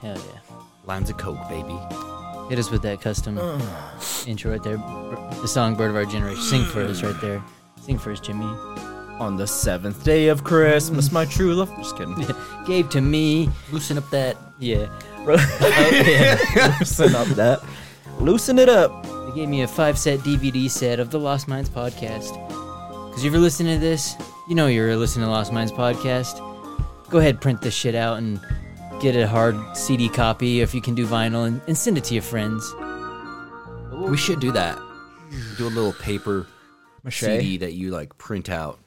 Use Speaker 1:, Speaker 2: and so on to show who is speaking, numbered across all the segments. Speaker 1: Hell yeah.
Speaker 2: Lines of coke, baby.
Speaker 1: Hit us with that custom intro right there. Br- The song Bird of Our Generation. Sing for us right there. Sing for us, Jimmy.
Speaker 3: On the seventh day of Christmas, my true love. Just kidding.
Speaker 1: Gave to me.
Speaker 2: Loosen up that.
Speaker 1: Yeah. Ro- oh, yeah.
Speaker 3: Loosen up that. Loosen it up.
Speaker 1: They gave me a five set DVD set of the Lost Minds podcast. Because if you're listening to this, you know you're listening to Lost Minds podcast. Go ahead, print this shit out and get a hard CD copy if you can do vinyl and, and send it to your friends.
Speaker 2: We should do that. Do a little paper CD
Speaker 3: Mache.
Speaker 2: that you like print out.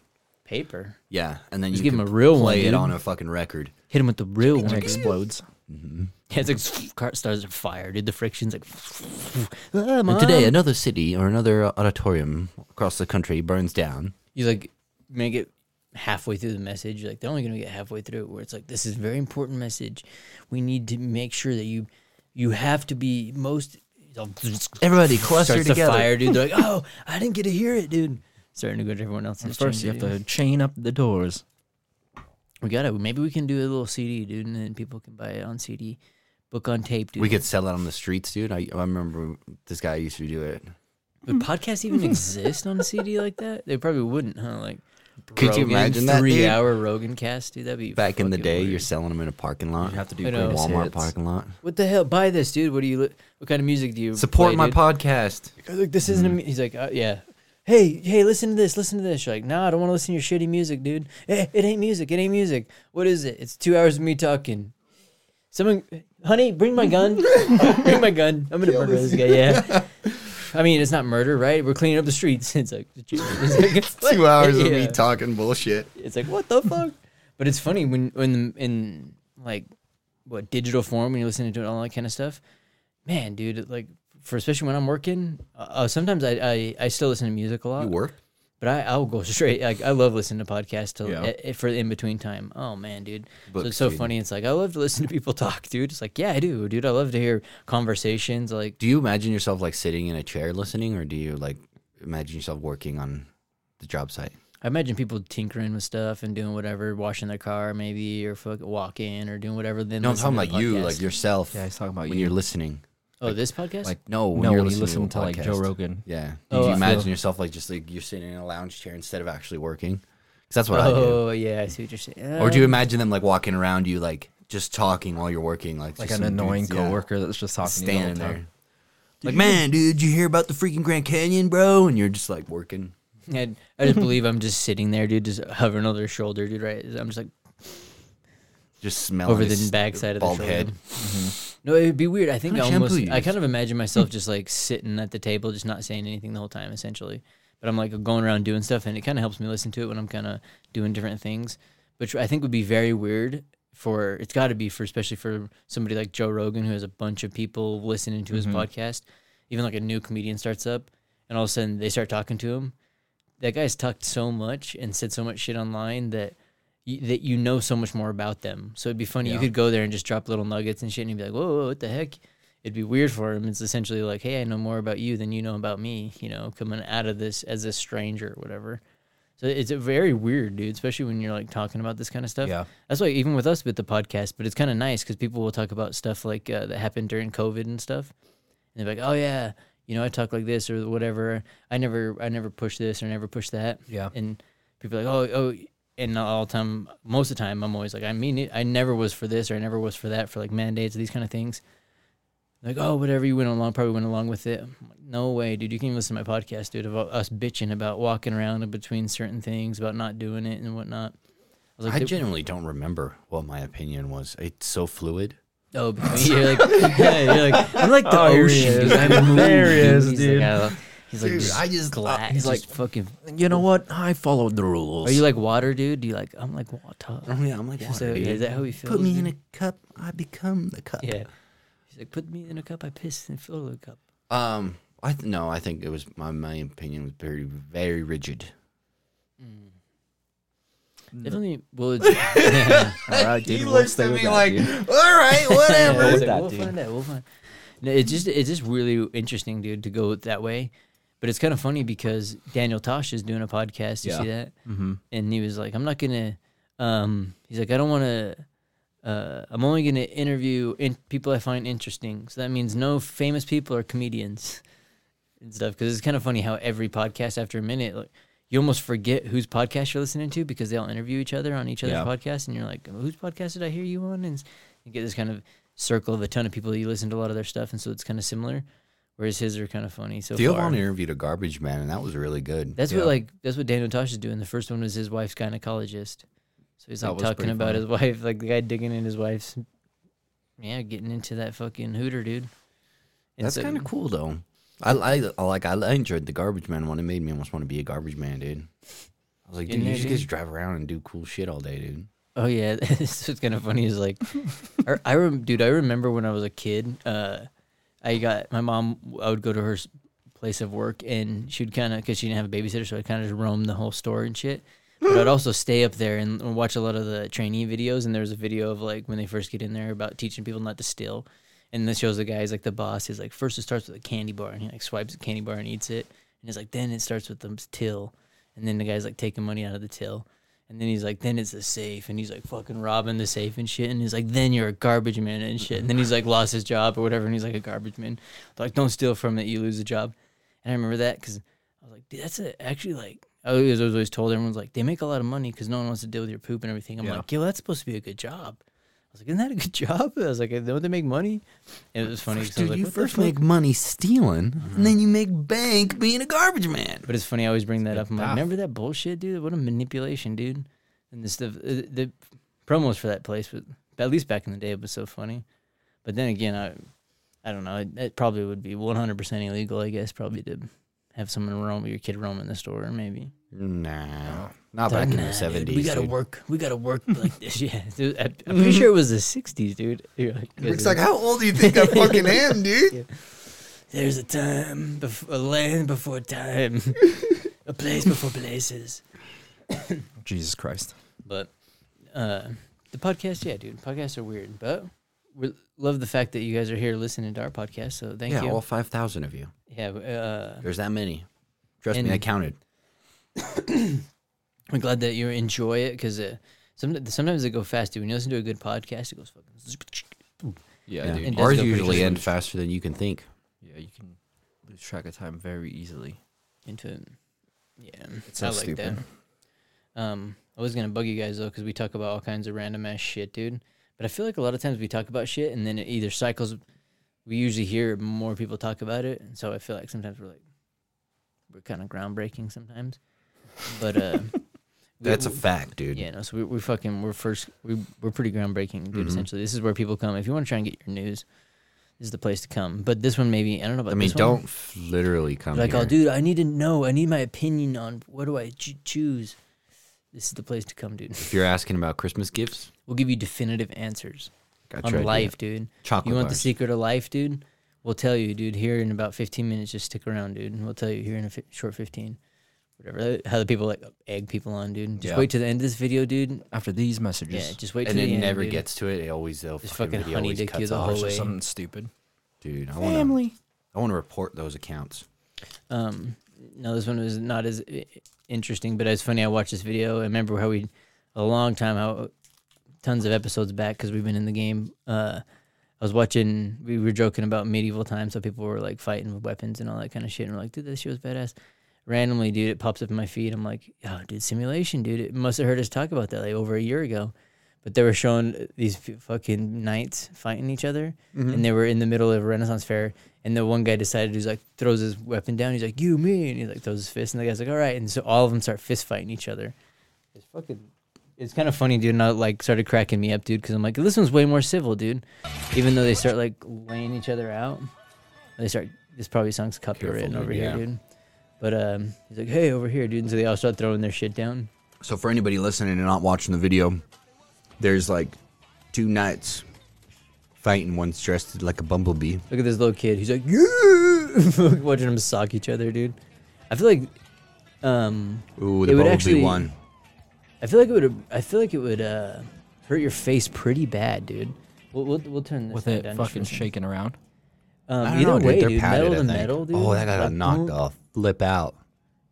Speaker 1: Paper.
Speaker 2: Yeah, and then
Speaker 1: Just
Speaker 2: you
Speaker 1: give 'em
Speaker 2: can
Speaker 1: a real one,
Speaker 2: play it
Speaker 1: dude.
Speaker 2: on a fucking record.
Speaker 1: Hit him with the real one.
Speaker 3: It
Speaker 1: dude.
Speaker 3: explodes.
Speaker 1: Yeah, it's like car starts on fire, dude. The friction's like. Ah,
Speaker 2: And today,
Speaker 1: Mom.
Speaker 2: another city or another uh, auditorium across the country burns down.
Speaker 1: you like make it halfway through the message. You're like they're only gonna get halfway through it, where it's like this is a very important message. We need to make sure that you you have to be most.
Speaker 2: Everybody cluster
Speaker 1: starts
Speaker 2: together.
Speaker 1: The fire, dude. They're like, oh, I didn't get to hear it, dude. Starting to go to everyone else's.
Speaker 3: First, you
Speaker 1: chamber,
Speaker 3: have
Speaker 1: dude.
Speaker 3: to chain up the doors.
Speaker 1: We gotta. Maybe we can do a little CD, dude, and then people can buy it on CD, book on tape, dude.
Speaker 2: We could sell it on the streets, dude. I, I remember this guy used to do it.
Speaker 1: Would podcasts even exist on a CD like that? They probably wouldn't, huh? Like,
Speaker 2: Could you
Speaker 1: Rogan,
Speaker 2: imagine that, dude?
Speaker 1: three-hour Rogan cast, dude? That'd be
Speaker 2: Back in the
Speaker 1: fucking
Speaker 2: day,
Speaker 1: weird.
Speaker 2: you're selling them in a parking lot.
Speaker 3: You have to do
Speaker 1: I know.
Speaker 3: greatest
Speaker 2: Walmart
Speaker 3: hits.
Speaker 2: parking lot.
Speaker 1: What the hell? Buy this, dude. What do you? Li- what kind of music do you
Speaker 2: Support
Speaker 1: play,
Speaker 2: my
Speaker 1: dude?
Speaker 2: podcast.
Speaker 1: Like this isn't. A
Speaker 2: Mm-hmm.
Speaker 1: mu- he's like, uh, yeah. Hey, hey, listen to this. Listen to this. You're like, nah, I don't want to listen to your shitty music, dude. Eh, it ain't music. It ain't music. What is it? It's two hours of me talking. Someone, honey, bring my gun. bring my gun. I'm gonna murder this guy. Yeah. I mean, it's not murder, right? We're cleaning up the streets. It's like, it's like
Speaker 2: Two hours of me
Speaker 1: Yeah.
Speaker 2: talking bullshit.
Speaker 1: it's like what the fuck but it's funny when when in like what digital form when you're listening to it all that kind of stuff man dude it, like for especially when i'm working uh, uh, sometimes I, I i still listen to music a lot
Speaker 2: You work?
Speaker 1: but i i'll go straight like i love listening to podcasts till,
Speaker 3: Yeah.
Speaker 1: eh, for the in-between time oh man dude so
Speaker 2: Books,
Speaker 1: it's so
Speaker 2: dude.
Speaker 1: funny it's like i love to listen to people talk dude it's like yeah i do dude i love to hear conversations like
Speaker 2: Do you imagine yourself like sitting in a chair listening, or do you like imagine yourself working on the job site?
Speaker 1: I imagine people tinkering with stuff and doing whatever, washing their car maybe, or fuck, walking or doing whatever. Then
Speaker 2: No, I'm
Speaker 1: listen
Speaker 2: talking
Speaker 1: to
Speaker 2: like
Speaker 1: the
Speaker 2: you,
Speaker 1: podcast.
Speaker 2: like yourself.
Speaker 3: Yeah, he's talking about
Speaker 2: when
Speaker 3: you.
Speaker 2: are listening.
Speaker 1: oh this podcast,
Speaker 2: Like no, when
Speaker 3: No,
Speaker 2: you're
Speaker 3: when you
Speaker 2: listening
Speaker 3: listen to like Joe
Speaker 2: podcast.
Speaker 3: Rogan.
Speaker 2: Yeah. Did
Speaker 1: Oh,
Speaker 2: you
Speaker 1: I
Speaker 2: imagine
Speaker 1: feel-
Speaker 2: yourself like just like you're sitting in a lounge chair instead of actually working? Because that's what I do.
Speaker 1: Oh yeah, I see what you're saying. Um,
Speaker 2: Or do you imagine them like walking around you, like just talking while you're working, like
Speaker 3: Like
Speaker 2: just
Speaker 3: an
Speaker 2: some
Speaker 3: annoying
Speaker 2: dudes, yeah,
Speaker 3: coworker that's just talking to you
Speaker 2: standing
Speaker 3: the whole
Speaker 2: there,
Speaker 3: time.
Speaker 2: like man, dude, you hear about the freaking Grand Canyon, bro? And you're just like working.
Speaker 1: I, I just believe I'm just sitting there, dude, just hovering over their shoulder, dude. Right? I'm just like
Speaker 2: Just smelling
Speaker 1: over the
Speaker 2: his
Speaker 1: backside of the
Speaker 2: bald
Speaker 1: shoulder.
Speaker 2: head.
Speaker 1: No, it would be weird. I think I
Speaker 2: much shampoo
Speaker 1: almost.
Speaker 2: you
Speaker 1: I
Speaker 2: use? Hmm.
Speaker 1: kind of imagine myself just like sitting at the table, just not saying anything the whole time, essentially. But I'm like going around doing stuff, and it kind of helps me listen to it when I'm kind of doing different things, which I think would be very weird. For it's got to be for especially for somebody like Joe Rogan who has a bunch of people listening to his
Speaker 2: Mm-hmm.
Speaker 1: podcast. Even like a new comedian starts up, and all of a sudden they start talking to him. That guy's talked so much and said so much shit online that you, that you know so much more about them. So it'd be funny. You could go there and just drop little nuggets and shit, and he'd be like, "Whoa, whoa, what the heck?" It'd be weird for him. It's essentially like, "Hey, I know more about you than you know about me." You know, coming out of this as a stranger or whatever. So it's a very weird, dude. Especially when you're like talking about this kind of stuff.
Speaker 3: Yeah.
Speaker 1: that's why even with us with the podcast, but it's kind of nice because people will talk about stuff like uh, that happened during COVID and stuff, and they're like, "Oh yeah." You know, I talk like this or whatever. I never, I never push this or never push that
Speaker 3: Yeah.
Speaker 1: and people are like, oh, oh, and all the time, most of the time, I'm always like, I mean it. I never was for this or I never was for that for like mandates, these kind of things. Like, oh, whatever you went along, probably went along with it. I'm like, no way, dude. You can even listen to my podcast, dude, about us bitching about walking around in between certain things, about not doing it and whatnot. I was
Speaker 2: I
Speaker 1: "Dude,
Speaker 2: genuinely don't remember what my opinion was. It's so fluid.
Speaker 1: Oh, between, you're like, yeah, you're like, I'm like the
Speaker 3: Oh, here he
Speaker 1: ocean.
Speaker 3: is.
Speaker 1: dude. I'm moved,
Speaker 3: There he is,
Speaker 1: He's
Speaker 3: dude.
Speaker 1: Like, I, he's like,
Speaker 2: Dude,
Speaker 1: just
Speaker 2: I uh, just-
Speaker 1: glad.
Speaker 3: he's
Speaker 1: He's like, fucking.
Speaker 3: You know what? I followed the rules.
Speaker 1: Are you like water, dude? Do you like? I'm like water.
Speaker 2: yeah, I'm like,
Speaker 1: So, yeah, is that how he feels?
Speaker 2: put me
Speaker 1: dude?
Speaker 2: in a cup, I become the cup.
Speaker 1: Yeah. He's like, put me in a cup, I piss and fill the cup.
Speaker 2: Um, I th- no, I think it was my my opinion was very very rigid.
Speaker 1: Definitely. Well, it's, yeah.
Speaker 3: All right, dude, we'll stay with that, dude.
Speaker 2: all right, whatever.
Speaker 1: It's
Speaker 3: that,
Speaker 1: like, we'll
Speaker 3: dude.
Speaker 1: find out. We'll find. No, it's just it's just really interesting, dude, to go that way. But But it's kind of funny because Daniel Tosh is doing a podcast. You
Speaker 3: Yeah.
Speaker 1: see that?
Speaker 3: Mm-hmm.
Speaker 1: and he was like, "I'm not gonna." Um, he's like, "I don't want to. Uh, I'm only gonna interview in- people I find interesting." So that means no famous people or comedians and stuff. Because it's kind of funny how every podcast, after a minute, like you almost forget whose podcast you're listening to because they all interview each other on each other's
Speaker 3: Yeah.
Speaker 1: podcast, and you're like, "Whose podcast did I hear you on?" And s- you get this kind of circle of a ton of people that you listen to a lot of their stuff, and so it's kind of similar. Whereas his are kind of funny. So
Speaker 2: Theo
Speaker 1: far.
Speaker 2: Vaughn interviewed a garbage man, and that was really good.
Speaker 1: That's
Speaker 3: Yeah.
Speaker 1: what like that's what Daniel Tosh is doing. The first one was his wife's gynecologist. So he's
Speaker 2: That
Speaker 1: like
Speaker 2: was
Speaker 1: talking
Speaker 2: pretty
Speaker 1: about
Speaker 2: funny.
Speaker 1: his wife, like the guy digging in his wife's Yeah, getting into that fucking hooter dude. And
Speaker 2: That's
Speaker 1: so-
Speaker 2: kind of cool though. I, I I like I I enjoyed the garbage man one. It made me almost want to be a garbage man, dude. I was like,
Speaker 1: Getting
Speaker 2: dude, you
Speaker 1: there, dude.
Speaker 2: just get to drive around and do cool shit all day, dude.
Speaker 1: Oh yeah, this is kind of funny. Is like, I, I rem- dude, I remember when I was a kid. Uh, I got my mom. I would go to her s- place of work, and she'd kind of because she didn't have a babysitter, so I kind of just roam the whole store and shit. But I'd also stay up there and watch a lot of the trainee videos. And there was a video of like when they first get in there about teaching people not to steal. And this shows the guy, he's like the boss. He's like, first it starts with a candy bar, and he like swipes a candy bar and eats it. And he's like, then it starts with the till, and then the guy's like taking money out of the till. And then he's like, then it's the safe. And he's like fucking robbing the safe and shit. And he's like, then you're a garbage man and shit. And then he's like, lost his job or whatever. And he's like, a garbage man. They're like, don't steal from it. You lose the job. And I remember that because I was like, dude, that's a, actually like, I was, I was always told everyone's like, they make a lot of money because no one wants to deal with your poop and everything. I'm
Speaker 3: Yeah.
Speaker 1: like, yo, that's supposed to be a good job. I was like, isn't that a good job? I was like, don't they make money? And it was funny.
Speaker 2: First,
Speaker 1: 'cause I was
Speaker 2: dude,
Speaker 1: like,
Speaker 2: you
Speaker 1: "What the
Speaker 2: first
Speaker 1: fuck?"
Speaker 2: make money stealing, and then you make bank being a garbage man.
Speaker 1: But it's funny. I always bring that
Speaker 2: good
Speaker 1: up. I'm like,
Speaker 2: path.
Speaker 1: remember that bullshit, dude? What a manipulation, dude. And this the uh, the promos for that place, but at least back in the day, it was so funny. But then again, I I don't know. It, it probably would be 100 percent illegal, I guess. Probably to have someone roam your kid roam in the store, maybe.
Speaker 2: Nah,
Speaker 1: Like,
Speaker 2: not back in
Speaker 1: nah,
Speaker 2: the
Speaker 1: dude,
Speaker 2: seventies.
Speaker 1: we gotta work. We gotta work like this. Yeah, dude, I, I'm pretty sure it was the 60s, dude. You're like,
Speaker 2: how old do you think I fucking am, dude?
Speaker 1: There's a time, bef- a land before time, a place before places.
Speaker 3: Jesus Christ.
Speaker 1: But uh, the podcast, yeah, dude, podcasts are weird, but we love the fact that you guys are here listening to our podcast. So thank
Speaker 2: yeah,
Speaker 1: you.
Speaker 2: all five thousand of you.
Speaker 1: yeah, uh,
Speaker 2: There's that many. Trust
Speaker 1: And-
Speaker 2: me, I counted.
Speaker 1: I'm glad that you enjoy it because uh, some, sometimes they go fast. Dude, when you listen to a good podcast, it goes fucking.
Speaker 3: Yeah,
Speaker 2: Yeah.
Speaker 3: dude.
Speaker 1: And- It does
Speaker 2: Ours
Speaker 1: go pretty
Speaker 2: usually
Speaker 1: quick.
Speaker 2: end faster than you can think.
Speaker 3: yeah, you can lose track of time very easily.
Speaker 1: into it. Yeah,
Speaker 3: It's so
Speaker 1: I like
Speaker 3: stupid.
Speaker 1: that. Um, I was gonna bug you guys though because we talk about all kinds of random ass shit, dude. But I feel like a lot of times we talk about shit and then it either cycles. We usually hear more people talk about it, and so I feel like sometimes we're like we're kind of groundbreaking sometimes. But uh, we-
Speaker 2: That's a
Speaker 1: we-
Speaker 2: fact, dude.
Speaker 1: yeah, no. So we, we fucking we're first we we're pretty groundbreaking, dude.
Speaker 2: Mhm.
Speaker 1: Essentially, this is where people come if you want to try and get your news. This is the place to come. But this one maybe I don't know about.
Speaker 2: I mean,
Speaker 1: this one.
Speaker 2: don't f- literally come
Speaker 1: Like,
Speaker 2: here.
Speaker 1: oh, dude, I need to know. I need my opinion on what do I ch- choose. This is the place to come, dude.
Speaker 2: If you're asking about Christmas gifts,
Speaker 1: We'll give you definitive answers
Speaker 2: I
Speaker 1: on
Speaker 2: tried to-
Speaker 1: life, dude.
Speaker 2: chocolate.
Speaker 1: You want the
Speaker 2: bars.
Speaker 1: secret of life, dude? We'll tell you, dude. Here in about 15 minutes, just stick around, dude. And we'll tell you here in a fi- short 15. Whatever. How the people like egg people on, dude. Just
Speaker 3: Yeah.
Speaker 1: wait to the end of this video, dude.
Speaker 3: After these messages,
Speaker 1: Yeah, just wait to
Speaker 2: and
Speaker 1: the
Speaker 2: it
Speaker 1: end.
Speaker 2: never
Speaker 1: dude.
Speaker 2: gets to it. It always they'll
Speaker 1: Just
Speaker 2: fucking,
Speaker 1: fucking
Speaker 2: video
Speaker 1: honey
Speaker 2: always
Speaker 1: dick you
Speaker 2: cuts
Speaker 1: the
Speaker 2: off.
Speaker 1: whole
Speaker 3: watch
Speaker 1: way.
Speaker 3: something stupid.
Speaker 2: Dude, I want to. I want to report those accounts.
Speaker 1: Um, no, this one was not as i- interesting, but it's funny. I watched this video. I remember how we, a long time, how tons of episodes back, because we've been in the game. Uh, I was watching. We were joking about medieval times, so people were like fighting with weapons and all that kind of shit. And we're like, dude, this shit was badass. Randomly, dude, it pops up in my feed. I'm like, oh, dude, simulation, dude. It must have heard us talk about that like over a year ago. But they were showing these f- fucking knights fighting each other, and they were in the middle of a Renaissance fair. And the one guy decided he's like throws his weapon down. He's like, "You, me," and he like throws his fist. And the guy's like, "All right." And so all of them start fist fighting each other. It's fucking. It's kind of funny, dude. And I like started cracking me up, dude, because I'm like, this one's way more civil, dude. Even though they start like laying each other out, they start. This probably sounds copywritten
Speaker 2: Careful,
Speaker 1: over
Speaker 2: dude,
Speaker 1: here,
Speaker 2: yeah.
Speaker 1: dude. But um, he's like, "Hey, over here, dude." And so they all start throwing their shit down.
Speaker 2: So for anybody listening and not watching the video, there's like two knights fighting. One's dressed like a bumblebee.
Speaker 1: Look at this little kid. He's like, "Yeah," watching them sock each other, dude. I feel like, um,
Speaker 2: Ooh,
Speaker 1: It
Speaker 2: the
Speaker 1: would
Speaker 2: bumblebee
Speaker 1: actually-
Speaker 2: won.
Speaker 1: I feel like it would. I feel like it would uh, hurt your face pretty bad, dude. We'll we'll, we'll turn this
Speaker 3: With
Speaker 1: thing
Speaker 3: it
Speaker 1: down just for
Speaker 3: fucking
Speaker 1: a second.
Speaker 3: shaking around.
Speaker 1: Um,
Speaker 2: I don't
Speaker 1: either
Speaker 2: know, dude.
Speaker 1: way,
Speaker 2: They're
Speaker 1: dude, metal
Speaker 2: padded, I
Speaker 1: to
Speaker 2: think.
Speaker 1: metal, dude.
Speaker 2: Oh, that got
Speaker 1: Like,
Speaker 2: a knocked
Speaker 1: boom.
Speaker 2: off. Flip out.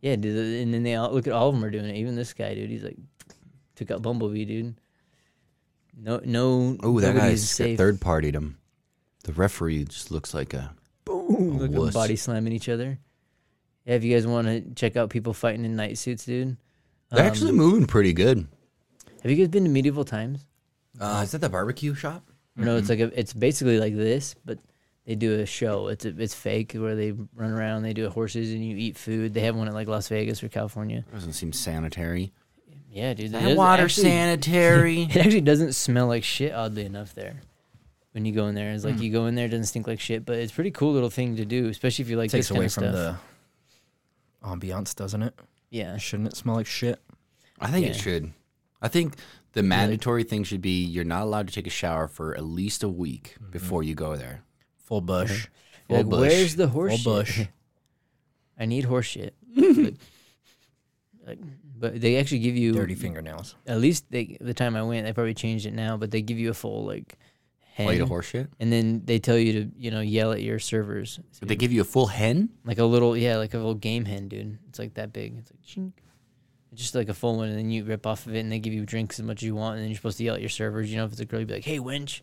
Speaker 1: Yeah, dude, and then they all look at all of them are doing it. Even this guy, dude, he's like took out Bumblebee, dude. No, no.
Speaker 2: Oh, that guy
Speaker 1: nobody's safe.
Speaker 2: third partied him. The referee just looks like a
Speaker 1: Boom! Look at them
Speaker 2: wuss.
Speaker 1: body slamming each other. Yeah, if you guys want to check out people fighting in night suits, dude. Um,
Speaker 2: They're actually moving pretty good.
Speaker 1: Have you guys been to Medieval Times?
Speaker 2: Uh, is that the barbecue shop?
Speaker 1: Or No, it's like a, it's basically like this, but they do a show. It's a, it's fake where they run around, they do horses, and you eat food. They have one at like Las Vegas or California.
Speaker 2: Doesn't seem sanitary.
Speaker 1: Yeah, dude. it does- actually-
Speaker 2: sanitary.
Speaker 1: It actually doesn't smell like shit, oddly enough, there. When you go in there, it's
Speaker 3: Hmm.
Speaker 1: like you go in there, it doesn't stink like shit, but it's a pretty cool little thing to do, especially if you like
Speaker 3: takes
Speaker 1: this
Speaker 3: away
Speaker 1: kind
Speaker 3: from
Speaker 1: of stuff.
Speaker 3: the ambiance, doesn't it?
Speaker 1: yeah.
Speaker 3: Shouldn't it smell like shit?
Speaker 2: I think it
Speaker 1: Yeah.
Speaker 2: should. I think the mandatory thing should be you're not allowed to take a shower for at least a week
Speaker 1: Mm-hmm.
Speaker 2: before you go there.
Speaker 3: Full bush.
Speaker 1: You're like,
Speaker 2: Full bush.
Speaker 1: where's the
Speaker 3: Full
Speaker 1: horse Uh-huh. shit?
Speaker 3: bush.
Speaker 1: I need horse shit. like, but they actually give you
Speaker 3: Dirty fingernails.
Speaker 1: at least they the time I went, they probably changed it now, but they give you a full like hen,
Speaker 2: Plate of horseshit.
Speaker 1: and then they tell you to you know yell at your servers,
Speaker 2: But they give you a full hen.
Speaker 1: like a little yeah, like a little game hen, dude. It's like that big. It's like chink. It's just like a full one, and then you rip off of it, and they give you drinks as much as you want, and then you're supposed to yell at your servers. You know, if it's a girl, you'd be like, "Hey, wench,"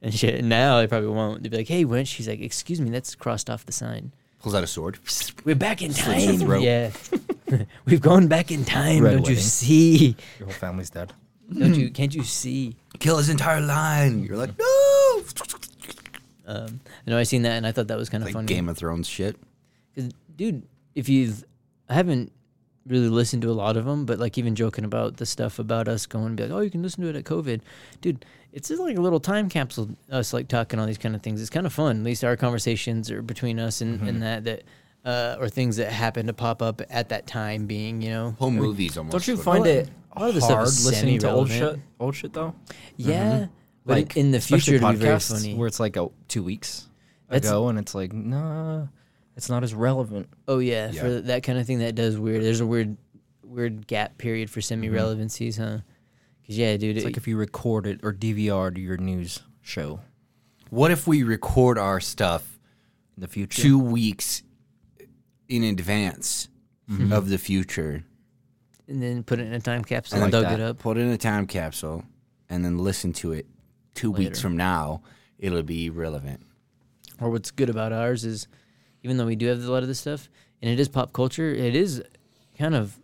Speaker 1: and shit. And now they probably won't. They'd be like, "Hey, wench." She's like, "Excuse me, that's crossed off the sign."
Speaker 2: Pulls out a sword.
Speaker 1: We're back in
Speaker 2: Slits your
Speaker 1: time.
Speaker 2: throat.
Speaker 1: Yeah, we've gone back in time.
Speaker 3: Red
Speaker 1: don't
Speaker 3: wedding.
Speaker 1: you see?
Speaker 3: Your whole family's dead.
Speaker 1: Don't you? Can't you see?
Speaker 2: Kill his entire line. You're
Speaker 1: Mm.
Speaker 2: like no.
Speaker 1: Um, I know I seen that, and I thought that was kind of
Speaker 2: Like
Speaker 1: funny.
Speaker 2: Game of Thrones shit.
Speaker 1: 'Cause, dude, if you've, I haven't really listened to a lot of them, but like even joking about the stuff about us going and be like, oh, you can listen to it at COVID, dude. It's just like a little time capsule. Us like talking all these kind of things. It's kind of fun. At least our conversations are between us and,
Speaker 3: Mm-hmm.
Speaker 1: and that that. Uh, or things that happen to pop up at that time being, you know,
Speaker 2: Home movies almost.
Speaker 3: Don't you
Speaker 2: would-
Speaker 3: find
Speaker 1: lot-
Speaker 3: it
Speaker 1: a
Speaker 3: hard
Speaker 1: lot of this stuff is
Speaker 3: listening to old shit?
Speaker 1: semi-relevant.
Speaker 3: Old shit though.
Speaker 1: yeah. But in- in
Speaker 3: Mm-hmm.
Speaker 1: the
Speaker 3: especially
Speaker 1: future, it'd be very
Speaker 3: podcasts
Speaker 1: funny.
Speaker 3: Where it's like oh, two weeks
Speaker 1: That's-
Speaker 3: ago, and it's like nah, it's not as relevant.
Speaker 1: Oh yeah,
Speaker 2: Yeah.
Speaker 1: for that kind of thing, that does weird. There's a weird, weird gap period for semi-relevancies, huh? Because yeah, dude,
Speaker 3: Mm-hmm. It's
Speaker 1: it,
Speaker 3: like if you recorded or DVR'd your news show
Speaker 2: What if we record our stuff
Speaker 3: in the future.
Speaker 2: two weeks in advance
Speaker 1: Mm-hmm.
Speaker 2: of the future
Speaker 1: and then put it in a time capsule
Speaker 2: like
Speaker 1: and dug
Speaker 2: that.
Speaker 1: it up.
Speaker 2: Put it in a time capsule and then listen to it two weeks
Speaker 1: Later.
Speaker 2: from now. It'll be relevant.
Speaker 1: Or what's good about ours is, even though we do have a lot of this stuff, and it is pop culture, it is kind of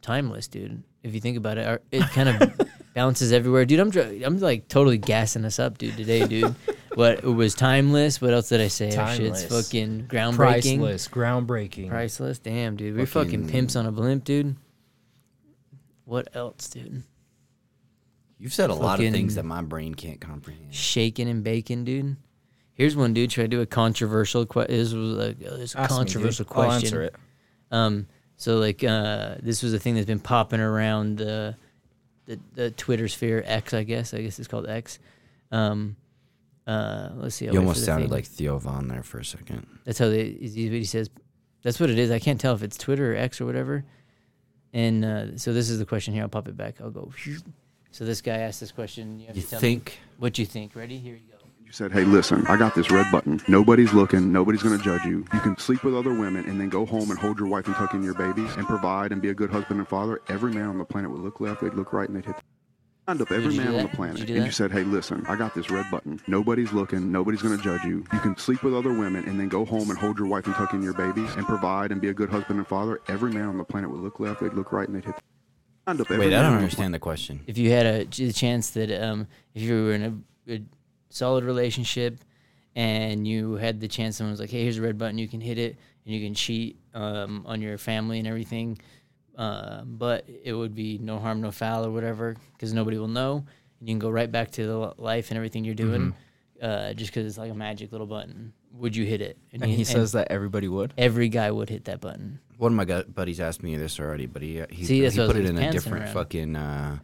Speaker 1: timeless, dude. If you think about it, Our- it kind of bounces everywhere, dude. I'm dr- I'm like totally gassing us up, dude. Today, dude. What it was timeless. What else did I say? Our shit's
Speaker 3: Timeless.
Speaker 1: fucking groundbreaking.
Speaker 3: priceless, groundbreaking.
Speaker 1: Priceless, damn, dude. We're
Speaker 2: Fucking-
Speaker 1: fucking pimps on a blimp, dude. What else, dude?
Speaker 2: You've said a lot of
Speaker 1: Fucking-
Speaker 2: things that my brain can't comprehend.
Speaker 1: Shaking and baking, dude. Here's one, dude. Should I do a controversial question? This was like uh, this is a
Speaker 3: Ask me,
Speaker 1: controversial
Speaker 3: dude.
Speaker 1: question.
Speaker 3: I'll answer it.
Speaker 1: Um, so like uh, this was a thing that's been popping around the the, the Twitter sphere X, I guess. I guess it's called X. Um, uh, let's see. I'll
Speaker 2: You
Speaker 1: wait for
Speaker 2: almost
Speaker 1: the
Speaker 2: sounded
Speaker 1: thing.
Speaker 2: like Theo Vaughn there for a second.
Speaker 1: That's how they. He he says. That's what it is. I can't tell if it's Twitter or X or whatever. And uh, so this is the question here. I'll pop it back. I'll go. So this guy asked this question. You, have
Speaker 2: You
Speaker 1: to tell
Speaker 2: think?
Speaker 1: Me what you think? Ready? Here you go.
Speaker 4: You said, hey, listen, I got this red button. Nobody's looking. Nobody's going to judge you. You can sleep with other women and then go home and hold your wife and tuck in your babies and provide and be a good husband and father. Every man on the planet would look left, they'd look right, and they'd hit the lined up
Speaker 1: Did
Speaker 4: every
Speaker 1: you do
Speaker 4: man on
Speaker 1: that?
Speaker 4: the planet.
Speaker 1: Did you do
Speaker 4: and
Speaker 1: that?
Speaker 4: you said, hey, listen, I got this red button. Nobody's looking. Nobody's going to judge you. You can sleep with other women and then go home and hold your wife and tuck in your babies and provide and be a good husband and father. Every man on the planet would look left, they'd look right, and they'd hit the lined up every
Speaker 2: Wait,
Speaker 4: man
Speaker 2: I
Speaker 4: on
Speaker 2: don't
Speaker 4: the
Speaker 2: understand the question.
Speaker 1: If you had a, ch- chance that um, if you were in a, a solid relationship and you had the chance, someone was like, "Hey, here's a red button. You can hit it and you can cheat um, on your family and everything." Uh, but it would be no harm, no foul, or whatever, because nobody will know, and you can go right back to the li- life and everything you're doing, uh, just because it's like a magic little button. Would you hit it?
Speaker 3: And he says that everybody would.
Speaker 1: every guy would hit that button.
Speaker 2: One of my gu- buddies asked me this already, but he he,
Speaker 1: See,
Speaker 2: he
Speaker 1: that's what I
Speaker 2: put
Speaker 1: was
Speaker 2: it in a
Speaker 1: dancing
Speaker 2: different
Speaker 1: around.
Speaker 2: fucking. Uh,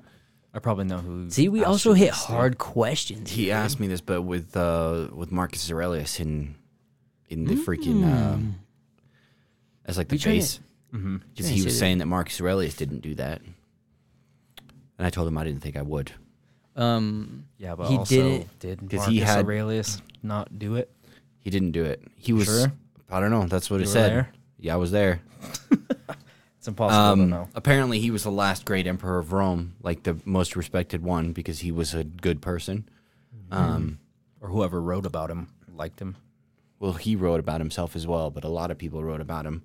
Speaker 3: I probably know who.
Speaker 1: See, we
Speaker 3: asked
Speaker 1: also
Speaker 3: you
Speaker 1: hit
Speaker 3: this, dude.
Speaker 1: hard questions.
Speaker 2: he asked me this, but with uh, with Marcus Aurelius in in the
Speaker 1: Hmm.
Speaker 2: freaking uh, as like
Speaker 1: Mm.
Speaker 2: the
Speaker 1: You trying to-
Speaker 2: base
Speaker 3: Mm-hmm.
Speaker 2: because
Speaker 1: trying
Speaker 2: he
Speaker 1: to say
Speaker 2: was
Speaker 1: that-
Speaker 2: saying that Marcus Aurelius didn't do that, and I told him I didn't think I would.
Speaker 1: Um,
Speaker 3: Yeah, but
Speaker 1: He
Speaker 3: also
Speaker 1: did it
Speaker 3: did
Speaker 2: 'cause
Speaker 3: Marcus
Speaker 2: he had-
Speaker 3: Aurelius not do it?
Speaker 2: He didn't do it. He was.
Speaker 3: Sure?
Speaker 2: I don't know. That's what it
Speaker 3: were
Speaker 2: said.
Speaker 3: there?
Speaker 2: Yeah, I was there.
Speaker 3: It's impossible to
Speaker 2: Um,
Speaker 3: know.
Speaker 2: apparently, he was the last great emperor of Rome, like the most respected one, because he was a good person. Um,
Speaker 3: Or whoever wrote about him liked him.
Speaker 2: well, he wrote about himself as well, but a lot of people wrote about him.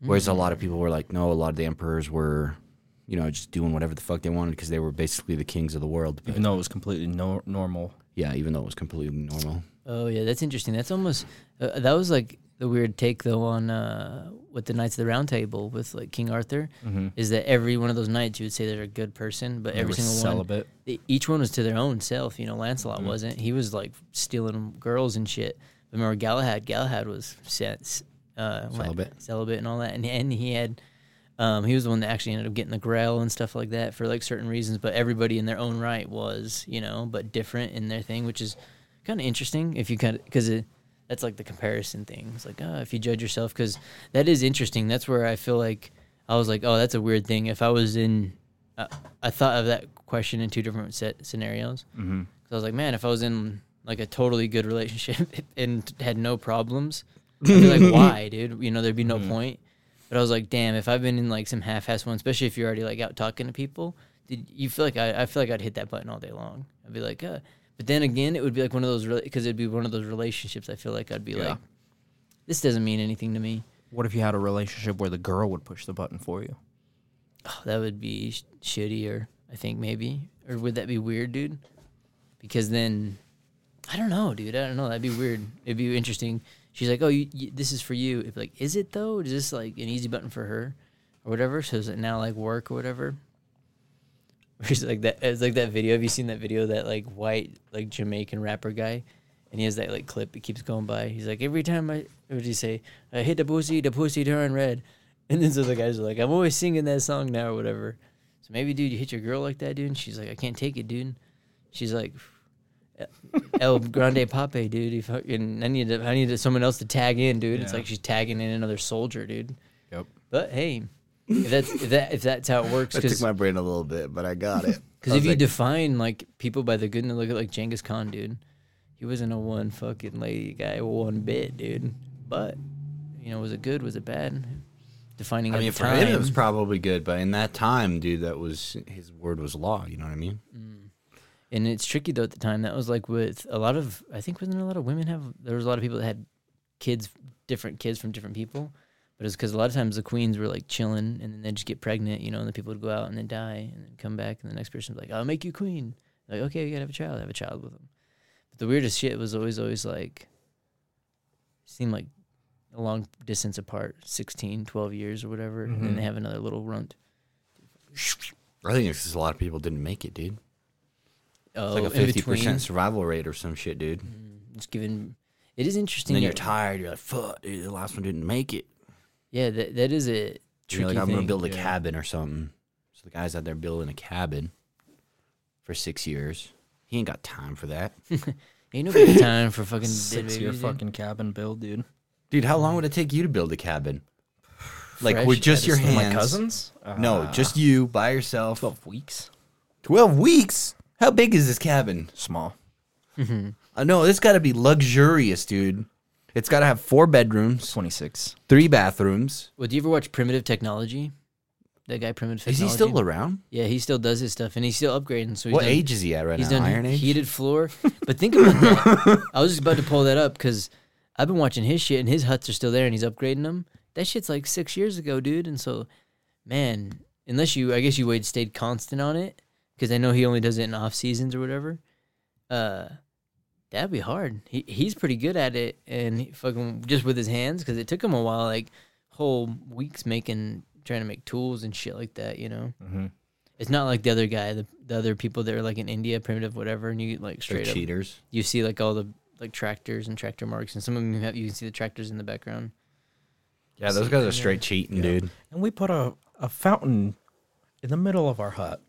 Speaker 2: Whereas a lot of people were like, no, a lot of the emperors were, you know, just doing whatever the fuck they wanted because they were basically the kings of the world. But
Speaker 3: Even though it was completely no- normal.
Speaker 2: yeah, even though it was completely normal.
Speaker 1: Oh yeah, that's interesting. That's almost uh, that was like the weird take though on uh, with the Knights of the Round Table with like King Arthur is that every one of those knights you would say they're a good person, but every
Speaker 3: were
Speaker 1: single
Speaker 3: celibate.
Speaker 1: one, e- each one was to their own self. You know, Lancelot wasn't. He was like stealing girls and shit. But remember Galahad? Galahad was sense uh, Lan-
Speaker 2: Celibate.
Speaker 1: celibate and all that, and and he had. Um, he was the one that actually ended up getting the Grail and stuff like that for like certain reasons, but everybody in their own right was, you know, but different in their thing, which is kind of interesting if you kind of because that's like the comparison thing. It's like, oh, if you judge yourself, because that is interesting. That's where I feel like I was like, oh, that's a weird thing. If I was in, uh, I thought of that question in two different set scenarios. Mm-hmm. So I was like, man, if I was in like a totally good relationship and had no problems, I'd be like, why, dude? You know, there'd be no point. But I was like, damn, if I've been in like some half-assed one, especially if you're already like out talking to people, did you feel like I, I feel like I'd hit that button all day long. I'd be like, uh. But then again, it would be like one of those because it'd be one of those relationships. I feel like I'd be
Speaker 3: Yeah.
Speaker 1: like, this doesn't mean anything to me.
Speaker 3: What if you had a relationship where the girl would push the button for you?
Speaker 1: Oh, that would be sh- shittier. I think maybe, or would that be weird, dude? Because then, I don't know, dude. I don't know. That'd be weird. It'd be interesting. She's like, "Oh, you, you, this is for you." It'd be like, "Is it though? Is this like an easy button for her, or whatever?" So is it now like work or whatever? It's like that. It's like that video. Have you seen that video? of That like white like Jamaican rapper guy, and he has that like clip. It keeps going by. He's like every time I what did he say? I hit the pussy, the pussy turn red, and then so the guys are like, I'm always singing that song now or whatever. So maybe dude, you hit your girl like that, dude. And she's like, I can't take it, dude. She's like, El Grande Pape, dude. You fucking, I need to, I need someone else to tag in, dude. It's
Speaker 3: Yeah.
Speaker 1: like she's tagging in another soldier, dude.
Speaker 3: Yep.
Speaker 1: But hey, if that's if that if that's how it works, because
Speaker 2: brain a little bit, but I got it.
Speaker 1: because if you define like people by the good, and look at like Genghis Khan, dude, he wasn't a one fucking lady guy one bit, dude. But you know, was it good? Was it bad? Defining
Speaker 2: I
Speaker 1: at
Speaker 2: mean,
Speaker 1: the
Speaker 2: for
Speaker 1: time,
Speaker 2: him, it was probably good, but in that time, dude, that was his word was law. You know what I mean?
Speaker 1: and it's tricky though. At the time, that was like with a lot of I think wasn't a lot of women have there was a lot of people that had kids, different kids from different people. But it's because a lot of times the queens were like chilling, and then they just get pregnant, you know, and the people would go out and then die, and then come back, and the next person's like, "I'll make you queen." Like, okay, you gotta have a child, have a child with them. But the weirdest shit was always, always like, seemed like a long distance apart, 16, 12 years or whatever, and
Speaker 2: Mm-hmm.
Speaker 1: then they have another little runt.
Speaker 2: I think it's just a lot of people didn't make it, dude.
Speaker 1: Oh,
Speaker 2: It's like a
Speaker 1: in
Speaker 2: fifty
Speaker 1: between.
Speaker 2: percent survival rate or some shit, dude.
Speaker 1: It's given. It is interesting.
Speaker 2: And then you're
Speaker 1: that-
Speaker 2: tired. You're like, fuck, dude, the last one didn't make it.
Speaker 1: Yeah, that that is a
Speaker 2: You're
Speaker 1: tricky
Speaker 2: like, I'm
Speaker 1: thing.
Speaker 2: gonna build a
Speaker 1: yeah.
Speaker 2: cabin or something. So the guy's out there building a cabin for six years. He ain't got time for that,
Speaker 1: Ain't nobody got time for fucking dead
Speaker 3: Six year
Speaker 1: babies, dude.
Speaker 3: fucking cabin build, dude.
Speaker 2: dude. How long would it take you to build a cabin? Like
Speaker 1: Fresh
Speaker 2: with just
Speaker 1: out
Speaker 2: your
Speaker 1: of
Speaker 2: hands?
Speaker 3: My cousins?
Speaker 2: No,
Speaker 1: Ah.
Speaker 3: Uh,
Speaker 2: just you by yourself.
Speaker 3: 12 weeks.
Speaker 2: 12 weeks? How big is this cabin?
Speaker 3: Small.
Speaker 2: I know, it's got to be luxurious, dude. It's got to have four bedrooms,
Speaker 3: 26.
Speaker 2: three bathrooms.
Speaker 1: Well, do you ever watch Primitive Technology? That guy, Primitive
Speaker 2: Is
Speaker 1: Technology.
Speaker 2: he still around?
Speaker 1: Yeah, he still does his stuff, and he's still upgrading. So he's
Speaker 2: what
Speaker 1: done,
Speaker 2: age is he at right
Speaker 1: He's
Speaker 2: now?
Speaker 1: done
Speaker 2: Iron Age?
Speaker 1: heated floor. But think about that. I was just about to pull that up because I've been watching his shit, and his huts are still there, and he's upgrading them. That shit's like six years ago, dude. And so, man, unless you, I guess you would stayed constant on it because I know he only does it in off seasons or whatever. Uh, that'd be hard. He he's pretty good at it, and he fucking just with his hands because it took him a while, like whole weeks making trying to make tools and shit like that. You know,
Speaker 2: Mm-hmm.
Speaker 3: Mhm.
Speaker 1: it's not like the other guy, the, the other people that are like in India, primitive, whatever, and you like
Speaker 2: They're
Speaker 1: straight up,
Speaker 2: cheaters.
Speaker 1: you see like all the like tractors and tractor marks, and some of them have you can see the tractors in the background.
Speaker 2: Yeah, those guys are straight cheating, dude.
Speaker 3: And we put a, a fountain in the middle of our hut.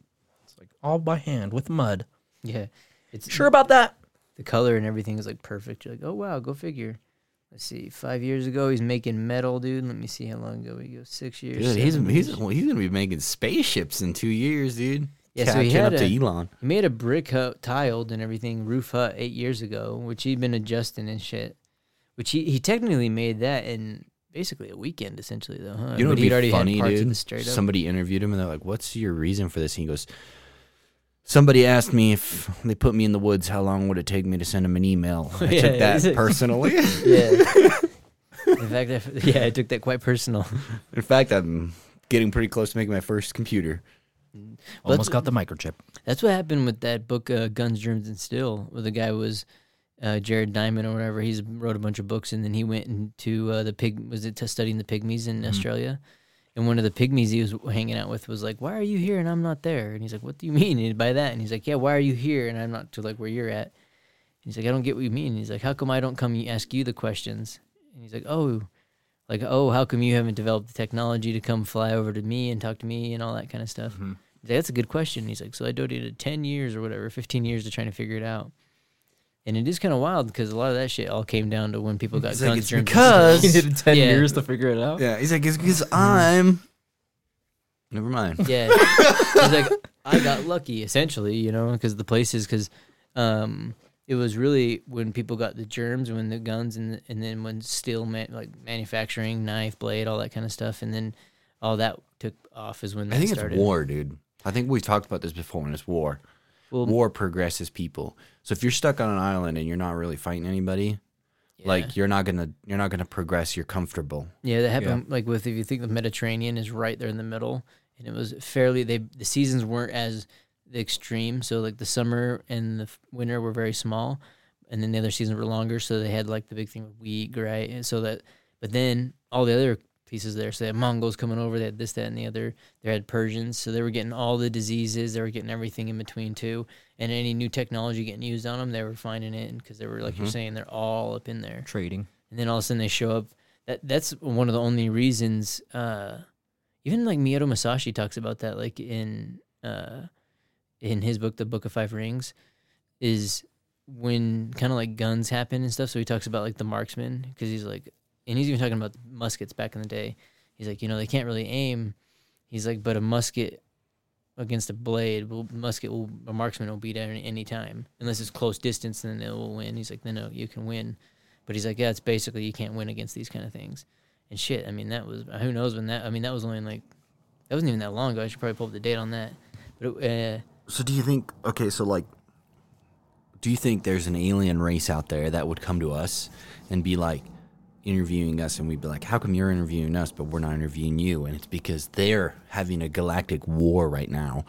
Speaker 3: It's like all by hand with mud.
Speaker 1: Yeah, it's
Speaker 3: Sure about that?
Speaker 1: the color and everything is like perfect. You're like, oh wow, go figure. Let's see, five years ago he's making metal, dude. Let me see how long ago we go. Six years.
Speaker 2: Dude, he's,
Speaker 1: seven
Speaker 2: he's,
Speaker 1: years.
Speaker 2: well, he's going to be making spaceships in two years, dude.
Speaker 1: Yeah, so he
Speaker 2: Catching
Speaker 1: had
Speaker 2: up
Speaker 1: a-
Speaker 2: to Elon.
Speaker 1: He made a brick hut tiled and everything roof hut eight years ago, which he'd been adjusting and shit. Which he, he technically made that in basically a weekend, essentially, though, huh?
Speaker 2: You know,
Speaker 1: But
Speaker 2: it'd
Speaker 1: uh, he'd
Speaker 2: be
Speaker 1: had
Speaker 2: funny,
Speaker 1: parts of
Speaker 2: dude.
Speaker 1: this straight up.
Speaker 2: Somebody interviewed him and they're like, "What's your reason for this?" And he goes, "Somebody asked me if they put me in the woods, how long would it take me to send him an email?" I
Speaker 1: Yeah,
Speaker 2: took that
Speaker 1: is it-
Speaker 2: personally.
Speaker 1: Yeah. in fact, I, yeah, I took that quite personal.
Speaker 2: in fact, I'm getting pretty close to making my first computer.
Speaker 1: Let's-
Speaker 3: Almost got the microchip.
Speaker 1: That's what happened with that book, uh, Guns, Germs, and Steel, where the guy was uh, Jared Diamond or whatever. He's wrote a bunch of books, and then he went into uh, the pig. Was it to studying the pygmies
Speaker 2: Mm-hmm.
Speaker 1: in Australia? And one of the pygmies he was hanging out with was like, "Why are you here and I'm not there?" And he's like, "What do you mean and by that?" And he's like, "Yeah, why are you here and I'm not to like where you're at?" And he's like, "I don't get what you mean." And he's like, "How come I don't come y- ask you the questions?" And he's like, "Oh." Like oh, how come you haven't developed the technology to come fly over to me and talk to me and all that kind of stuff?
Speaker 2: Mm-hmm.
Speaker 1: He's like, That's a good question. He's like, so I donated 10 years or whatever, 15 years to trying to figure it out. And it is kind of wild because a lot of that shit all came down to when people got
Speaker 2: It's like,
Speaker 1: guns,
Speaker 2: it's
Speaker 1: germs, and
Speaker 2: because-
Speaker 1: pills.
Speaker 5: needed 10
Speaker 1: Yeah.
Speaker 5: years to figure it out.
Speaker 2: Yeah, he's like, "It's because I'm." Never mind.
Speaker 1: yeah, he's like, I got lucky essentially, you know, because the places because um, it was really when people got the germs, when the guns, and and then when steel man, like manufacturing, knife, blade, all that kind of stuff, and then all that took off is when that
Speaker 2: I think
Speaker 1: started.
Speaker 2: it's war, dude. I think we talked about this before, and it's war.
Speaker 1: Well-
Speaker 2: war progresses people. So if you're stuck on an island and you're not really fighting anybody, like you're not gonna you're not gonna progress. You're comfortable.
Speaker 1: Yeah, that happened. Like with if you think the Mediterranean is right there in the middle, and it was fairly they the seasons weren't as the extreme. So like the summer and the f- winter were very small, and then the other seasons were longer. So they had like the big thing with wheat, right? And so that, but then all the other pieces there. So they had Mongols coming over. They had this, that, and the other. They had Persians. So they were getting all the diseases. They were getting everything in between too. And any new technology getting used on them, they were finding it because they were like you're saying, they're all up in there
Speaker 5: Trading.
Speaker 1: and then all of a sudden they show up. That that's one of the only reasons. Uh, even like Miyato Masashi talks about that, like in uh, in his book, The Book of Five Rings, is when kind of like guns happen and stuff. So he talks about like the marksman because he's like, and he's even talking about muskets back in the day. He's like, you know, they can't really aim. He's like, but a musket against a blade, will musket will a marksman will beat at any, any time unless it's close distance, then it will win. He's like, no, no, you can win. But he's like, yeah, it's basically you can't win against these kind of things. And shit, I mean, that was who knows when that. I mean, that was only like that wasn't even that long ago. I should probably pull up the date on that. But it, uh,
Speaker 2: So do you think okay, so like do you think there's an alien race out there that would come to us and be like interviewing us and we'd be like, How come you're interviewing us but we're not interviewing you? And it's because they're having a galactic war right now.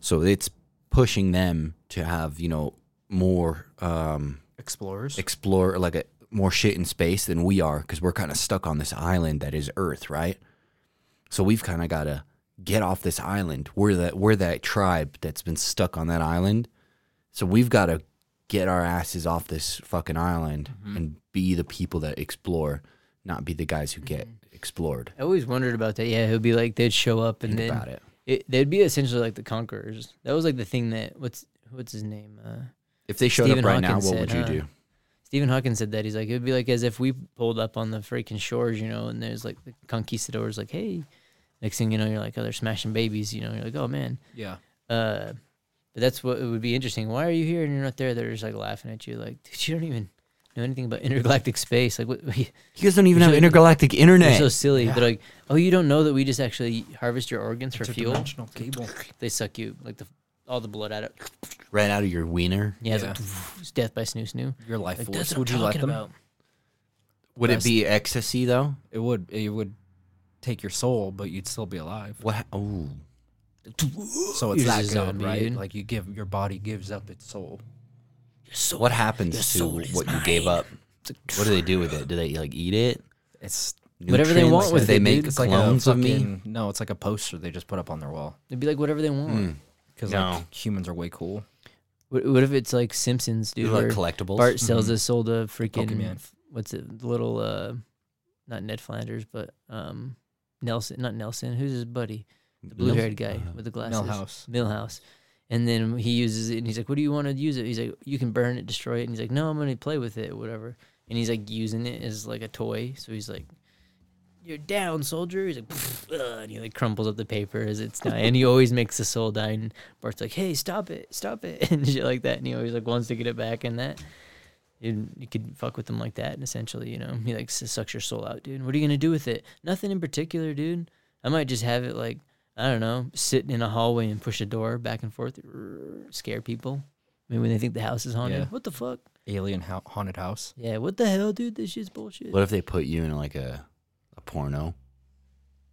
Speaker 2: So it's pushing them to have, you know, more um
Speaker 3: Explorers.
Speaker 2: explore like a more shit in space than we are because we're kind of stuck on this island that is Earth, right? So we've kind of got to get off this island. We're that we're that tribe that's been stuck on that island. So we've got to get our asses off this fucking island
Speaker 1: Mm-hmm.
Speaker 2: and be the people that explore, not be the guys who get
Speaker 1: Mm-hmm.
Speaker 2: explored.
Speaker 1: I always wondered about that. Yeah, it would be like they'd show up and
Speaker 2: Think
Speaker 1: then
Speaker 2: about it.
Speaker 1: it- they'd be essentially like the conquerors. That was like the thing that what's what's his name? Uh,
Speaker 2: If they showed
Speaker 1: Stephen
Speaker 2: up right now,
Speaker 1: Hawking
Speaker 2: what
Speaker 1: said, uh,
Speaker 2: would you
Speaker 1: huh?
Speaker 2: do?
Speaker 1: Stephen Hawking said that he's like it would be like as if we pulled up on the freaking shores, you know, and there's like the conquistadors, like hey, next thing you know, you're like oh they're smashing babies, you know, you're like oh man,
Speaker 5: Yeah.
Speaker 1: Uh, but that's what it would be interesting. Why are you here and you're not there? They're just like laughing at you, like, dude, you don't even know anything about intergalactic space. Like, what?
Speaker 2: You guys don't even
Speaker 1: You're
Speaker 2: have
Speaker 1: so-
Speaker 2: intergalactic
Speaker 1: You're
Speaker 2: internet.
Speaker 1: so silly. They're like, oh, you don't know that we just actually harvest your organs for fuel.
Speaker 3: Interdimensional cable.
Speaker 1: They suck you like the all the blood out of
Speaker 2: right out of your wiener.
Speaker 1: yeah, it's
Speaker 5: Yeah.
Speaker 1: like, it's death by snoo snoo.
Speaker 5: Your life
Speaker 1: Like,
Speaker 5: force.
Speaker 1: that's what
Speaker 5: Would
Speaker 1: I'm
Speaker 5: you let
Speaker 1: talking
Speaker 5: them?
Speaker 1: about.
Speaker 2: Would it
Speaker 5: That's-
Speaker 2: be ecstasy though?
Speaker 5: It would. It would take your soul, but you'd still be alive.
Speaker 2: What? Oh,
Speaker 5: So it's
Speaker 1: You're
Speaker 5: that
Speaker 1: just
Speaker 5: good,
Speaker 1: a zombie,
Speaker 5: right?
Speaker 1: dude.
Speaker 5: Like you give your body gives up its soul.
Speaker 2: what happens to
Speaker 1: soul is
Speaker 2: what you gave up? What do they do with it? Do they like eat it?
Speaker 5: It's
Speaker 1: Whatever they want
Speaker 2: Nutrients?
Speaker 1: with
Speaker 2: they
Speaker 1: it,
Speaker 2: make
Speaker 1: dude.
Speaker 5: it's
Speaker 2: clones
Speaker 5: like a
Speaker 2: of me.
Speaker 5: fucking- No, it's like a poster they just put up on their wall
Speaker 1: It'd be like whatever they
Speaker 2: Hmm.
Speaker 1: want.
Speaker 5: because
Speaker 2: No.
Speaker 5: like humans are way cool.
Speaker 1: What, what if it's like Simpsons, dude?
Speaker 2: like
Speaker 1: where
Speaker 2: collectibles.
Speaker 1: Bart sells us sold a freaking
Speaker 5: Pokemon.
Speaker 1: f- what's it? the Little uh, not Ned Flanders, but um, Nelson. Not Nelson. Who's his buddy? The blue haired guy
Speaker 2: Uh-huh.
Speaker 1: with the glasses.
Speaker 5: Millhouse.
Speaker 1: Millhouse. And then he uses it and he's like, What do you want to use it? He's like, You can burn it, destroy it. And he's like, No, I'm going to play with it, whatever. And he's like, using it as like a toy. So he's like, You're down, soldier. He's like, "Pff, ugh," And he like crumples up the paper as it's dying. and he always makes the soul die. And Bart's like, Hey, stop it, stop it. And shit like that. And he always like wants to get it back and that. You, you could fuck with them like that, and essentially, you know, he like s- sucks your soul out, dude. What are you gonna do with it? Nothing in particular, dude. I might just have it like I don't know, sit in a hallway and push a door back and forth, scare people. I mean, when they think the house is haunted,
Speaker 5: Yeah.
Speaker 1: what the fuck?
Speaker 5: Alien hou- haunted house.
Speaker 1: Yeah, what the hell, dude? This shit's bullshit.
Speaker 2: What if they put you in like a, a porno,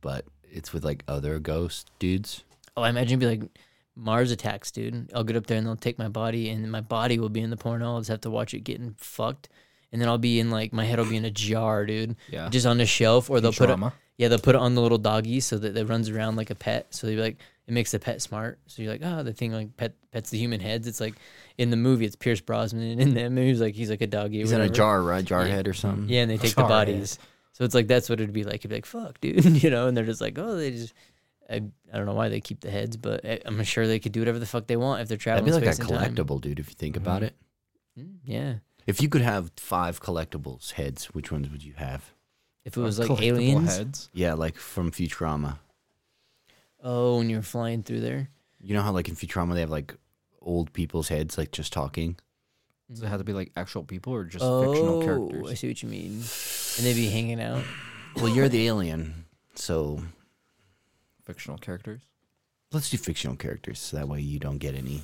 Speaker 2: but it's with like other ghost dudes?
Speaker 1: Oh, I imagine it'd be like Mars attacks, dude. I'll get up there and they'll take my body, and my body will be in the porno. I'll just have to watch it getting fucked, and then I'll be in like my head will be in a jar, dude,
Speaker 5: Yeah.
Speaker 1: just on a shelf, or they'll put it.
Speaker 5: Trauma.
Speaker 1: Yeah, they'll put it on the little doggy so that it runs around like a pet. So they're like, it makes the pet smart. So you're like, oh, the thing like pet pets the human heads. It's like in the movie, it's Pierce Brosnan, and in that movie, he's like he's like a doggy. or
Speaker 2: He's in a
Speaker 1: whatever.
Speaker 2: jar, right? Jar head or something?
Speaker 1: Yeah, and they take the
Speaker 5: Sorry.
Speaker 1: bodies. So it's like that's what it'd be like. You'd be like, "Fuck, dude," you know. And they're just like, "Oh, they just." I, I don't know why they keep the heads, but I, I'm sure they could do whatever the fuck they want if they're traveling
Speaker 2: That'd be like
Speaker 1: space
Speaker 2: a
Speaker 1: and time. Mm-hmm.
Speaker 2: collectible, dude, if you think about it.
Speaker 1: Mm, Yeah,
Speaker 2: If you could have five collectibles heads, which ones would you have?
Speaker 1: if it was like
Speaker 5: Collectible
Speaker 1: aliens.
Speaker 5: Heads.
Speaker 2: Yeah, like from Futurama.
Speaker 1: Oh, when you're flying through there,
Speaker 2: You know how like in Futurama they have like old people's heads like just talking?
Speaker 5: Does it have to be like actual people or just
Speaker 1: oh,
Speaker 5: fictional
Speaker 1: I
Speaker 5: characters?
Speaker 1: see what you mean. And they'd be hanging out.
Speaker 2: Well, you're the alien, so
Speaker 5: Fictional characters.
Speaker 2: let's do fictional characters so that way you don't get any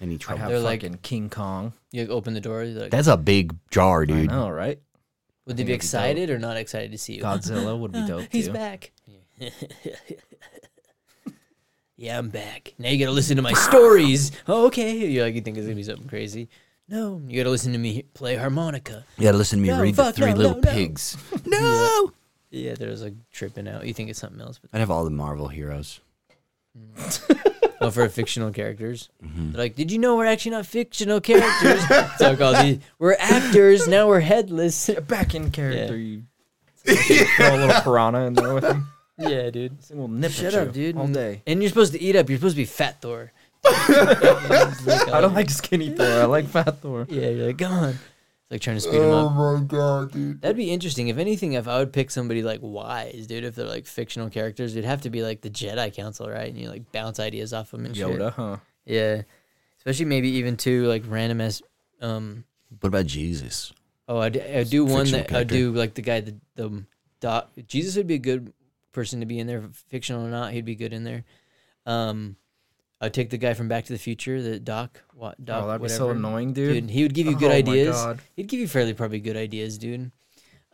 Speaker 2: any
Speaker 5: I'd
Speaker 2: trouble.
Speaker 5: have
Speaker 1: They're like-
Speaker 5: fucking King Kong.
Speaker 1: You like, open the door. They're like,
Speaker 2: That's a big jar,
Speaker 5: I
Speaker 2: dude.
Speaker 5: know, right?
Speaker 1: would they
Speaker 5: think
Speaker 1: be
Speaker 5: it'd be dope.
Speaker 1: excited or not excited to see you?
Speaker 5: Godzilla would be dope
Speaker 1: Uh, He's
Speaker 5: too.
Speaker 1: back. yeah, I'm back. Now you gotta listen to my stories. Oh, okay. You like you think it's gonna be something crazy? No, you gotta listen to me play harmonica.
Speaker 2: You gotta listen to me
Speaker 1: No,
Speaker 2: read the
Speaker 1: fuck,
Speaker 2: Three
Speaker 1: no,
Speaker 2: Little
Speaker 1: no, no.
Speaker 2: Pigs.
Speaker 1: No. Yeah, there's like tripping out. You think it's something else, but
Speaker 2: I'd have all the Marvel heroes.
Speaker 1: oh, for fictional characters, They're like, did you know we're actually not fictional characters? it's like all these, we're actors. Now we're headless.
Speaker 5: Back in character,
Speaker 1: Yeah.
Speaker 5: you throw a little piranha in there with him.
Speaker 1: yeah, dude.
Speaker 5: This thing will nip
Speaker 1: Shut up,
Speaker 5: at you
Speaker 1: dude.
Speaker 5: All day.
Speaker 1: And you're supposed to eat up. You're supposed to be fat Thor.
Speaker 5: I don't like skinny Thor. I like fat Thor.
Speaker 1: "Oh, Yeah, you're like, come on. It's like trying to speed him up. Oh my god, dude. That'd be interesting. If anything, if I would pick somebody like wise, dude, if they're like fictional characters, it'd have to be like the Jedi Council, right? And you like bounce ideas off them and
Speaker 5: Yoda, huh?
Speaker 1: shit. Yeah. Especially maybe even to like random as um
Speaker 2: What about Jesus?
Speaker 1: oh I'd, I'd do one
Speaker 2: Fictional
Speaker 1: that I'd do like the guy the the um, doc Jesus would be a good person to be in there, fictional or not, he'd be good in there. Um I'd take the guy from Back to the Future, the doc what doc
Speaker 5: oh, that'd be
Speaker 1: whatever.
Speaker 5: so annoying, dude.
Speaker 1: Dude, he would give you good
Speaker 5: Oh my
Speaker 1: ideas.
Speaker 5: God.
Speaker 1: He'd give you fairly probably good ideas, dude.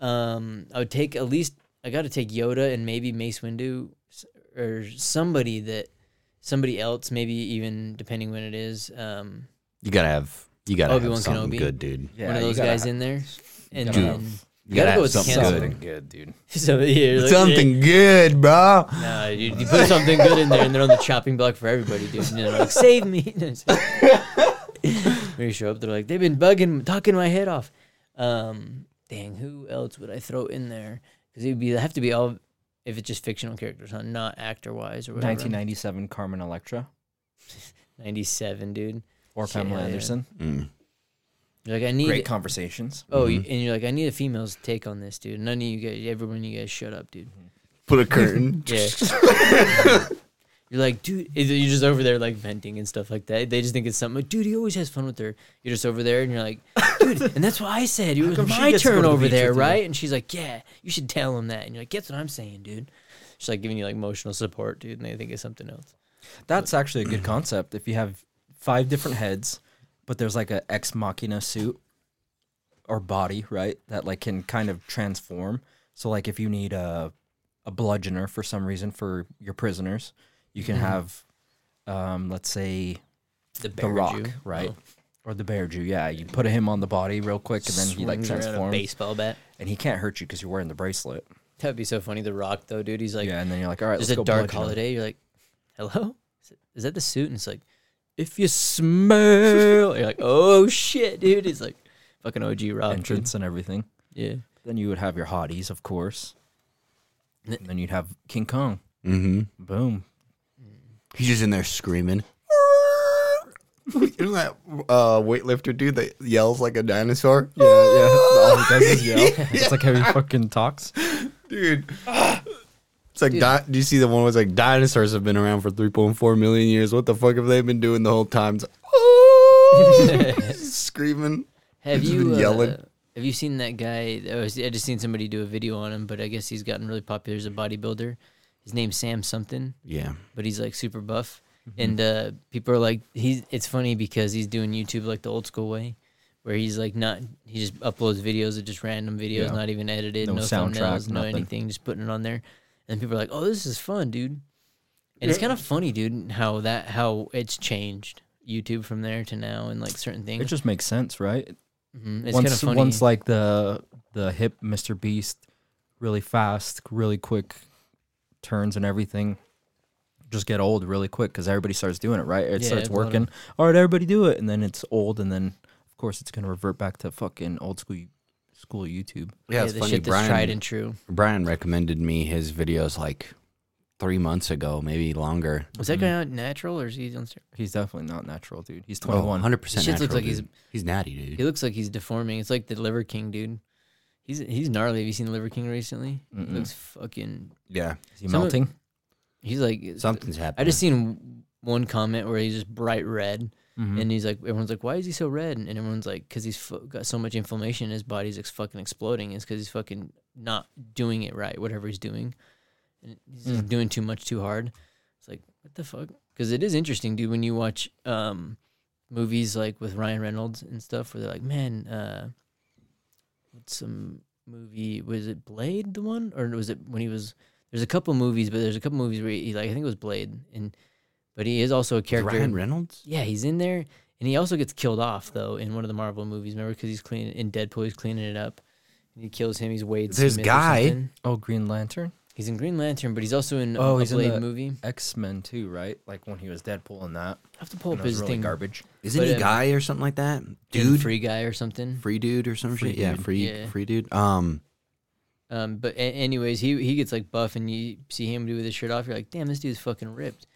Speaker 1: Um, I would take at least I got to take Yoda and maybe Mace Windu s- or somebody that somebody else, maybe even depending when it is. Um,
Speaker 2: You gotta have you gotta
Speaker 1: Obi-Wan
Speaker 2: have something
Speaker 1: Kenobi.
Speaker 2: good, dude.
Speaker 5: Yeah,
Speaker 1: one of
Speaker 5: you
Speaker 1: those
Speaker 5: gotta
Speaker 1: guys
Speaker 5: have-
Speaker 1: in there, and
Speaker 5: gotta
Speaker 1: then
Speaker 5: have
Speaker 1: you gotta,
Speaker 2: have
Speaker 1: go with
Speaker 2: something
Speaker 1: cancel.
Speaker 2: good.
Speaker 5: Something dude.
Speaker 1: So, yeah, you're like,
Speaker 2: Something good, bro.
Speaker 1: eh, nah, you, you put something good in there, and they're on the chopping block for everybody, dude. And they're like, "Save me!" No, it's like- when you show up, they're like, "They've been bugging, talking my head off." Um, dang, who else would I throw in there? Because it would be it'd have to be all if it's just fictional characters, huh? not actor wise or whatever.
Speaker 5: 1997 Carmen Electra
Speaker 1: ninety-seven, dude.
Speaker 5: or Pamela
Speaker 1: Yeah.
Speaker 5: Anderson.
Speaker 2: Mm.
Speaker 1: You're like, I need.
Speaker 5: Great conversations.
Speaker 1: oh, you- and you're like, I need a female's take on this, dude. None of you guys, everyone, you guys, shut up, dude.
Speaker 2: Put a curtain.
Speaker 1: Yeah. You're like, dude, is- you're just over there like venting and stuff like that. They just think it's something like, dude, he always has fun with her. You're just over there and you're like, dude, and that's what I said. It was
Speaker 5: come she
Speaker 1: my
Speaker 5: gets to go to
Speaker 1: turn
Speaker 5: the
Speaker 1: over
Speaker 5: beach
Speaker 1: there,
Speaker 5: with you?
Speaker 1: right? And she's like, yeah, you should tell him that. And you're like, that's what I'm saying, dude. She's like giving you like emotional support, dude, and they think it's something else.
Speaker 5: That's actually a good concept. If you have five different heads, but there's like a ex machina suit or body, right? That like can kind of transform. So like if you need a a bludgeoner for some reason for your prisoners, you can
Speaker 1: Mm-hmm.
Speaker 5: have um let's say
Speaker 1: The,
Speaker 5: the
Speaker 1: bear
Speaker 5: rock,
Speaker 1: Jew.
Speaker 5: right?
Speaker 1: Oh.
Speaker 5: Or the bear Jew, yeah. You put him on the body real quick, and then he like
Speaker 1: Swings around a
Speaker 5: transforms,
Speaker 1: baseball bat.
Speaker 5: and he can't hurt you because you're wearing the bracelet.
Speaker 1: That'd be so funny. The rock, though, dude. He's like,
Speaker 5: yeah, and then you're like, all right,
Speaker 1: there's
Speaker 5: let's
Speaker 1: a
Speaker 5: go
Speaker 1: dark
Speaker 5: bludgeon him.
Speaker 1: holiday. You're like, hello? Is it- Is that the suit? And it's like, if you smell, you're like, oh shit, dude. It's like fucking OG rock. dude.
Speaker 5: entrance and everything.
Speaker 1: Yeah.
Speaker 5: Then you would have your hotties, of course. And then you'd have King Kong.
Speaker 2: Mm-hmm.
Speaker 5: Boom.
Speaker 2: He's just in there screaming. you know that uh, weightlifter dude that yells like a dinosaur?
Speaker 5: Yeah, yeah. All he does is yell. It's like how he fucking talks.
Speaker 2: Dude. It's like, di- do you see the one was like, dinosaurs have been around for 3.4 million years. What the fuck have they been doing the whole time? It's like, "Oh, screaming.
Speaker 1: Have
Speaker 2: Just
Speaker 1: you
Speaker 2: been yelling.
Speaker 1: uh, have you seen that guy? I, was, I just seen somebody do a video on him, but I guess he's gotten really popular as a bodybuilder. His name's Sam something,
Speaker 2: Yeah.
Speaker 1: but he's like super buff,
Speaker 5: Mm-hmm.
Speaker 1: and uh, people are like, he's. It's funny because he's doing YouTube like the old school way, where he's like not he just uploads videos of just random videos,
Speaker 5: Yeah.
Speaker 1: not even edited, no,
Speaker 5: No soundtrack,
Speaker 1: thumbnails, no
Speaker 5: nothing.
Speaker 1: anything, just putting it on there, and people are like, oh, this is fun, dude. And it's kind of funny, dude, how that how it's changed YouTube from there to now, and like certain
Speaker 5: It
Speaker 1: things.
Speaker 5: just makes sense, right?
Speaker 1: Mhm. It's kind of
Speaker 5: once
Speaker 1: funny.
Speaker 5: once like the the hip Mr. Beast, really fast, really quick turns and everything, just get old really quick because everybody starts doing it, right? It
Speaker 1: Yeah,
Speaker 5: starts
Speaker 1: a lot of-
Speaker 5: working. All right, everybody do it, and then it's old, and then of course it's gonna revert back to fucking old school school YouTube.
Speaker 2: Yeah, it's
Speaker 1: the
Speaker 2: funny.
Speaker 1: shit that's
Speaker 2: Brian,
Speaker 1: tried and true.
Speaker 2: Brian recommended me his videos like three months ago, maybe longer.
Speaker 1: Was
Speaker 5: Mm-hmm.
Speaker 1: that guy out natural or is he on steroids?
Speaker 5: He's definitely not natural, dude. He's
Speaker 2: Oh,
Speaker 5: 21.
Speaker 2: 100 percent.
Speaker 1: Shit looks like he's-
Speaker 2: he's natty, dude.
Speaker 1: He looks like he's deforming. It's like the Liver King dude. He's he's gnarly. Have you seen the Liver King recently? He
Speaker 5: Mm-mm.
Speaker 1: looks fucking.
Speaker 2: yeah,
Speaker 5: Is he
Speaker 1: Some of-
Speaker 5: melting?
Speaker 1: He's like
Speaker 2: something's happening.
Speaker 1: I just seen one comment where he's just bright red,
Speaker 5: Mhm.
Speaker 1: and he's like, everyone's like, why is he so red? And everyone's like, because he's fu- got so much inflammation, in his body's ex- fucking exploding. Is because he's fucking not doing it right, whatever he's doing, and he's just doing too much, too hard. It's like what the fuck? Because it is interesting, dude, when you watch um, movies like with Ryan Reynolds and stuff, where they're like, man, uh, what's some movie? Was it Blade the one, or was it when he was? There's a couple movies, but there's a couple movies where he like I think it was Blade, and but he is also a character.
Speaker 2: Ryan Reynolds.
Speaker 1: Yeah, he's in there, and he also gets killed off though in one of the Marvel movies. Remember, because he's cleaning in Deadpool, he's cleaning it up, and he kills him. He's Wade.
Speaker 2: This
Speaker 1: Smith or
Speaker 2: guy-
Speaker 1: something.
Speaker 5: Oh, Green Lantern,
Speaker 1: He's in Green Lantern, but he's also in
Speaker 5: Oh,
Speaker 1: a
Speaker 5: he's in
Speaker 1: Blade
Speaker 5: the-
Speaker 1: movie.
Speaker 5: X Men too, right? Like when he was Deadpool and that.
Speaker 1: I have to pull
Speaker 5: and
Speaker 1: up
Speaker 5: it was
Speaker 1: his
Speaker 5: really
Speaker 1: thing.
Speaker 5: garbage.
Speaker 2: Isn't
Speaker 1: But,
Speaker 2: he
Speaker 1: um,
Speaker 2: guy or something like that?
Speaker 1: Dude,
Speaker 2: Dude, free,
Speaker 1: free guy or something.
Speaker 2: dude or some
Speaker 5: Free
Speaker 2: shit. Yeah,
Speaker 5: dude.
Speaker 2: free
Speaker 1: Yeah.
Speaker 2: free dude. Um,
Speaker 1: Um, but a- anyways, he he gets like buff, and you see him do with his shirt off. You're like, damn, this dude's fucking ripped.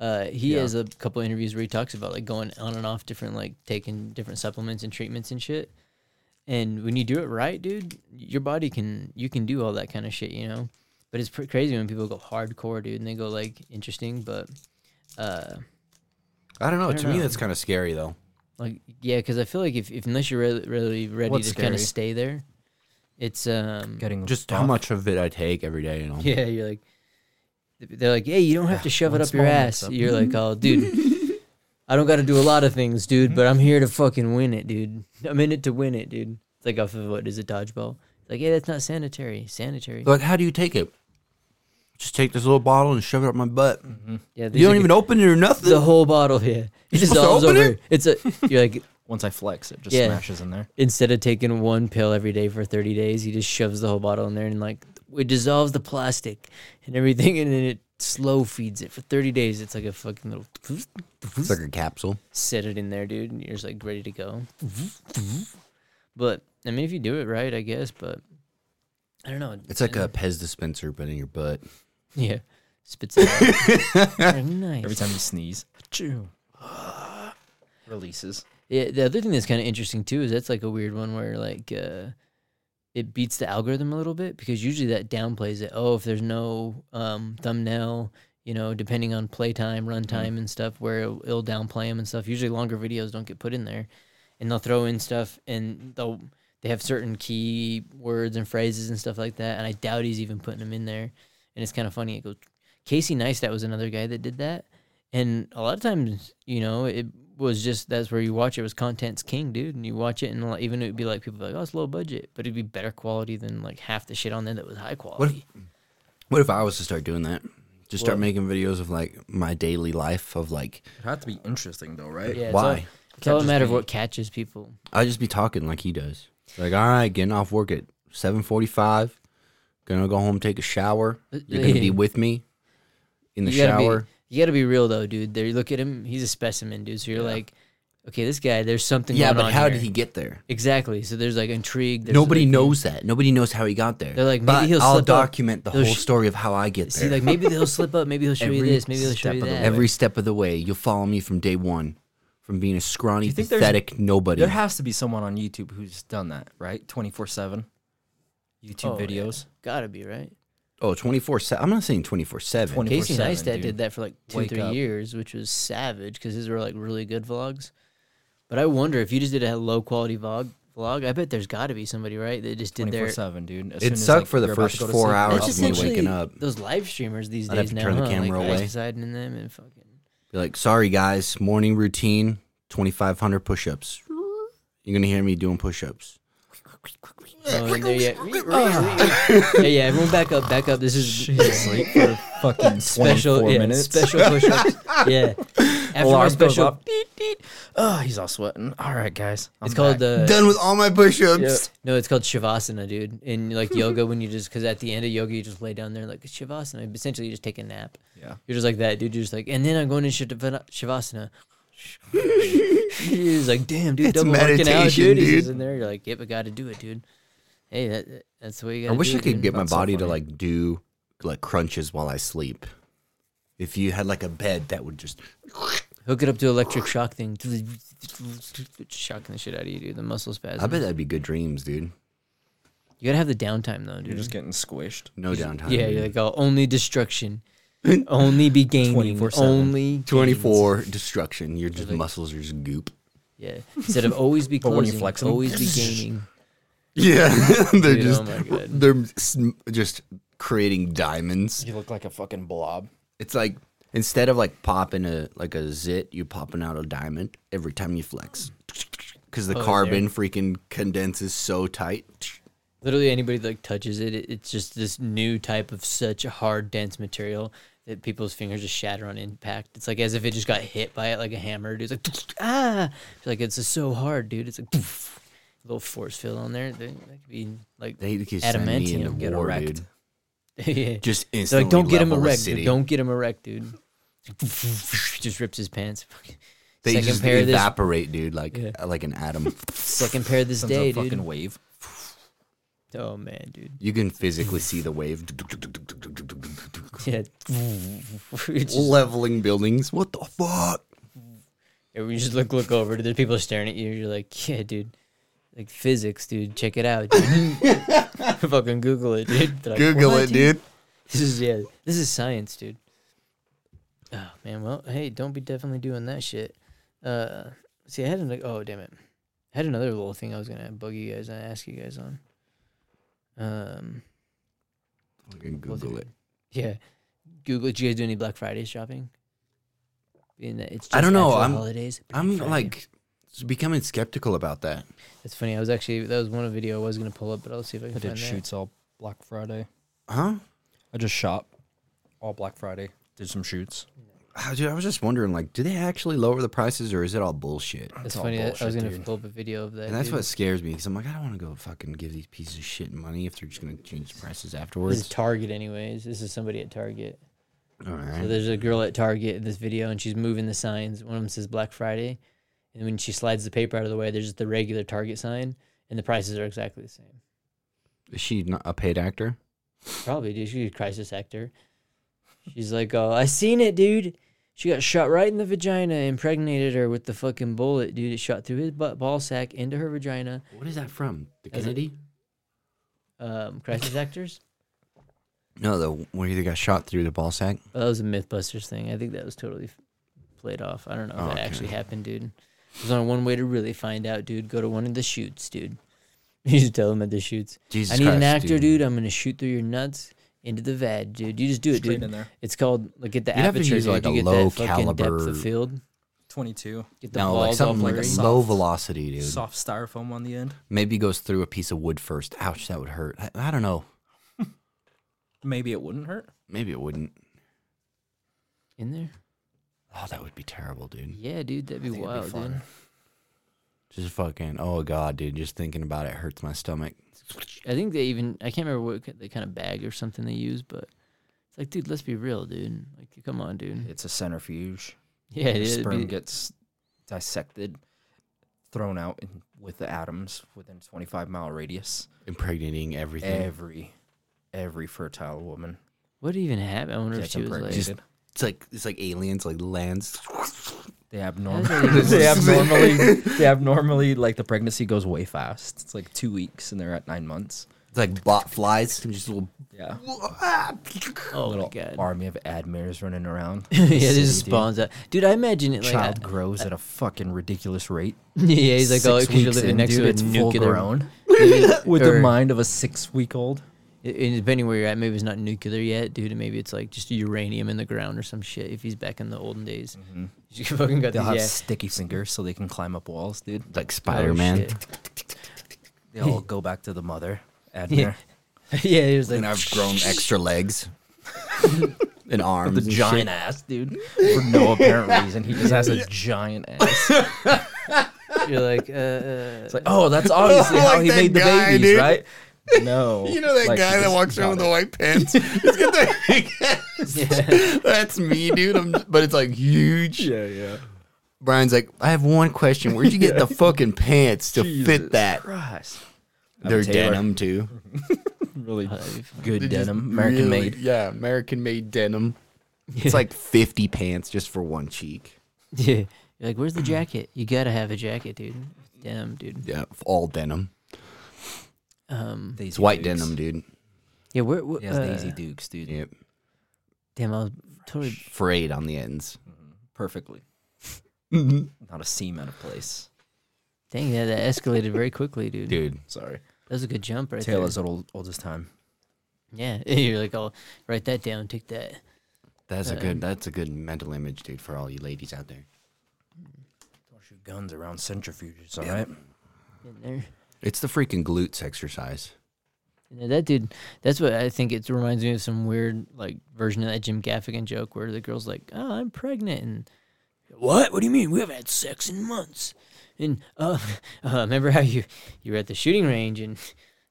Speaker 1: Uh, he
Speaker 5: Yeah.
Speaker 1: has a couple interviews where he talks about like going on and off different, like taking different supplements and treatments and shit. And when you do it right, dude, your body can you can do all that kind of shit, you know. But it's pretty crazy when people go hardcore, dude, and they go like interesting, but uh,
Speaker 2: I don't know.
Speaker 1: I don't
Speaker 2: to me,
Speaker 1: know.
Speaker 2: that's kind of scary though.
Speaker 1: like yeah, because I feel like if, if unless you're really, really ready
Speaker 5: What's
Speaker 1: to kind
Speaker 5: scary?
Speaker 1: of stay there, it's um
Speaker 5: Getting
Speaker 2: Just how
Speaker 5: buff.
Speaker 2: much of it I take every day. You know.
Speaker 1: Yeah, you're like, they're like, hey, you don't have to shove it
Speaker 5: one
Speaker 1: up your
Speaker 5: small
Speaker 1: ass.
Speaker 5: mix-up.
Speaker 1: You're like, oh, dude, I don't got to do a lot of things, dude, but I'm here to fucking win it, dude. I'm in it to win it, dude. It's like off of what is it, dodgeball? It's like, yeah, that's not sanitary. Sanitary.
Speaker 2: Like, how do you take it? Just take this little bottle and shove it up my butt.
Speaker 1: yeah, they
Speaker 2: You don't
Speaker 1: just-
Speaker 2: even open it or nothing.
Speaker 1: the whole bottle. Yeah, it
Speaker 2: supposed to
Speaker 1: dissolves
Speaker 2: open
Speaker 1: over.
Speaker 2: it?
Speaker 1: It's a you're like
Speaker 5: Once I flex, it just
Speaker 1: Yeah.
Speaker 5: smashes in there.
Speaker 1: instead of taking one pill every day for 30 days, he just shoves the whole bottle in there and like it dissolves the plastic and everything, and then it slow feeds it for 30 days. It's like a fucking little.
Speaker 2: it's like a capsule.
Speaker 1: set it in there, dude, and you're just like ready to go.
Speaker 2: Mm-hmm.
Speaker 1: But I mean, if you do it right, I guess. But I don't know.
Speaker 2: It's like a Pez dispenser, but in your butt.
Speaker 1: yeah, spits it out. Like, nice.
Speaker 5: Every time you sneeze, chew. Releases.
Speaker 1: Yeah, the other thing that's kind of interesting too is that's like a weird one where like uh, it beats the algorithm a little bit because usually that downplays it. Oh, if there's no um, thumbnail, you know, depending on playtime, runtime, and stuff, where it'll, it'll downplay them and stuff. Usually longer videos don't get put in there, and they'll throw in stuff and they'll they have certain key words and phrases and stuff like that. And I doubt he's even putting them in there. And it's kind of funny. It goes Casey Neistat was another guy that did that. And a lot of times, you know, it was just that's where you watch it was content's king, dude. And you watch it, and like, even it would be like people like, oh, it's low budget, but it'd be better quality than like half the shit on there that was high quality.
Speaker 2: What if I was to start doing that? Just start
Speaker 1: What?
Speaker 2: making videos of like my daily life of like
Speaker 5: It had to be interesting though, right?
Speaker 1: Yeah, it's all-
Speaker 2: why.
Speaker 1: It's all a
Speaker 5: Catches
Speaker 1: matter of
Speaker 5: me.
Speaker 1: what catches people.
Speaker 2: I just be talking like he does. Like, all right, getting off work at seven forty-five. Gonna go home, take a shower. You're gonna be with me in the
Speaker 1: you gotta
Speaker 2: shower.
Speaker 1: Be, you gotta be real though, dude. There, you look at him; he's a specimen, dude. So you're like, okay, this guy, there's something.
Speaker 2: yeah,
Speaker 1: going
Speaker 2: but
Speaker 1: on
Speaker 2: how
Speaker 1: here.
Speaker 2: did he get there?
Speaker 1: Exactly. So there's like intrigue. There's
Speaker 2: Nobody
Speaker 1: like,
Speaker 2: knows that. Nobody knows how he got there.
Speaker 1: They're like, maybe
Speaker 2: but
Speaker 1: he'll
Speaker 2: I'll
Speaker 1: slip up.
Speaker 2: document the
Speaker 1: He'll
Speaker 2: whole
Speaker 1: sh-
Speaker 2: story of how I get
Speaker 1: See,
Speaker 2: there.
Speaker 1: like maybe they'll slip up. Maybe he'll show you
Speaker 5: Every
Speaker 1: this. Maybe he'll show
Speaker 5: step
Speaker 1: you
Speaker 5: of the
Speaker 1: that.
Speaker 5: way.
Speaker 2: Every step of the way, you'll follow me from day one, from being a scrawny,
Speaker 5: you think there's-
Speaker 2: pathetic nobody.
Speaker 5: There has to be someone on YouTube who's done that, right? Twenty four seven. YouTube
Speaker 1: Oh, yeah.
Speaker 5: videos.
Speaker 1: Gotta be right.
Speaker 2: oh, 24 7. I'm not saying 24 7.
Speaker 5: 24/7,
Speaker 1: Casey Neistat
Speaker 5: dude.
Speaker 1: did that for like two,
Speaker 5: Wake
Speaker 1: three
Speaker 5: up.
Speaker 1: years, which was savage because his were like really good vlogs. But I wonder if you just did a low quality vlog, vlog? I bet there's got to be somebody, right? That just did
Speaker 5: twenty four
Speaker 1: their
Speaker 5: seven, dude. As soon
Speaker 2: It
Speaker 5: as,
Speaker 2: sucked
Speaker 5: like,
Speaker 2: for the
Speaker 5: you're about to
Speaker 2: first
Speaker 5: go to
Speaker 2: four
Speaker 5: sleep,
Speaker 2: hours
Speaker 1: It's
Speaker 5: you're
Speaker 2: of
Speaker 5: up.
Speaker 2: me
Speaker 1: essentially-
Speaker 2: waking up.
Speaker 1: those live streamers these
Speaker 2: I'd have
Speaker 1: days
Speaker 2: to
Speaker 1: now.
Speaker 2: turn the
Speaker 1: huh?
Speaker 2: camera
Speaker 1: like,
Speaker 2: away.
Speaker 1: Deciding in them and fucking.
Speaker 2: Be like, sorry guys, morning routine, twenty five hundred push ups. You're gonna hear me doing push ups.
Speaker 1: Oh, and there, yeah. yeah, yeah. Everyone, back up, back up. This is
Speaker 5: She's asleep for a fucking
Speaker 1: special,
Speaker 5: special
Speaker 1: yeah,
Speaker 5: minutes.
Speaker 1: special push-ups. yeah. After my
Speaker 5: Alarm goes
Speaker 1: special,
Speaker 5: off. Deet, deet. Oh, he's all sweating. All right, guys. I'm
Speaker 1: it's called the
Speaker 5: back.
Speaker 2: Done with all my push ups.
Speaker 1: No, it's called shavasana, dude. In like yoga, when you just because at the end of yoga you just lay down there like shavasana. Essentially, you just take a nap.
Speaker 5: Yeah.
Speaker 1: You're just like that, dude. You're just like, and then I'm going into shavana- shavasana. He's like, damn, dude,
Speaker 2: It's
Speaker 1: double working out,
Speaker 2: meditation,
Speaker 1: dude. He's just
Speaker 2: dude.
Speaker 1: in there. You're like, yep, I got to do it, dude. Hey, that, that's the way you got.
Speaker 2: I wish I could get my
Speaker 5: That's so
Speaker 2: body to
Speaker 5: funny.
Speaker 2: like do like crunches while I sleep. If you had like a bed that would just
Speaker 1: hook it up to electric shock thing, shocking the shit out of you, dude. The muscle spasm.
Speaker 2: I bet that'd be good dreams, dude.
Speaker 1: you gotta have the downtime though, dude.
Speaker 5: You're just getting squished.
Speaker 2: No downtime.
Speaker 1: yeah, you're like, oh, only destruction, only be gaining,
Speaker 5: 24/7.
Speaker 1: only gains.
Speaker 2: twenty four destruction. Your just
Speaker 1: like-
Speaker 2: muscles are just goop.
Speaker 1: Yeah. Instead of always be
Speaker 5: But when you
Speaker 1: closing,
Speaker 5: flex 'em-
Speaker 1: always be gaining.
Speaker 2: Yeah. they're
Speaker 1: Dude,
Speaker 2: just
Speaker 1: oh my God.
Speaker 2: they're sm- just creating diamonds.
Speaker 5: You look like a fucking blob.
Speaker 2: It's like instead of like popping a like a zit, you're popping out a diamond every time you flex. Cause the
Speaker 1: Oh,
Speaker 2: carbon freaking condenses so tight.
Speaker 1: Literally anybody that like touches it, it, it's just this new type of such a hard, dense material that people's fingers just shatter on impact. It's like as if it just got hit by it like a hammer. Dude. It's like ah, it's like it's just so hard, dude. It's like a little force field on there. That, that could be like
Speaker 2: They need to send me into
Speaker 1: Adamantium,
Speaker 5: get
Speaker 2: war,
Speaker 5: erect.
Speaker 2: dude.
Speaker 1: yeah.
Speaker 2: Just
Speaker 1: It's like
Speaker 2: instantly.
Speaker 1: don't get him
Speaker 2: level the
Speaker 1: erect, dude.
Speaker 2: city.
Speaker 1: Don't get him erect, dude. Just rips his pants.
Speaker 2: They
Speaker 1: Second
Speaker 2: just
Speaker 1: pair this-
Speaker 2: evaporate, dude, like
Speaker 1: Yeah.
Speaker 2: uh, like an atom.
Speaker 1: Second pair this
Speaker 5: Sends
Speaker 1: day,
Speaker 5: a fucking
Speaker 1: dude.
Speaker 5: wave.
Speaker 1: Oh man, dude.
Speaker 2: you can physically see the wave
Speaker 1: Yeah. It's just-
Speaker 2: leveling buildings. What the fuck?
Speaker 1: Yeah, we just look look over. There's people staring at you. You're like, yeah, dude. Like physics, dude. Check it out. Dude. Fucking Google it, dude. They're like,
Speaker 2: Google
Speaker 1: "What,
Speaker 2: it, dude.
Speaker 1: This is yeah. This is science, dude. Oh man. Well, hey, don't be definitely doing that shit. Uh, see, I had an, oh damn it, I had another little thing I was gonna bug you guys and ask you guys on. Um,
Speaker 2: Fucking
Speaker 1: what's
Speaker 2: Google it.
Speaker 1: Yeah, Google. Did you guys do any Black Friday shopping? Being that it's just
Speaker 2: I don't know,
Speaker 1: after the
Speaker 2: I'm-
Speaker 1: holidays. Black
Speaker 2: I'm
Speaker 1: Friday.
Speaker 2: like s- becoming skeptical about that.
Speaker 1: It's funny. I was actually that was one video I was gonna pull up, but I'll see if I can
Speaker 5: I
Speaker 1: find
Speaker 5: did shoots all Black Friday.
Speaker 2: Huh?
Speaker 5: I just shop all Black Friday. Did some shoots.
Speaker 2: Ah, Dude, I was just wondering, like, do they actually lower the prices or is it all bullshit?
Speaker 1: that. That's
Speaker 5: all
Speaker 1: funny. I- I was
Speaker 5: bullshit,
Speaker 1: gonna
Speaker 5: dude.
Speaker 1: pull up a video of that.
Speaker 2: And that's
Speaker 1: dude.
Speaker 2: what scares me because I'm like, I don't want to go fucking give these pieces of shit money if they're just gonna change the prices
Speaker 1: This is
Speaker 2: afterwards.
Speaker 1: Target, anyways. This is somebody at Target.
Speaker 2: All
Speaker 1: So
Speaker 2: right.
Speaker 1: there's a girl at Target in this video, and she's moving the signs. One of them says Black Friday, and when she slides the paper out of the way, there's just the regular Target sign, and the prices are exactly the same.
Speaker 2: Is she not a paid actor?
Speaker 1: Probably, dude. She's a crisis actor. She's like, "Oh, I seen it, dude. She got shot right in the vagina, impregnated her with the fucking bullet, dude. It shot through his butt ball sack into her vagina."
Speaker 2: What is that from? The
Speaker 1: Is it-
Speaker 2: Kennedy?
Speaker 1: Um, crisis actors.
Speaker 2: No, the where they got shot through the ball sack.
Speaker 1: Oh, that was a MythBusters thing. I think that was totally f- played off. I don't know if
Speaker 2: Oh,
Speaker 1: that
Speaker 2: okay.
Speaker 1: actually happened, dude. There's only one way to really find out, dude. Go to one of the shoots, dude. You just tell them at the shoots.
Speaker 2: Jesus
Speaker 1: I need an
Speaker 2: Christ,
Speaker 1: actor, dude. I'm gonna shoot through your nuts into the vag, dude. You just do it,
Speaker 5: Straight
Speaker 1: dude.
Speaker 5: in there.
Speaker 1: It's called like get the
Speaker 2: You'd have to
Speaker 1: aperture,
Speaker 2: use,
Speaker 1: dude.
Speaker 2: like,
Speaker 1: you
Speaker 2: a
Speaker 1: get
Speaker 2: low
Speaker 1: that fucking depth
Speaker 2: caliber-
Speaker 1: of field.
Speaker 5: Twenty two.
Speaker 1: Get the
Speaker 2: No, like
Speaker 1: balls
Speaker 2: something
Speaker 1: off
Speaker 2: like
Speaker 1: like
Speaker 2: a
Speaker 5: soft-
Speaker 2: low velocity, dude.
Speaker 5: Soft styrofoam on the end.
Speaker 2: Maybe goes through a piece of wood first. Ouch, that would hurt. I, I don't know.
Speaker 5: Maybe it wouldn't hurt.
Speaker 2: Maybe it wouldn't.
Speaker 1: in there.
Speaker 2: Oh, that would be terrible, dude.
Speaker 1: Yeah, dude, that'd be
Speaker 5: think it'd be
Speaker 1: wild,
Speaker 5: fun.
Speaker 1: dude.
Speaker 2: Just fucking. Oh god, dude. Just thinking about it hurts my stomach.
Speaker 1: I think they even I can't remember what ki- the kind of bag or something they use, but it's like, dude, let's be real, dude. Like, come on, dude.
Speaker 5: It's a centrifuge.
Speaker 1: Yeah,
Speaker 5: Your
Speaker 1: dude, it'd
Speaker 5: sperm
Speaker 1: be-
Speaker 5: gets dissected, thrown out in, with the atoms within 25 mile radius.
Speaker 2: Impregnating everything.
Speaker 5: Every, every fertile woman
Speaker 1: What even happened? I wonder if
Speaker 5: gets
Speaker 1: she was like. oh
Speaker 5: impregnated.
Speaker 2: It's like it's like aliens, like lands.
Speaker 5: they
Speaker 1: That's what it
Speaker 5: abnormally,
Speaker 1: is.
Speaker 5: they abnormally, they abnormally, like the pregnancy goes way fast. It's like two weeks, and they're at nine months.
Speaker 2: It's like bot flies. Just little.
Speaker 5: Yeah.
Speaker 1: Oh
Speaker 5: Little
Speaker 1: my god.
Speaker 5: army of admirers running around.
Speaker 1: yeah,
Speaker 5: City,
Speaker 1: this just spawns out. Dude, I imagine it like
Speaker 5: Dude. Child
Speaker 1: I-
Speaker 5: grows at a fucking ridiculous rate.
Speaker 1: Yeah, he's like, oh,
Speaker 5: Six
Speaker 1: because you're
Speaker 5: weeks
Speaker 1: living
Speaker 5: in,
Speaker 1: next
Speaker 5: dude,
Speaker 1: to a
Speaker 5: it's full
Speaker 1: nuclear
Speaker 5: grown.
Speaker 1: With
Speaker 5: with
Speaker 1: the
Speaker 5: the mind of a six-week-old.
Speaker 1: It- it- depending where you're at, maybe it's not nuclear yet, dude. and Maybe it's like just uranium in the ground or some shit. If he's back in the olden days, you fucking got
Speaker 5: Mm-hmm. They'll have
Speaker 1: these.
Speaker 5: sticky fingers so they can climb up walls, dude.
Speaker 2: Like
Speaker 1: Yeah,
Speaker 2: Spider Man.
Speaker 1: Oh,
Speaker 5: They all go back to the mother, Admir.
Speaker 1: Oh, shit. yeah, he was like,
Speaker 2: and I've grown extra legs and arms.
Speaker 5: The
Speaker 2: and
Speaker 5: giant
Speaker 2: shit.
Speaker 5: ass, dude. For no apparent reason. He just has a giant ass.
Speaker 1: you're like, uh, uh,
Speaker 5: It's like, oh, that's obviously how
Speaker 2: Like
Speaker 5: he
Speaker 2: that
Speaker 5: made the
Speaker 2: guy,
Speaker 5: babies,
Speaker 2: dude.
Speaker 5: right? No.
Speaker 2: You know that
Speaker 5: Like,
Speaker 2: guy that
Speaker 5: this
Speaker 2: walks around with
Speaker 5: got
Speaker 2: the
Speaker 5: it.
Speaker 2: white pants? He's got that big ass. That's me, dude. I'm, but it's like huge.
Speaker 5: Yeah, yeah.
Speaker 2: Brian's like, I have one question. Where'd you get the fucking pants to fit
Speaker 5: Jesus
Speaker 2: that?
Speaker 5: Christ. Uh,
Speaker 2: They're
Speaker 5: Taylor.
Speaker 2: denim too.
Speaker 5: Really
Speaker 1: I've-
Speaker 5: good
Speaker 2: They're just
Speaker 5: denim, American
Speaker 2: really-
Speaker 5: made.
Speaker 2: Yeah, American made denim. It's like 50 pants just for one cheek.
Speaker 1: yeah. You're like, where's the jacket? You gotta have a jacket, dude. Damn, dude.
Speaker 2: Yeah, all denim.
Speaker 1: Um,
Speaker 5: These
Speaker 2: It's white
Speaker 5: dukes.
Speaker 2: denim, dude.
Speaker 1: yeah, where? where
Speaker 5: He has Daisy
Speaker 1: uh,
Speaker 5: Dukes, dude.
Speaker 2: Yep.
Speaker 1: Damn, I was totally.
Speaker 2: Frayed on the ends.
Speaker 5: Perfectly. Not a seam out of place.
Speaker 1: Dang, yeah, that escalated very quickly, dude.
Speaker 2: Dude,
Speaker 5: Sorry.
Speaker 1: That was a good jump right
Speaker 5: Taylor's
Speaker 1: there.
Speaker 5: old, oldest time.
Speaker 1: Yeah, you're like, I'll write that down, take that.
Speaker 2: that's a
Speaker 1: Uh,
Speaker 2: good that's a good mental image, dude, for all you ladies out there.
Speaker 5: Don't shoot guns around centrifuges, all right?
Speaker 1: in there.
Speaker 2: It's the freaking glutes exercise.
Speaker 1: You know, that dude, that's what I think it reminds me of some weird like version of that Jim Gaffigan joke where the girl's like, "Oh, I'm pregnant," and what? What do you mean? We haven't had sex in months. And uh, uh remember how you you were at the shooting range and.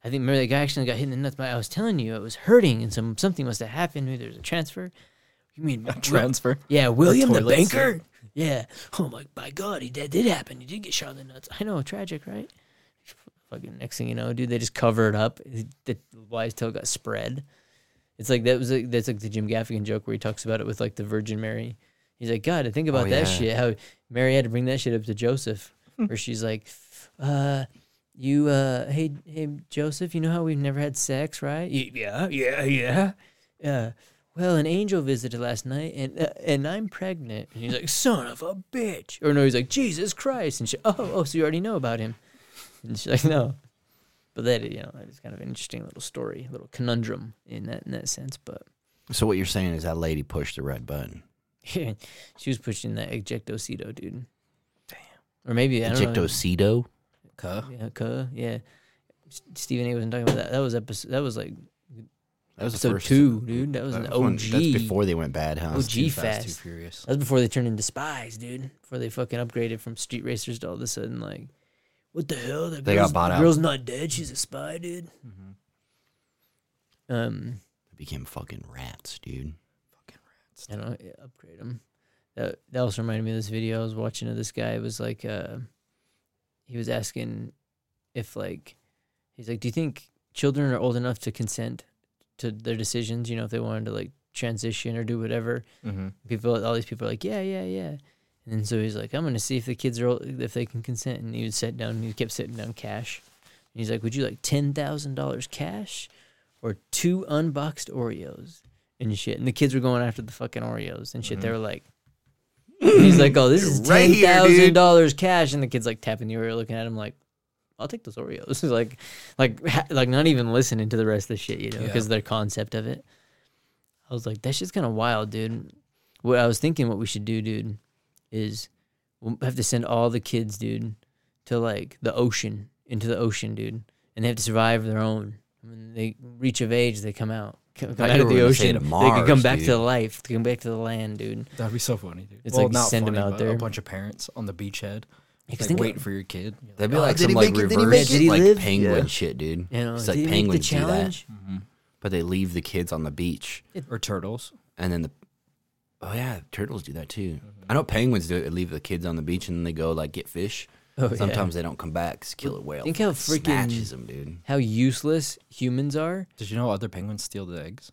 Speaker 1: I think remember that guy actually got hit in the nuts. But I was telling you, it was hurting, and some something must have happened. Maybe there was a transfer. You mean Wil-
Speaker 5: Transfer.
Speaker 1: Yeah, William the
Speaker 5: toilet seat.
Speaker 1: banker. Yeah. Oh my, by God, he that did happen. He did get shot in the nuts. I know, tragic, right? Fucking next thing you know, dude, they just cover it up. It- The wise tail got spread. It's like that was like, that's like the Jim Gaffigan joke where he talks about it with like the Virgin Mary. He's like, God, I think about that
Speaker 2: yeah.
Speaker 1: shit. How Mary had to bring that shit up to Joseph, where she's like, uh. You uh hey hey Joseph, you know how we've never had sex, right? "Y- Yeah, yeah, yeah. Yeah. Well, an angel visited last night, and uh, and I'm pregnant. And he's like, son of a bitch. Or no, he's like, Jesus Christ. And she, oh, oh, so you already know about him. And she's like, no. But that, you know, it's kind of an interesting little story, little conundrum in that in that sense. But
Speaker 2: So what you're saying is that lady pushed the red button.
Speaker 1: she was pushing that ejectocito, dude. Damn. Or maybe, I don't know.
Speaker 2: Ejectocito?
Speaker 5: Cuh.
Speaker 1: Yeah, cuh, yeah. S- Stephen A wasn't talking about that. That was episode, that was like
Speaker 2: That was the
Speaker 1: episode
Speaker 2: first-
Speaker 1: two, dude. That was an
Speaker 2: one-
Speaker 1: OG.
Speaker 2: That's before they went bad, huh?
Speaker 1: OG
Speaker 5: Too
Speaker 1: fast.
Speaker 5: Too furious.
Speaker 1: That was before they turned into spies, dude. Before they fucking upgraded from street racers to all of a sudden like, what the hell? That
Speaker 2: They got
Speaker 1: girl's,
Speaker 2: bought
Speaker 1: the
Speaker 2: out.
Speaker 1: Girl's not dead. She's a spy, dude.
Speaker 5: Mm-hmm.
Speaker 1: Um,
Speaker 2: They became fucking rats, dude.
Speaker 1: I don't know. yeah, Upgrade them. That that also reminded me of this video I was watching of this guy. It was like, uh, he was asking if like, he's like, do you think children are old enough to consent to their decisions? You know, if they wanted to like transition or do whatever.
Speaker 5: Mm-hmm.
Speaker 1: people all these people are like yeah yeah yeah and then so he's like i'm gonna see if the kids are old, if they can consent and he would sit down and he kept sitting down cash and he's like would you like $10000 cash or two unboxed oreos and shit and the kids were going after the fucking oreos and shit they were like and he's like oh this is
Speaker 2: Mm-hmm. Right here, dude.
Speaker 1: $10000 cash and the kids like tapping the oreo looking at him like I'll take those Oreos. like, like, ha- like, not even listening to the rest of the shit, you know,
Speaker 5: Yeah.
Speaker 1: because their concept of it. I was like, that shit's kind of wild, dude. What I was thinking, what we should do, dude, is we'll have to send all the kids, dude, to like the ocean, into the ocean, dude, and they have to survive their own. When they reach of age, they come out, come, come
Speaker 2: thought
Speaker 1: out
Speaker 2: you
Speaker 1: of
Speaker 2: were
Speaker 1: the
Speaker 2: gonna say
Speaker 1: ocean.
Speaker 2: to
Speaker 1: they can come
Speaker 2: Mars,
Speaker 1: back to
Speaker 2: dude.
Speaker 1: life, they come back to the land, dude.
Speaker 5: That'd be so funny, dude.
Speaker 1: It's like send 'em out
Speaker 5: but
Speaker 1: there.
Speaker 5: A bunch of parents on the beach head,
Speaker 1: Because
Speaker 5: like
Speaker 1: think-
Speaker 5: waiting for your kid.
Speaker 2: That'd be
Speaker 5: Oh,
Speaker 2: like
Speaker 5: did
Speaker 2: some
Speaker 5: he
Speaker 2: like
Speaker 5: make it? Did he
Speaker 2: reverse
Speaker 1: make it? Did he
Speaker 2: like
Speaker 1: live?
Speaker 2: penguin
Speaker 5: Yeah.
Speaker 2: shit, dude.
Speaker 1: You know,
Speaker 2: it's like
Speaker 1: did he make the
Speaker 2: penguins do that,
Speaker 1: challenge.
Speaker 5: Mm-hmm.
Speaker 2: but they leave the kids on the beach,
Speaker 5: Or turtles.
Speaker 2: and then the oh yeah, turtles do that too.
Speaker 1: Mm-hmm.
Speaker 2: I know penguins do it. They leave the kids on the beach, and then they go like get fish.
Speaker 1: Oh, yeah.
Speaker 2: Sometimes they don't come back. 'cause Killer whale.
Speaker 1: Think how
Speaker 2: fucking
Speaker 1: freaking-
Speaker 2: snatches them, dude.
Speaker 1: How useless humans are.
Speaker 5: Did you know other penguins steal the eggs?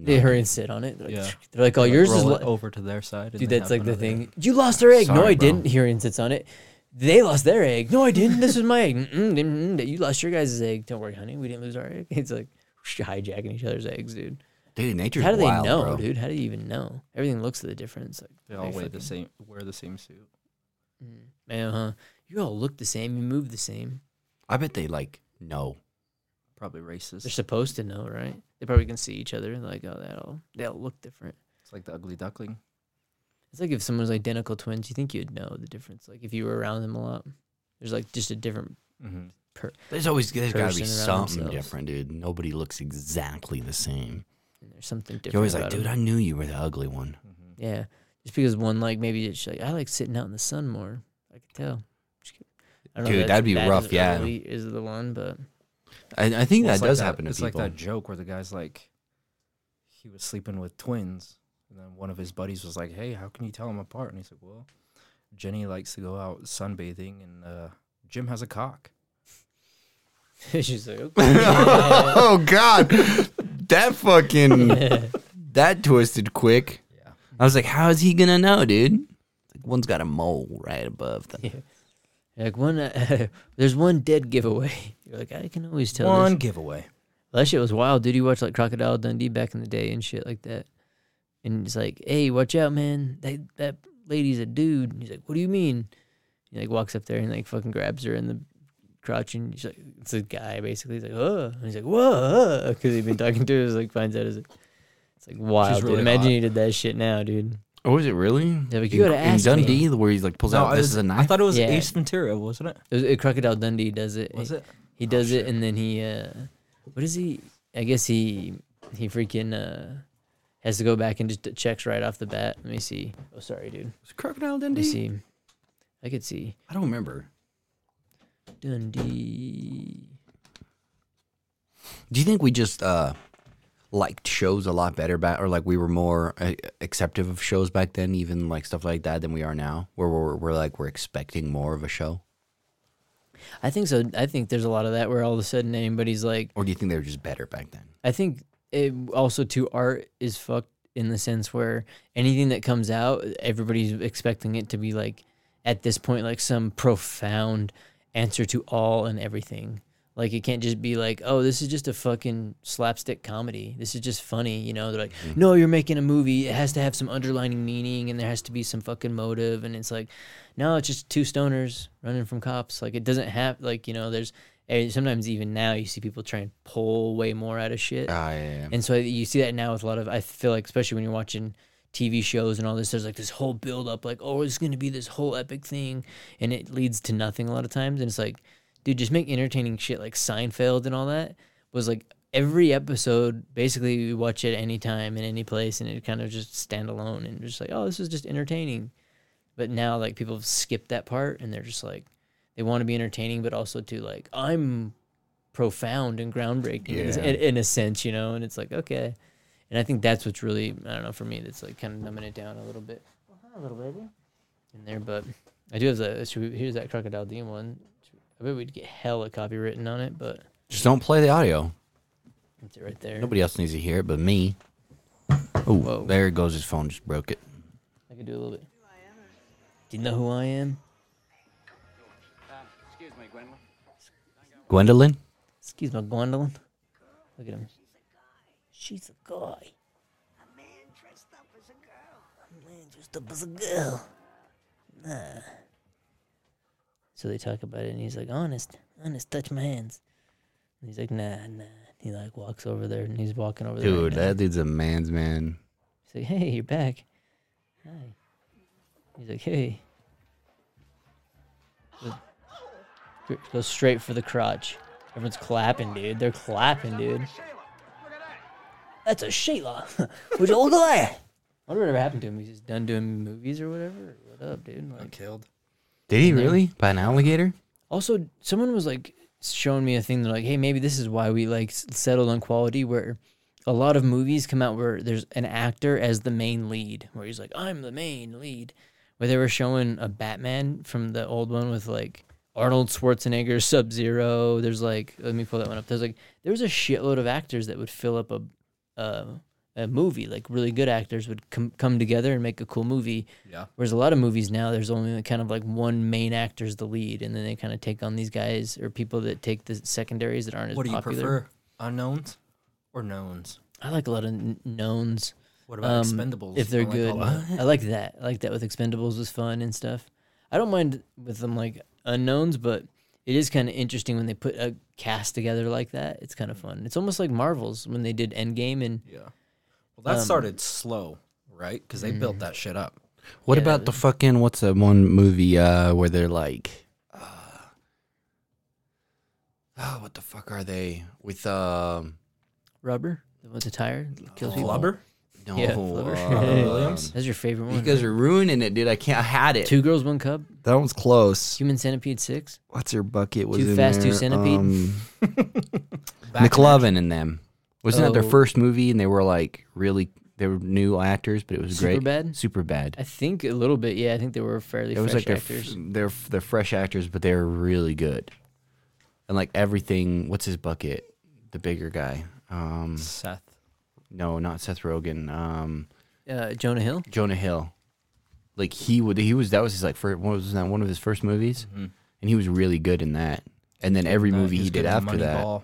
Speaker 1: They
Speaker 2: No.
Speaker 1: hurry and sit on it. They're like,
Speaker 5: Yeah.
Speaker 1: they're like oh,
Speaker 5: Like,
Speaker 1: yours
Speaker 5: roll
Speaker 1: is
Speaker 5: it
Speaker 1: li-
Speaker 5: over to their side. and
Speaker 1: Dude,
Speaker 5: they
Speaker 1: that's
Speaker 5: have
Speaker 1: like the
Speaker 5: another egg.
Speaker 1: thing. You lost her egg. no,
Speaker 2: Sorry,
Speaker 1: I
Speaker 2: bro.
Speaker 1: didn't. Herein sits on it. They lost their egg. No, I didn't. This was my egg. Mm-mm, mm-mm, you lost your guys' egg. Don't worry, honey. We didn't lose our egg. It's like hijacking each other's eggs, dude.
Speaker 2: Dude, nature's
Speaker 1: How do they
Speaker 2: wild,
Speaker 1: know,
Speaker 2: bro.
Speaker 1: dude? How do you even know? Everything looks the difference. Like,
Speaker 5: They all
Speaker 1: they
Speaker 5: weigh the
Speaker 1: fucking-
Speaker 5: same, wear the same suit.
Speaker 1: mm, man, huh? You all look the same. You move the same.
Speaker 2: I bet they like know.
Speaker 5: Probably racist.
Speaker 1: They're supposed to know, right? They probably can see each other. and Like, oh, that all they all look different.
Speaker 5: It's like the ugly duckling.
Speaker 1: It's like if someone's identical twins, you think you'd know the difference. Like if you were around them a lot, there's like just a different.
Speaker 5: Mm-hmm.
Speaker 2: There's always there's gotta be
Speaker 1: Person around
Speaker 2: something
Speaker 1: themselves.
Speaker 2: different, dude. Nobody looks exactly the same.
Speaker 1: There's something different.
Speaker 2: You're always like,
Speaker 1: about
Speaker 2: dude,
Speaker 1: 'em.
Speaker 2: I knew you were the ugly one.
Speaker 5: Mm-hmm.
Speaker 1: yeah, just because one like maybe it's like I like sitting out in the sun more. I could tell. Just kidding. I
Speaker 2: Dude,
Speaker 1: if that's-
Speaker 2: that'd be
Speaker 1: that
Speaker 2: rough,
Speaker 1: Is
Speaker 2: yeah.
Speaker 1: really is the one, but
Speaker 2: I, I think that does
Speaker 5: like
Speaker 2: happen to
Speaker 5: It's
Speaker 2: people.
Speaker 5: like that joke where the guy's like, he was sleeping with twins, and then one of his buddies was like, "Hey, how can you tell them apart?" And he's like, "Well, Jenny likes to go out sunbathing, and uh, Jim has a cock."
Speaker 1: she's like, okay.
Speaker 2: oh god, that fucking that twisted quick.
Speaker 5: Yeah.
Speaker 2: I was like, how is he gonna know, dude? Like one's got a mole right above the.
Speaker 1: like one, there's one dead giveaway. You're like, I can always tell.
Speaker 5: One
Speaker 1: This.
Speaker 5: giveaway.
Speaker 1: That shit was wild, dude. You watch like Crocodile Dundee back in the day and shit like that. And it's like, hey, watch out, man. That that lady's a dude. And he's like, what do you mean? He like walks up there and like fucking grabs her in the crotch and she's like, it's a guy basically. He's like, oh, and he's like, whoa, because he'd been talking to her. It's like finds out is like, it's like wild. dude.
Speaker 5: really
Speaker 1: Imagine
Speaker 5: hot.
Speaker 1: you did that shit now, dude.
Speaker 2: Oh, is it really?
Speaker 1: Yeah, but you gotta ask me.
Speaker 2: Dundee, where he's like pulls out. This is a
Speaker 5: I
Speaker 2: knife.
Speaker 5: thought it was
Speaker 1: Yeah.
Speaker 5: Ace Ventura, wasn't it?
Speaker 1: It was- uh, Crocodile Dundee does it.
Speaker 5: Was
Speaker 1: He-
Speaker 5: it?
Speaker 1: He
Speaker 5: Oh,
Speaker 1: does it,
Speaker 5: shit.
Speaker 1: and then he, uh, what is he? I guess he he freaking uh, has to go back and just checks right off the bat. Let me see. Oh, sorry, dude.
Speaker 2: It's crocodile
Speaker 1: Let me
Speaker 2: Dundee.
Speaker 1: see. I could see
Speaker 2: I don't remember.
Speaker 1: Dundee.
Speaker 2: Do you think we just uh liked shows a lot better back, or like we were more uh, acceptive of shows back then, even like stuff like that, than we are now, where we're, we're like we're expecting more of a show?
Speaker 1: I think so. I think there's a lot of that where all of a sudden anybody's like,
Speaker 2: Or do you think they were just better back then?
Speaker 1: I think it also too art is fucked in the sense where anything that comes out, everybody's expecting it to be like at this point like some profound answer to all and everything. Like it can't just be like, oh, this is just a fucking slapstick comedy. This is just funny, you know? They're like, no, you're making a movie. It has to have some underlining meaning, and there has to be some fucking motive. And it's like, no, it's just two stoners running from cops. Like it doesn't have like you know, there's and sometimes even now you see people try and pull way more out of shit.
Speaker 2: Ah, yeah,
Speaker 1: And so you see that now with a lot of I feel like especially when you're watching TV shows and all this, there's like this whole build up, like, oh, it's gonna be this whole epic thing and it leads to nothing a lot of times. And it's like, dude, just make entertaining shit like Seinfeld and all that was like every episode basically you watch it anytime in any place and it kind of just stand alone and just like, oh, this is just entertaining. But now like people have skipped that part and they're just like they want to be entertaining but also to like I'm profound and groundbreaking in,
Speaker 2: Yeah.
Speaker 1: in, in a sense, you know, and it's like, okay. And I think that's what's really I don't know, for me that's like kinda numbing it down a little bit. a little baby. In there, but I do have the should we, here's that crocodile Dundee one. I bet we'd get hella copywritten on it, but
Speaker 2: Just don't play the audio.
Speaker 1: it's right there.
Speaker 2: Nobody else needs to hear it but me. Oh,
Speaker 1: Whoa.
Speaker 2: there goes his phone. Just broke it.
Speaker 1: I could do a little bit. Do you know who I am?
Speaker 2: Gwendolyn.
Speaker 1: Excuse my Gwendolyn. Look at him. She's a guy. A man dressed up as a girl. A man dressed up as a girl. Nah. So they talk about it, and he's like, honest, honest, touch my hands. And he's like, nah, nah. He like walks over there, and he's walking over there.
Speaker 2: Dude,
Speaker 1: right now.
Speaker 2: that dude's a man's man.
Speaker 1: He's like, hey, you're back. Hi. He's like, hey. Go- Go straight for the crotch. Everyone's clapping, dude. They're clapping, dude. That's a Shayla. Would you look at that? I wonder whatever happened to him. He's just done doing movies or whatever. What up, dude? Like,
Speaker 5: Killed.
Speaker 2: Did
Speaker 1: Mm-hmm.
Speaker 2: he really? By an alligator?
Speaker 1: also, someone was like showing me a thing. They're like, "Hey, maybe this is why we like s- settled on quality." Where a lot of movies come out where there's an actor as the main lead, where he's like, "I'm the main lead." Where they were showing a Batman from the old one with like Arnold Schwarzenegger, Sub Zero. There's like, let me pull that one up. There's like, there was a shitload of actors that would fill up a uh, a movie. Like really good actors would com- come together and make a cool movie.
Speaker 5: Yeah.
Speaker 1: Whereas a lot of movies now, there's only kind of like one main actor's the lead, and then they kind of take on these guys or people that take the secondaries that aren't as
Speaker 5: What do you
Speaker 1: popular.
Speaker 5: prefer, unknowns or knowns?
Speaker 1: I like a lot of n- knowns.
Speaker 5: What about
Speaker 1: Um,
Speaker 5: Expendables?
Speaker 1: if they're
Speaker 5: I like
Speaker 1: good.
Speaker 5: all that.
Speaker 1: I like that. I like that with Expendables was fun and stuff. I don't mind with them like unknowns, but it is kind of interesting when they put a cast together like that. It's kind of fun. It's almost like Marvels when they did Endgame and
Speaker 5: Yeah. Well, that
Speaker 1: Um, Mm-hmm.
Speaker 5: started slow, right? Because they built that shit up.
Speaker 2: What
Speaker 1: Yeah,
Speaker 2: about the fucking what's that one movie uh where they're like uh, oh what the fuck are they with um
Speaker 1: Rubber, the one with the tire that
Speaker 5: Oh.
Speaker 1: kills people.
Speaker 5: Flubber?
Speaker 2: no
Speaker 1: Yeah, Flubber. Robin
Speaker 2: Williams?
Speaker 1: That's your favorite one.
Speaker 2: You guys are ruining it, dude. I can't I had it.
Speaker 1: Two girls, one cup.
Speaker 2: That one's close.
Speaker 1: Human Centipede Six.
Speaker 2: What's your bucket was
Speaker 1: Too
Speaker 2: in
Speaker 1: Fast, Too
Speaker 2: there?
Speaker 1: Centipede?
Speaker 2: Um,
Speaker 5: Back
Speaker 2: McLovin and them. Wasn't that
Speaker 1: Oh.
Speaker 2: their first movie? And they were like really they were new actors, but it was great.
Speaker 1: Superbad?
Speaker 2: Super bad.
Speaker 1: I think a little bit. Yeah, I think they were fairly
Speaker 2: it was
Speaker 1: fresh
Speaker 2: like they're,
Speaker 1: actors.
Speaker 2: f- they're f- they're fresh actors, but they're really good. And like everything, what's his bucket? The bigger guy. Um,
Speaker 5: Seth.
Speaker 2: no, not Seth Rogen. Um,
Speaker 1: uh, Jonah Hill.
Speaker 2: Jonah Hill. Like he would, he was that was his like first. What was that one of his first movies? And he was really good in that. And then every
Speaker 5: No,
Speaker 2: movie he
Speaker 5: Mm-hmm. was
Speaker 2: did
Speaker 5: good in
Speaker 2: after that,
Speaker 5: Moneyball.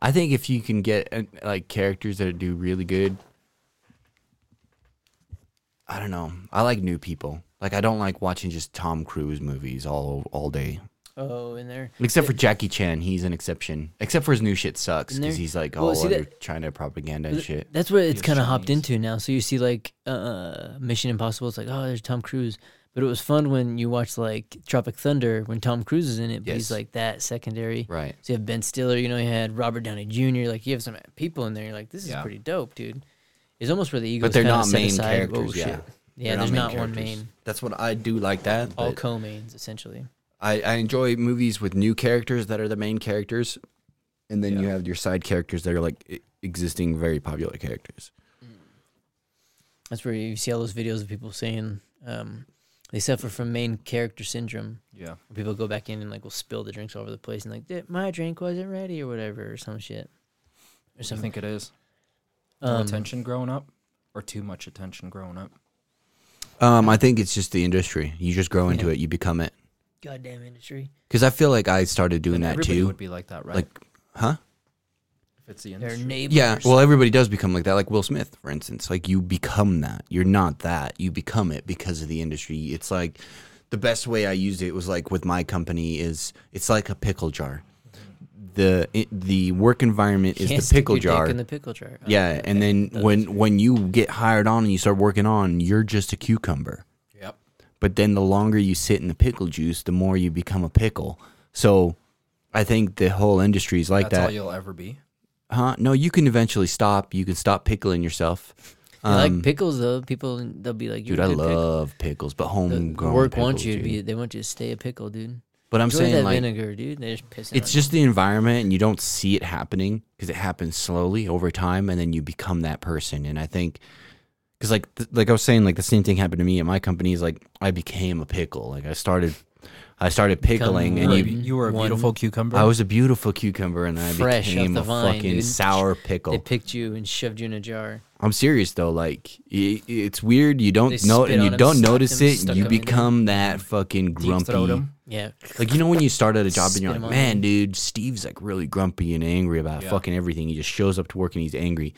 Speaker 2: I think if you can get uh, like characters that do really good, I don't know. I like new people. Like I don't like watching just Tom Cruise movies all all day.
Speaker 1: Oh, in there.
Speaker 2: Except for Jackie Chan, he's an exception. Except for his new shit sucks
Speaker 1: And there-
Speaker 2: because he's like
Speaker 1: well,
Speaker 2: all
Speaker 1: see
Speaker 2: under
Speaker 1: that-
Speaker 2: China propaganda and
Speaker 1: Th-
Speaker 2: shit.
Speaker 1: That's what it's
Speaker 5: Yes,
Speaker 1: kind of hopped
Speaker 5: Chinese.
Speaker 1: into now. So you see like uh, Mission Impossible. It's like oh, there's Tom Cruise. But it was fun when you watch like Tropic Thunder when Tom Cruise is in it. But he's
Speaker 2: Yes.
Speaker 1: like that secondary.
Speaker 2: Right.
Speaker 1: So you have Ben Stiller. You know you had Robert Downey Jr. Like you have some people in there. You're like this is
Speaker 5: Yeah.
Speaker 1: pretty dope, dude. It's almost where the ego.
Speaker 2: But
Speaker 1: is
Speaker 2: they're
Speaker 1: kinda
Speaker 2: not
Speaker 1: set
Speaker 2: main
Speaker 1: aside.
Speaker 2: characters.
Speaker 1: Oh,
Speaker 2: yeah.
Speaker 1: shit. Yeah,
Speaker 2: They're
Speaker 1: there's
Speaker 2: main
Speaker 1: not one
Speaker 2: characters.
Speaker 1: main.
Speaker 2: That's what I do like that.
Speaker 1: All
Speaker 2: but
Speaker 1: co-mains essentially.
Speaker 2: I, I enjoy movies with new characters that are the main characters. And then you have your side characters that are like e- existing very popular characters.
Speaker 1: That's where you see all those videos of people saying um, they suffer from main character syndrome.
Speaker 5: Yeah.
Speaker 1: where people go back in and like will spill the drinks all over the place and like "Th- my drink wasn't ready or whatever or some shit or
Speaker 5: I
Speaker 1: something.
Speaker 5: think it is. No
Speaker 1: Um,
Speaker 5: attention growing up or too much attention growing up?
Speaker 2: Um, I think it's just the industry. You just grow into
Speaker 1: Yeah.
Speaker 2: it, you become it.
Speaker 1: Goddamn industry.
Speaker 2: Because I feel like I started doing that
Speaker 5: Everybody
Speaker 2: too.
Speaker 5: would be like that, right?
Speaker 2: Like, huh?
Speaker 5: if it's the
Speaker 1: Their
Speaker 5: industry.
Speaker 1: neighbors.
Speaker 2: Yeah, well, everybody does become like that. Like Will Smith, for instance. Like you become that. You're not that. You become it because of the industry. It's like the best way I used it was like with my company is it's like a pickle jar. The it, the work environment is
Speaker 1: Can't
Speaker 2: the
Speaker 1: stick
Speaker 2: pickle
Speaker 1: your dick
Speaker 2: jar.
Speaker 1: In the pickle jar. Oh,
Speaker 2: yeah, and then
Speaker 1: That
Speaker 2: when when you get hired on and you start working on, you're just a cucumber.
Speaker 5: Yep.
Speaker 2: But then the longer you sit in the pickle juice, the more you become a pickle. So I think the whole industry is like
Speaker 5: That's all
Speaker 2: that.
Speaker 5: you'll ever be.
Speaker 2: Huh? No, you can eventually stop. You can stop pickling yourself.
Speaker 1: I like
Speaker 2: Um,
Speaker 1: pickles though. People they'll be like, "You're
Speaker 2: dude,
Speaker 1: a
Speaker 2: I
Speaker 1: good pickle."
Speaker 2: love pickles, but
Speaker 1: The
Speaker 2: homegrown
Speaker 1: work
Speaker 2: pickles,
Speaker 1: wants you to
Speaker 2: dude.
Speaker 1: be. They want you to stay a pickle, dude.
Speaker 2: But I'm
Speaker 1: Enjoy
Speaker 2: saying
Speaker 1: that
Speaker 2: like
Speaker 1: vinegar, dude. They're just pissing.
Speaker 2: it's
Speaker 1: on you.
Speaker 2: just the environment, and you don't see it happening because it happens slowly over time, and then you become that person. And I think because like th- like I was saying, like the same thing happened to me at my company. Is like I became a pickle. Like I started, I started pickling,
Speaker 1: one.
Speaker 2: and you.
Speaker 5: you were a
Speaker 1: one-
Speaker 5: beautiful cucumber.
Speaker 2: I was a beautiful cucumber, and then I
Speaker 1: Fresh off
Speaker 2: became
Speaker 1: the
Speaker 2: a
Speaker 1: vine,
Speaker 2: fucking
Speaker 1: dude.
Speaker 2: sour pickle.
Speaker 1: They picked you and shoved you in a jar.
Speaker 2: I'm serious though. Like i it's weird. You don't
Speaker 1: They
Speaker 2: know,
Speaker 1: spit
Speaker 2: and you
Speaker 1: on him,
Speaker 2: don't
Speaker 1: slapped
Speaker 2: notice
Speaker 1: him,
Speaker 2: it.
Speaker 1: stuck
Speaker 2: and You
Speaker 1: him in
Speaker 2: become that fucking grumpy.
Speaker 5: throat him.
Speaker 1: Yeah.
Speaker 2: Like you know when you start at a job and you're
Speaker 1: Spit him
Speaker 2: like,
Speaker 1: on
Speaker 2: man,
Speaker 1: him.
Speaker 2: dude, Steve's like really grumpy and angry about
Speaker 5: Yeah.
Speaker 2: fucking everything. He just shows up to work and he's angry.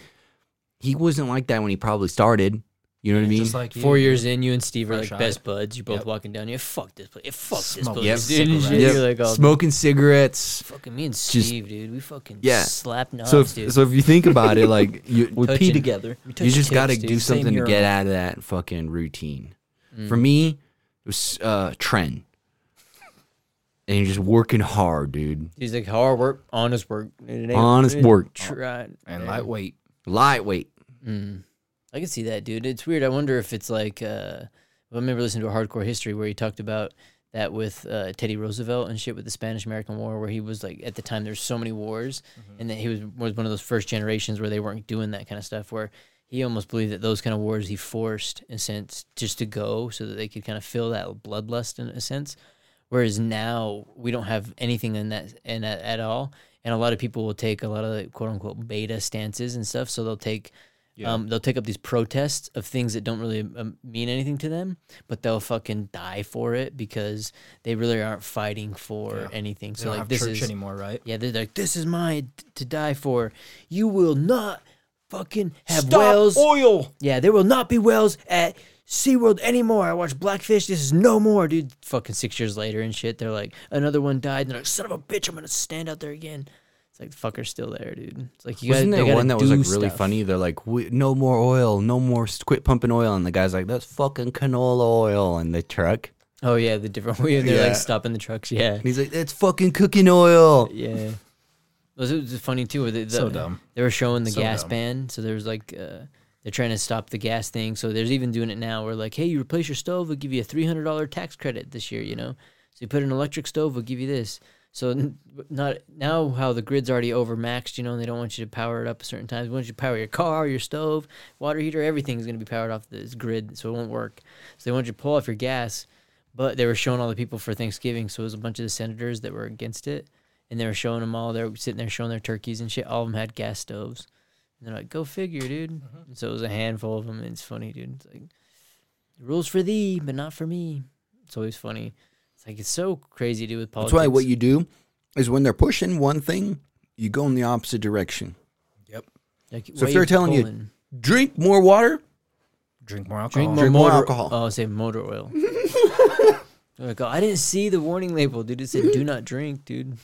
Speaker 2: He wasn't like that when he probably started. You know what I mean?
Speaker 5: Just like you.
Speaker 1: Four years in, you and Steve are like
Speaker 5: Fresh eyed.
Speaker 1: best buds. You're both
Speaker 5: Yep.
Speaker 1: walking down. You fuck this place. Fuck this
Speaker 5: Smoke
Speaker 1: place,
Speaker 2: Yep.
Speaker 1: dude. And shit,
Speaker 5: cigarettes.
Speaker 1: You're like, oh,
Speaker 2: Smoking cigarettes.
Speaker 1: Fucking me and
Speaker 2: Just-
Speaker 1: Steve, dude, we fucking
Speaker 2: Yeah.
Speaker 1: slapped knobs,
Speaker 2: So if,
Speaker 1: dude.
Speaker 2: so if you think about it, like you, we
Speaker 1: Touching.
Speaker 2: pee together.
Speaker 1: We touch
Speaker 2: You just
Speaker 1: tips,
Speaker 2: got to
Speaker 1: dude. Mm.
Speaker 2: do
Speaker 1: Same
Speaker 2: something to
Speaker 1: year
Speaker 2: get
Speaker 1: old.
Speaker 2: out of that fucking routine. For me, it was uh, Tren, and you're just working hard, dude.
Speaker 1: He's like, hard work, honest work, It ain't-
Speaker 2: Honest
Speaker 1: it
Speaker 2: work.
Speaker 1: Tried.
Speaker 5: and lightweight.
Speaker 2: Lightweight.
Speaker 1: Mm. I can see that, dude. It's weird. I wonder if it's like, uh, I remember listening to a Hardcore History where he talked about that with uh, Teddy Roosevelt and shit with the Spanish American War, where he was like, at the time, there's so many wars, and that he was was one of those first generations where they weren't doing that kind of stuff. Where he almost believed that those kind of wars he forced, in a sense, just to go so that they could kind of fill that bloodlust in a sense. Whereas now we don't have anything in that in that at all, and a lot of people will take a lot of the quote unquote beta stances and stuff. So they'll take
Speaker 5: Yeah.
Speaker 1: Um, they'll take up these protests of things that don't really um, mean anything to them, but they'll fucking die for it because they really aren't fighting for
Speaker 5: Yeah.
Speaker 1: anything.
Speaker 5: They
Speaker 1: so
Speaker 5: don't
Speaker 1: like
Speaker 5: have
Speaker 1: this
Speaker 5: church
Speaker 1: is
Speaker 5: anymore, right?
Speaker 1: yeah, they're like this is mine t- to die for. You will not fucking have
Speaker 5: Stop
Speaker 1: whales.
Speaker 5: oil.
Speaker 1: Yeah, there will not be whales at SeaWorld anymore. I watched Blackfish. This is no more, dude. Fucking six years later and shit. They're like, another one died. And they're like, son of a bitch, I'm going to stand out there again. It's like, the fucker's still there, dude. It's like, you
Speaker 2: Wasn't
Speaker 1: gotta,
Speaker 2: there
Speaker 1: they
Speaker 2: one that
Speaker 1: gotta
Speaker 2: was like
Speaker 1: do
Speaker 2: really
Speaker 1: stuff.
Speaker 2: funny? They're like, we, "No more oil, no more, s- quit pumping oil," and the guy's like, "That's fucking canola oil in the truck."
Speaker 1: Oh, yeah, the different way. They're
Speaker 2: Yeah.
Speaker 1: like stopping the trucks. Yeah.
Speaker 2: And he's like, "That's fucking cooking oil."
Speaker 1: Yeah. Those it was funny too. Where they, the,
Speaker 5: So dumb.
Speaker 1: They were showing the
Speaker 5: So
Speaker 1: gas
Speaker 5: dumb.
Speaker 1: ban, so there's like uh, they're trying to stop the gas thing. So there's even doing it now. Where like, hey, you replace your stove, we'll give you a three hundred dollar tax credit this year. You
Speaker 5: Mm.
Speaker 1: know, so you put in an electric stove, we'll give you this. So n- not now how the grid's already overmaxed, you know, and they don't want you to power it up at certain times. They want you to power your car, your stove, water heater, everything's going to be powered off this grid, so it won't work. So they want you to pull off your gas, but they were showing all the people for Thanksgiving. So it was a bunch of the senators that were against it, and they were showing them all. They were sitting there showing their turkeys and shit. All of them had gas stoves. And they're like, "Go figure, dude." And so it was a handful of them. And it's funny, dude. It's like rules for thee, but not for me. It's always funny. It's like it's so crazy, dude. With
Speaker 2: That's
Speaker 1: politics,
Speaker 2: why what you do is when they're pushing one thing, you go in the opposite direction.
Speaker 1: like,
Speaker 2: so if
Speaker 1: why
Speaker 2: they're telling you-
Speaker 1: pulling-
Speaker 2: Drink more water.
Speaker 5: Drink more alcohol.
Speaker 1: drink,
Speaker 2: Drink
Speaker 1: more,
Speaker 2: more
Speaker 1: motor,
Speaker 2: alcohol.
Speaker 1: Oh, I'll say motor oil. They're like, "Oh, I didn't see the warning label, dude. It said do not drink, dude.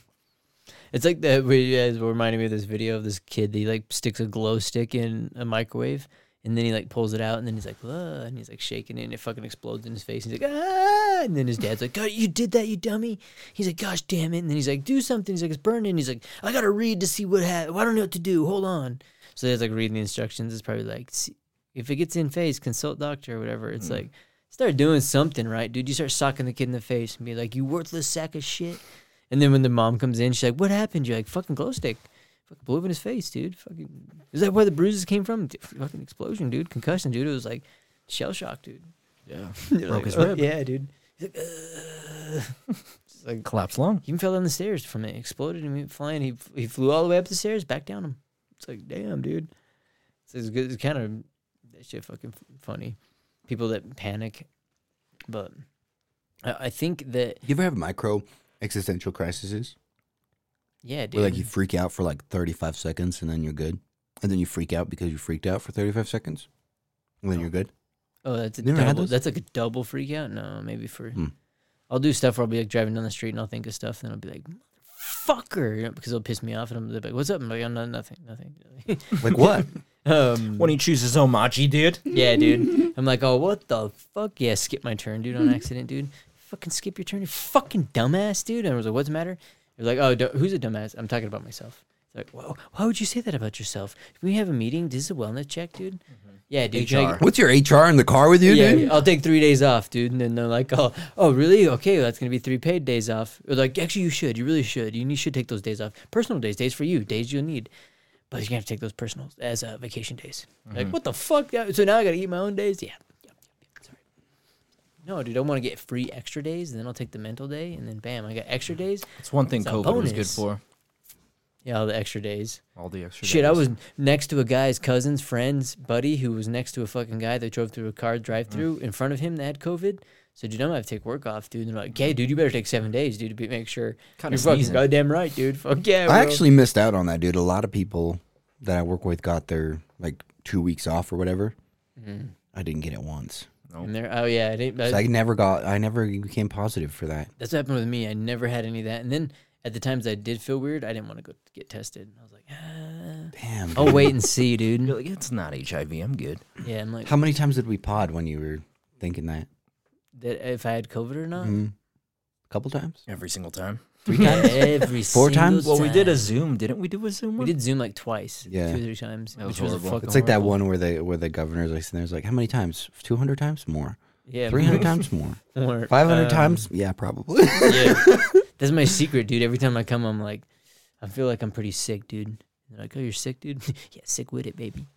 Speaker 1: It's like that. where You guys were reminding me of this video of this kid. That he like sticks a glow stick in a microwave, and then he like pulls it out, and then he's like, "Ugh," and he's like shaking it, and it fucking explodes in his face. He's like, ah, and then his dad's like, God, you did that, you dummy. He's like, gosh damn it. And then he's like, do something. He's like, it's burning. He's like, I gotta read to see what happened. I don't know what to do. Hold on. So he's like reading the instructions. It's probably like, "See- if it gets in phase, consult doctor or whatever. It's like, start doing something, right, dude? You start socking the kid in the face and be like, you worthless sack of shit. And then when the mom comes in, she's like, what happened? You're like, fucking glow stick. Fucking blew up in his face, dude. Fucking, is that where the bruises came from? D- Fucking explosion, dude. Concussion, dude. It was like shell shock, dude. Yeah. Broke
Speaker 5: his
Speaker 1: rib. Yeah, dude. He's like, "Ugh." It's like,
Speaker 5: Collapse lung.
Speaker 1: he even fell down the stairs from it. Exploded and he flying. He he flew all the way up the stairs, back down him. It's like damn, dude. It's, it's good. It's kind of that shit. Fucking f- funny. People that panic, but I, I think that
Speaker 2: You ever have micro existential crises
Speaker 1: yeah, dude.
Speaker 2: where like you freak out for like thirty five seconds and then you're good, and then you freak out because you freaked out for thirty five seconds, and then you're good.
Speaker 1: oh, that's a
Speaker 2: Never had
Speaker 1: double.
Speaker 2: those?
Speaker 1: That's like a double freak out. No, maybe for
Speaker 2: Hmm.
Speaker 1: I'll do stuff where I'll be like driving down the street and I'll think of stuff and I'll be like. Fucker, you know, because it'll piss me off, and I'm they'll be like, "What's up?" I'm like, "I'm not nothing, nothing."
Speaker 2: Like what?
Speaker 1: um,
Speaker 5: When he chooses Omachi, dude.
Speaker 1: Yeah, dude. I'm like, oh, what the fuck? Yeah, skip my turn, dude, on accident, dude. Fucking skip your turn, you fucking dumbass, dude. And I was like, what's the matter? You're like, oh, d- who's a dumbass? I'm talking about myself. It's like, whoa, why would you say that about yourself? Can we have a meeting? This is a wellness check, dude. Yeah, dude. can I-
Speaker 5: HR.
Speaker 2: What's your HR in the car with you,
Speaker 1: yeah,
Speaker 2: dude?
Speaker 1: I'll take three days off, dude. And then they're like, oh, oh, really? Okay, well, that's gonna be three paid days off. Or like, actually, you should. You really should. You need, should take those days off. Personal days, days for you, days you'll need. But you're gonna have to take those personal as uh, vacation days. Like, what the fuck? Yeah, So now I gotta eat my own days? Yeah. Yep, yep, yep. Sorry. No, dude, I want to get free extra days, and then I'll take the mental day, and then bam, I got extra days.
Speaker 5: It's one thing
Speaker 1: It's a
Speaker 5: COVID was good
Speaker 1: bonus.
Speaker 5: for.
Speaker 1: Yeah, all the extra days.
Speaker 5: All the extra.
Speaker 1: Shit, I
Speaker 5: days.
Speaker 1: was next to a guy's cousin's friend's buddy who was next to a fucking guy that drove through a car drive through
Speaker 5: Mm.
Speaker 1: in front of him that had COVID. So, dude, I'm gonna have to take work off, dude. And they're like, hey, dude, you better take seven days, dude, to be, make sure.
Speaker 5: Kinda
Speaker 1: You're fucking
Speaker 5: sneezing.
Speaker 1: goddamn right, dude. Fuck yeah.
Speaker 2: I
Speaker 1: bro.
Speaker 2: actually missed out on that, dude. A lot of people that I work with got their like two weeks off or whatever.
Speaker 1: Mm-hmm.
Speaker 2: I didn't get it once.
Speaker 1: And they're- oh, yeah. I didn't,
Speaker 2: So I never got. I never became positive for that.
Speaker 1: that's what happened with me. I never had any of that. And then at the times I did feel weird, I didn't want to go get tested. I was like, ah,
Speaker 2: Damn.
Speaker 1: I'll wait and see, dude.
Speaker 5: You're like, it's not HIV. I'm good.
Speaker 1: Yeah, I'm like,
Speaker 2: How many times did we pod when you were thinking that?
Speaker 1: that if I had COVID or not?
Speaker 2: Mm. A couple times.
Speaker 5: Every single time.
Speaker 2: Three times.
Speaker 1: Every single
Speaker 2: Four times?
Speaker 5: Well, we did a
Speaker 1: time.
Speaker 5: Zoom, didn't we? Do a Zoom.
Speaker 1: We
Speaker 5: one?
Speaker 1: did Zoom like twice,
Speaker 2: Yeah.
Speaker 1: two or three times,
Speaker 5: That was
Speaker 1: which was, a
Speaker 5: horrible.
Speaker 1: fucking
Speaker 2: It's like that
Speaker 1: horrible.
Speaker 2: one where they where the governor's like sitting there's like how many times? Two hundred times more.
Speaker 1: Yeah,
Speaker 2: Three hundred times more.
Speaker 1: more.
Speaker 2: Five hundred
Speaker 1: Um,
Speaker 2: times? Yeah, probably.
Speaker 1: Yeah, that's my secret, dude. Every time I come, I'm like, I feel like I'm pretty sick, dude. And they're like, oh, you're sick, dude. yeah, sick with it, baby.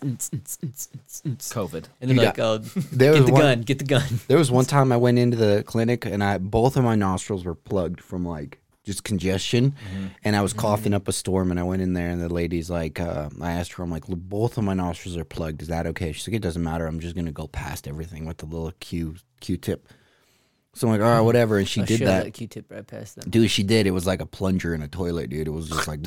Speaker 1: And they're
Speaker 5: COVID.
Speaker 2: You
Speaker 1: like, oh,
Speaker 2: There
Speaker 1: get the
Speaker 2: one,
Speaker 1: gun, get the gun.
Speaker 2: There was one time I went into the clinic and I both of my nostrils were plugged from like just congestion,
Speaker 5: Mm-hmm.
Speaker 2: and I was coughing up a storm. And I went in there, and the lady's like, uh, I asked her, I'm like, "Look, both of my nostrils are plugged. Is that okay? She's like, it doesn't matter. I'm just gonna go past everything with the little Q Q-tip. So I'm like, all right, whatever. And she
Speaker 1: Oh, I
Speaker 2: did
Speaker 1: should've
Speaker 2: that.
Speaker 1: let Q-tip right past them.
Speaker 2: Dude, she did. It was like a plunger in a toilet, dude. It was just like,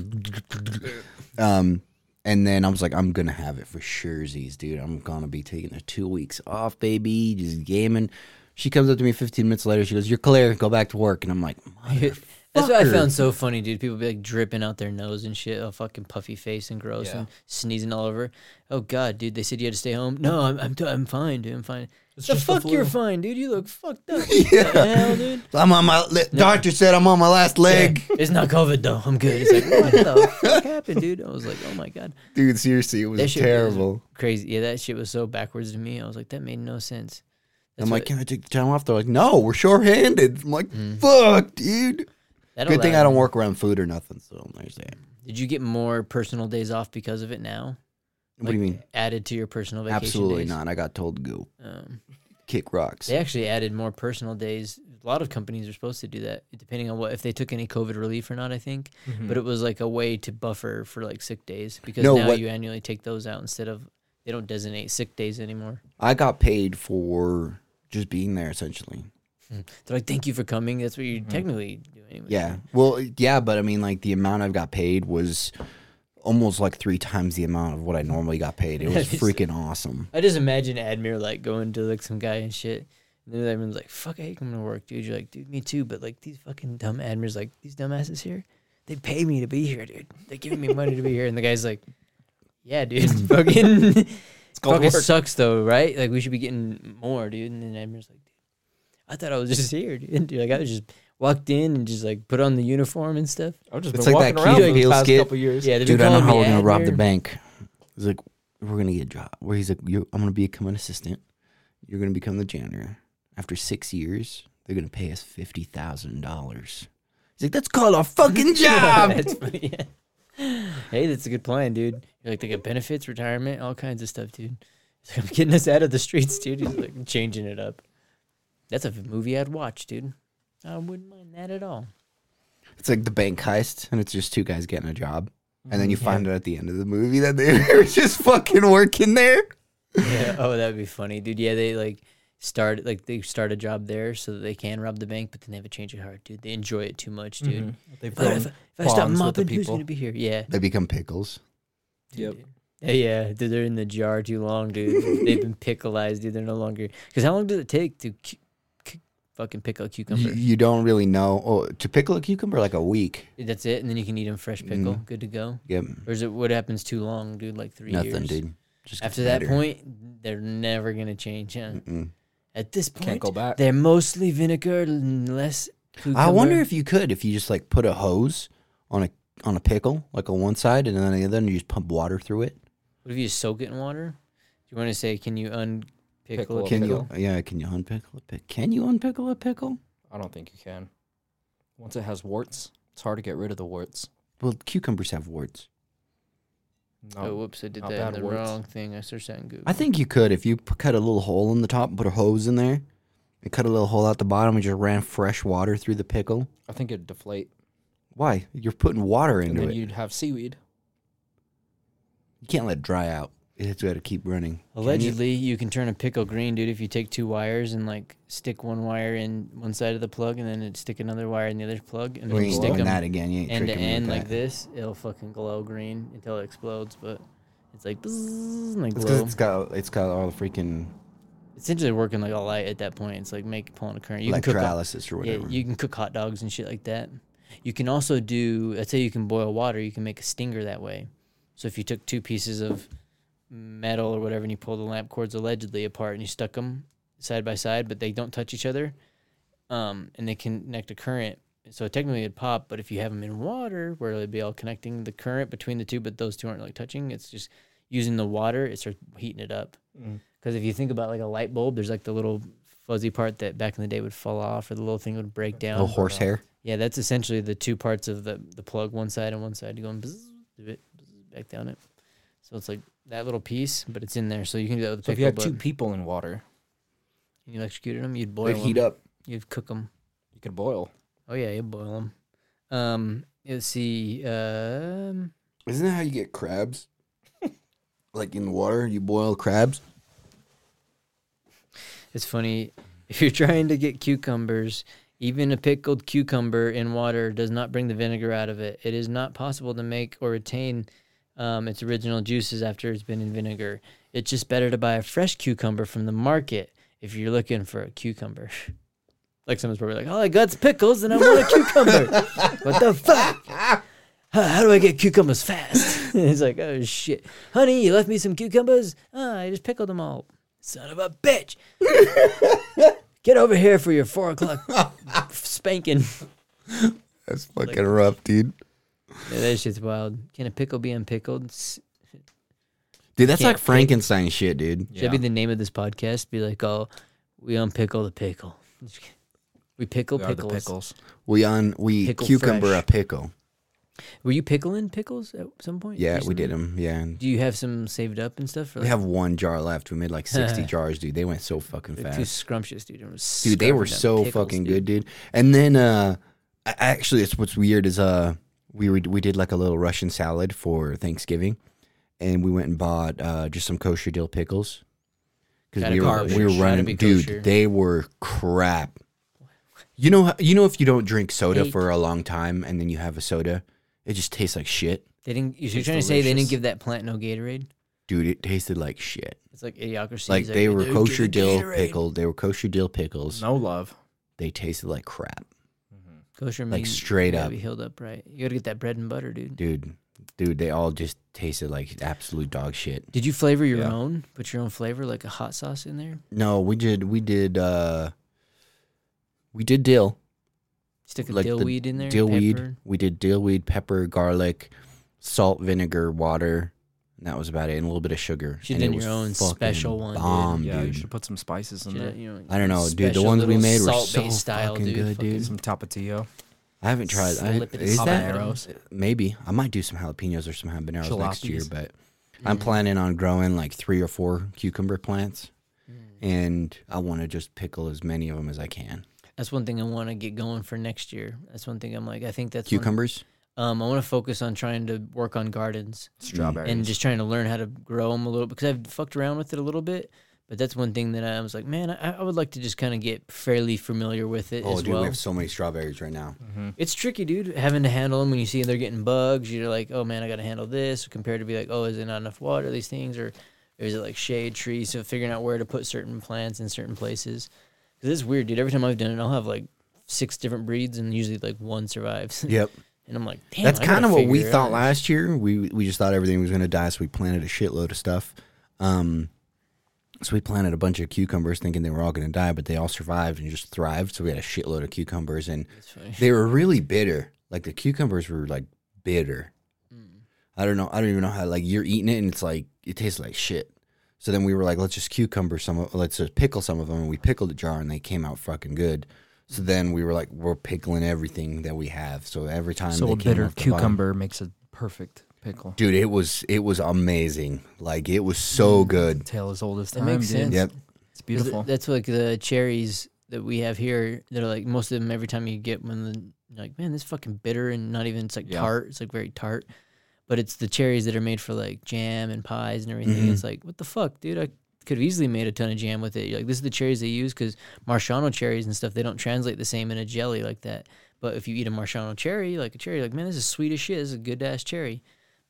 Speaker 2: um, and then I was like, I'm gonna have it for surezies, dude. I'm gonna be taking the two weeks off, baby, just gaming. She comes up to me 15 minutes later. She goes, "You're clear. Go back to work." And I'm like,
Speaker 1: Dude, That's what I
Speaker 2: Motherfucker.
Speaker 1: found so funny, dude. People be like dripping out their nose and shit, all fucking puffy face and gross and sneezing all over. Oh god, dude, they said you had to stay home. No, I'm I'm, t- I'm fine, dude. I'm fine. the
Speaker 3: just the
Speaker 1: fuck you're
Speaker 3: flu.
Speaker 1: fine, dude. You look fucked up. yeah. What the hell, dude?
Speaker 2: "I'm on my li- doctor said I'm on my last leg."
Speaker 1: It's not COVID though. I'm good. It's like what the fuck happened, dude? I was like, oh my god,
Speaker 2: Dude, seriously, it
Speaker 1: That
Speaker 2: was
Speaker 1: shit was-
Speaker 2: terrible.
Speaker 1: crazy. Yeah, that shit was so backwards to me. I was like, that made no sense. That's
Speaker 2: I'm like,
Speaker 1: what-
Speaker 2: "Can I take the time off?" They're like, "No, we're short-handed." I'm like, "Fuck, dude."
Speaker 1: Mm-hmm. that
Speaker 2: Good thing
Speaker 1: allowed-
Speaker 2: I don't work around food or nothing. So there's that.
Speaker 1: Did you get more personal days off because of it now?
Speaker 2: What do you mean?
Speaker 1: Added to your personal vacation
Speaker 2: Absolutely
Speaker 1: days?
Speaker 2: not. I got told to go
Speaker 1: Um,
Speaker 2: kick rocks.
Speaker 1: They actually added more personal days. A lot of companies are supposed to do that, depending on what if they took any COVID relief or not. I think, but it was like a way to buffer for like sick days because
Speaker 2: No,
Speaker 1: now
Speaker 2: what-
Speaker 1: you annually take those out instead of they don't designate sick days anymore.
Speaker 2: I got paid for just being there essentially.
Speaker 1: They're like, "Thank you for coming." That's what you technically do anyway.
Speaker 2: Yeah. Well, yeah, but I mean like the amount I've got paid was almost like 3 times the amount of what I normally got paid. It was
Speaker 1: Nice.
Speaker 2: freaking awesome.
Speaker 1: I just imagine Admir like going to like some guy and shit. And then everyone's like, fuck, I hate coming to work, dude. You're like, dude, me too. But like, these fucking dumb Admir's like, these dumbasses here, they pay me to be here, dude. They're giving me money to be here. And the guy's like, yeah, dude. fucking fucking sucks, though, right? Like, we should be getting more, dude. And then Admir's like, dude, I thought I was just here, dude. dude. Like, I was just walked in and just like put on the uniform and stuff.
Speaker 5: I've just
Speaker 2: It's
Speaker 5: been
Speaker 2: like
Speaker 5: walking
Speaker 2: that
Speaker 5: around
Speaker 2: Key
Speaker 5: for the
Speaker 2: Hill
Speaker 5: past
Speaker 2: skit.
Speaker 5: couple years.
Speaker 1: Yeah, they've been
Speaker 2: Dude, I
Speaker 1: calling
Speaker 2: know how
Speaker 1: me
Speaker 2: we're going to rob the
Speaker 1: Admir.
Speaker 2: bank. He's like we're going to get a job where he's like you're, I'm going to become an assistant. You're going to become the janitor. After 6 years, they're going to pay us $50,000. He's like that's called a fucking job.
Speaker 1: that's funny. Hey, that's a good plan, dude. You're like, they get benefits, retirement, all kinds of stuff, dude. He's like, I'm getting us out of the streets, dude. He's like, changing it up. That's a movie I'd watch, dude. I wouldn't mind that at all.
Speaker 2: It's like the bank heist, and it's just two guys getting a job. And then you
Speaker 5: Mm-hmm.
Speaker 2: find out at the end of the movie that they were just fucking working there.
Speaker 1: Yeah. oh, that'd be funny, dude. Yeah, they like start like they start a job there so that they can rob the bank, but then they have a change of heart, dude. They enjoy it too much, dude.
Speaker 5: They've
Speaker 1: But if,
Speaker 5: grown.
Speaker 1: if I stop
Speaker 5: Mm-hmm. bonds with the
Speaker 1: mopping, who's
Speaker 5: people.
Speaker 1: gonna be here? Yeah.
Speaker 2: They become pickles.
Speaker 5: Yep.
Speaker 1: Yeah, yeah, dude, they're in the jar too long, dude. They've been pickleized, dude. They're no longer. Because how long does it take to cu- cu- fucking pickle a cucumber?
Speaker 2: You, you don't really know. Oh, to pickle a cucumber like a week.
Speaker 1: That's it, and then you can eat them fresh pickle, good to go.
Speaker 2: Yep.
Speaker 1: Or is it what happens too long, dude? Like three
Speaker 2: Nothing,
Speaker 1: years.
Speaker 2: dude. Just
Speaker 1: After that point, they're never gonna change. Huh?
Speaker 2: Mm.
Speaker 1: At this point,
Speaker 5: go back.
Speaker 1: They're mostly vinegar, and less. Cucumber.
Speaker 2: I wonder if you could, if you just like put a hose on a on a pickle, like on one side, and then on the other, and you just pump water through it.
Speaker 1: What if you soak it in water? Do you want to say? Can you unpickle
Speaker 5: Pickle
Speaker 1: a
Speaker 5: a
Speaker 2: Can
Speaker 1: pickle?
Speaker 2: you? Yeah. Can you unpickle a pickle? Can you unpickle a pickle?
Speaker 5: I don't think you can. Once it has warts, it's hard to get rid of the warts.
Speaker 2: Well, cucumbers have warts.
Speaker 5: No.
Speaker 1: Oh, whoops! I did
Speaker 5: not
Speaker 1: that in
Speaker 5: bad
Speaker 1: the
Speaker 5: words.
Speaker 1: wrong thing. I searched that in Google.
Speaker 2: I think you could if you p- cut a little hole in the top, and put a hose in there, and cut a little hole out the bottom, and just ran fresh water through the pickle.
Speaker 5: I think it'd deflate.
Speaker 2: Why? You're putting water
Speaker 5: And
Speaker 2: into
Speaker 5: then
Speaker 2: it. You,
Speaker 5: you'd have seaweed.
Speaker 2: can't let it dry out. It's got to keep running. Can you?
Speaker 1: Allegedly, you can turn a pickle green, dude, if you take two wires and like stick one wire in one side of the plug and then it stick another wire in the other plug and
Speaker 2: We
Speaker 1: then you
Speaker 2: ain't
Speaker 1: stick
Speaker 2: doing that
Speaker 1: them
Speaker 2: again. You ain't
Speaker 1: end to
Speaker 2: tricking me
Speaker 1: end
Speaker 2: with
Speaker 1: like
Speaker 2: that.
Speaker 1: this, it'll fucking glow green until it explodes. But it's like bzzz, and they
Speaker 2: It's 'cause
Speaker 1: glow.
Speaker 2: it's got it's got all the freaking
Speaker 1: Essentially, working like a light at that point. It's like make pulling a current. You can cook hot,
Speaker 2: electrolysis or
Speaker 1: yeah,
Speaker 2: whatever.
Speaker 1: you can cook hot dogs and shit like that. You can also do. That's how you can boil water. You can make a stinger that way. So if you took two pieces of metal or whatever and you pull the lamp cords allegedly apart and you stuck them side by side, but they don't touch each other, um, and they connect a current. So technically it'd pop, but if you have them in water, where it'd be all connecting the current between the two, but those two aren't like touching, it's just using the water, it starts heating it up. Because if you think about like a light bulb, there's like the little fuzzy part that back in the day would fall off, or the little thing would break down.
Speaker 2: oh,
Speaker 5: Uh,
Speaker 2: horsehair.
Speaker 1: Yeah, that's essentially the two parts of the, the plug, one side and one side going bzzz, do it, bzzz, back down it. So it's like that little piece, but it's in there. So you can do that with a
Speaker 5: So if you
Speaker 1: pickle,
Speaker 5: had
Speaker 1: but
Speaker 5: two people in water,
Speaker 1: you electrocuted them, you'd boil
Speaker 2: It'd
Speaker 1: them,
Speaker 2: heat up.
Speaker 1: you'd cook them.
Speaker 5: you could boil.
Speaker 1: Oh yeah, you'd boil them. Um, let's see. Um,
Speaker 2: Isn't that how you get crabs? like in water, you boil crabs.
Speaker 1: it's funny if you're trying to get cucumbers. Even a pickled cucumber in water does not bring the vinegar out of it. It is not possible to make or retain um, its original juices after it's been in vinegar. It's just better to buy a fresh cucumber from the market if you're looking for a cucumber. Like someone's probably like, "All I got's pickles, and I want a cucumber." what the fuck? Huh, how do I get cucumbers fast? And he's like, "Oh shit, honey, you left me some cucumbers. Ah, I just pickled them all. Son of a bitch! get over here for your four o'clock spanking."
Speaker 2: That's fucking rough, dude.
Speaker 1: Yeah, that shit's wild. Can a pickle be unpickled? S-
Speaker 2: Dude, that's
Speaker 1: Can't
Speaker 2: like Frankenstein shit, dude.
Speaker 1: Should that be the name of this podcast? Be like, "Oh, we unpickle the pickle. We pickle
Speaker 5: We are the
Speaker 1: pickles."
Speaker 5: pickles.
Speaker 2: We on we
Speaker 1: Pickle
Speaker 2: cucumber
Speaker 1: fresh.
Speaker 2: a pickle.
Speaker 1: Were you pickling pickles at some point?
Speaker 2: Yeah, we
Speaker 1: recently?
Speaker 2: did them. Yeah, and
Speaker 1: Do you have some saved up and stuff? Or
Speaker 2: we
Speaker 1: like,
Speaker 2: have one jar left. We made like sixty jars, dude. They went so fucking
Speaker 1: They're too
Speaker 2: fast.
Speaker 1: scrumptious, dude. I'm
Speaker 2: dude they were
Speaker 1: scarfing down
Speaker 2: so
Speaker 1: pickles,
Speaker 2: fucking
Speaker 1: dude.
Speaker 2: good dude and then uh a- actually it's what's weird is uh we were, we did like a little russian salad for thanksgiving and we went and bought uh just some kosher dill pickles because
Speaker 1: Gotta
Speaker 2: we
Speaker 1: be
Speaker 2: were
Speaker 1: kosher.
Speaker 2: we were
Speaker 1: Gotta
Speaker 2: running
Speaker 1: be kosher.
Speaker 2: dude they were crap you know how- you know if you don't drink soda
Speaker 1: Hate.
Speaker 2: for a long time and then you have a soda it just tastes like shit
Speaker 1: They didn't. You're
Speaker 5: Tastes
Speaker 1: trying to say they didn't
Speaker 5: delicious.
Speaker 1: give that plant no Gatorade?
Speaker 2: dude it tasted like shit
Speaker 1: It's like idiocracy.
Speaker 2: like
Speaker 1: He's
Speaker 2: they were
Speaker 1: "Dude,
Speaker 2: kosher
Speaker 1: give me
Speaker 2: dill
Speaker 1: Gatorade."
Speaker 2: pickles they were kosher dill pickles
Speaker 5: No love.
Speaker 2: they tasted like crap
Speaker 1: Kosher
Speaker 2: like
Speaker 1: means
Speaker 2: straight
Speaker 1: you gotta
Speaker 2: up.
Speaker 1: Be healed up, right? You gotta get that bread and butter, dude.
Speaker 2: dude dude they all just tasted like absolute dog shit
Speaker 1: Did you flavor your
Speaker 5: Yeah.
Speaker 1: own? Put your own flavor, like a hot sauce in there.
Speaker 2: no we did we did uh we did dill
Speaker 1: Stick a
Speaker 2: like
Speaker 1: dill
Speaker 2: the
Speaker 1: weed in there.
Speaker 2: dill weed
Speaker 1: pepper.
Speaker 2: we did dill weed pepper garlic salt vinegar water and that was about it and a little bit of sugar
Speaker 1: Should've
Speaker 2: and it
Speaker 1: done your
Speaker 2: was
Speaker 1: own
Speaker 2: fucking
Speaker 1: special one, dude.
Speaker 2: bomb,
Speaker 5: Yeah, you
Speaker 2: dude.
Speaker 5: should put some spices in
Speaker 1: Shoulda,
Speaker 5: there.
Speaker 1: you know,
Speaker 2: I don't know, dude. The
Speaker 1: special
Speaker 2: ones we
Speaker 1: little
Speaker 2: made were so
Speaker 1: salt-based
Speaker 2: fucking good,
Speaker 1: fucking-
Speaker 2: dude.
Speaker 5: Some
Speaker 2: Mm.
Speaker 5: tapatio.
Speaker 2: I haven't tried. I,
Speaker 1: Slip it
Speaker 2: is
Speaker 1: in
Speaker 2: that
Speaker 1: habaneros.
Speaker 2: maybe I might do some jalapenos or some habaneros next year,
Speaker 5: Jalopies.
Speaker 2: but I'm planning on growing like three or four cucumber plants,
Speaker 1: Mm.
Speaker 2: and I want to just pickle as many of them as I can.
Speaker 1: That's one thing I want to get going for next year. That's one thing I'm like. I think that's one-
Speaker 2: Cucumbers,
Speaker 1: um, I want to focus on trying to work on gardens.
Speaker 5: Strawberries.
Speaker 1: and just trying to learn how to grow them a little because I've fucked around with it a little bit. But that's one thing that I was like, man, I, I would like to just kind of get fairly familiar with it
Speaker 2: Oh,
Speaker 1: as
Speaker 2: dude,
Speaker 1: well.
Speaker 2: we have so many strawberries right now.
Speaker 1: it's tricky, dude, having to handle them when you see they're getting bugs. You're like, oh man, I got to handle this. Compared to be like, oh, is it not enough water? These things, or, or is it like shade trees? So figuring out where to put certain plants in certain places. Because it's weird, dude. Every time I've done it, I'll have like six different breeds, and usually like one survives.
Speaker 2: Yep,
Speaker 1: and I'm like, damn,
Speaker 2: that's
Speaker 1: I gotta
Speaker 2: kind of what we
Speaker 1: figure it
Speaker 2: thought
Speaker 1: out."
Speaker 2: last year. We we just thought everything was going to die, so we planted a shitload of stuff. Um, so we planted a bunch of cucumbers, thinking they were all going to die, but they all survived and just thrived. So we had a shitload of cucumbers, and
Speaker 1: It's funny.
Speaker 2: they were really bitter. Like the cucumbers were like bitter.
Speaker 5: Mm.
Speaker 2: I don't know. I don't even know how. Like you're eating it, and it's like it tastes like shit. So then we were like, let's just cucumber some. Of, let's just pickle some of them, and we pickled a jar, and they came out fucking good. So then we were like, we're pickling everything that we have. So every time
Speaker 5: So
Speaker 2: they
Speaker 5: a
Speaker 2: came
Speaker 5: bitter
Speaker 2: off the bottom-
Speaker 5: cucumber makes a perfect pickle.
Speaker 2: dude, it was it was amazing. Like it was so good.
Speaker 5: Tail as old as
Speaker 1: That
Speaker 5: time.
Speaker 1: makes
Speaker 5: dude.
Speaker 1: sense.
Speaker 2: Yep.
Speaker 5: Mm. It's
Speaker 1: Th-
Speaker 5: beautiful.
Speaker 1: That's like the cherries that we have here. They're like most of them. Every time you get one, of the- you're like, man, this fucking bitter and not even. It's like
Speaker 5: Yeah.
Speaker 1: tart. It's like very tart. But it's the cherries that are made for like jam and pies and everything.
Speaker 2: Mm-hmm.
Speaker 1: It's like, what the fuck, dude? I could have easily made a ton of jam with it. You're like, this is the cherries they use because Marciano cherries and stuff they don't translate the same in a jelly like that. But if you eat a Marciano cherry, like a cherry, like man, this is sweet as shit. This is a good ass cherry.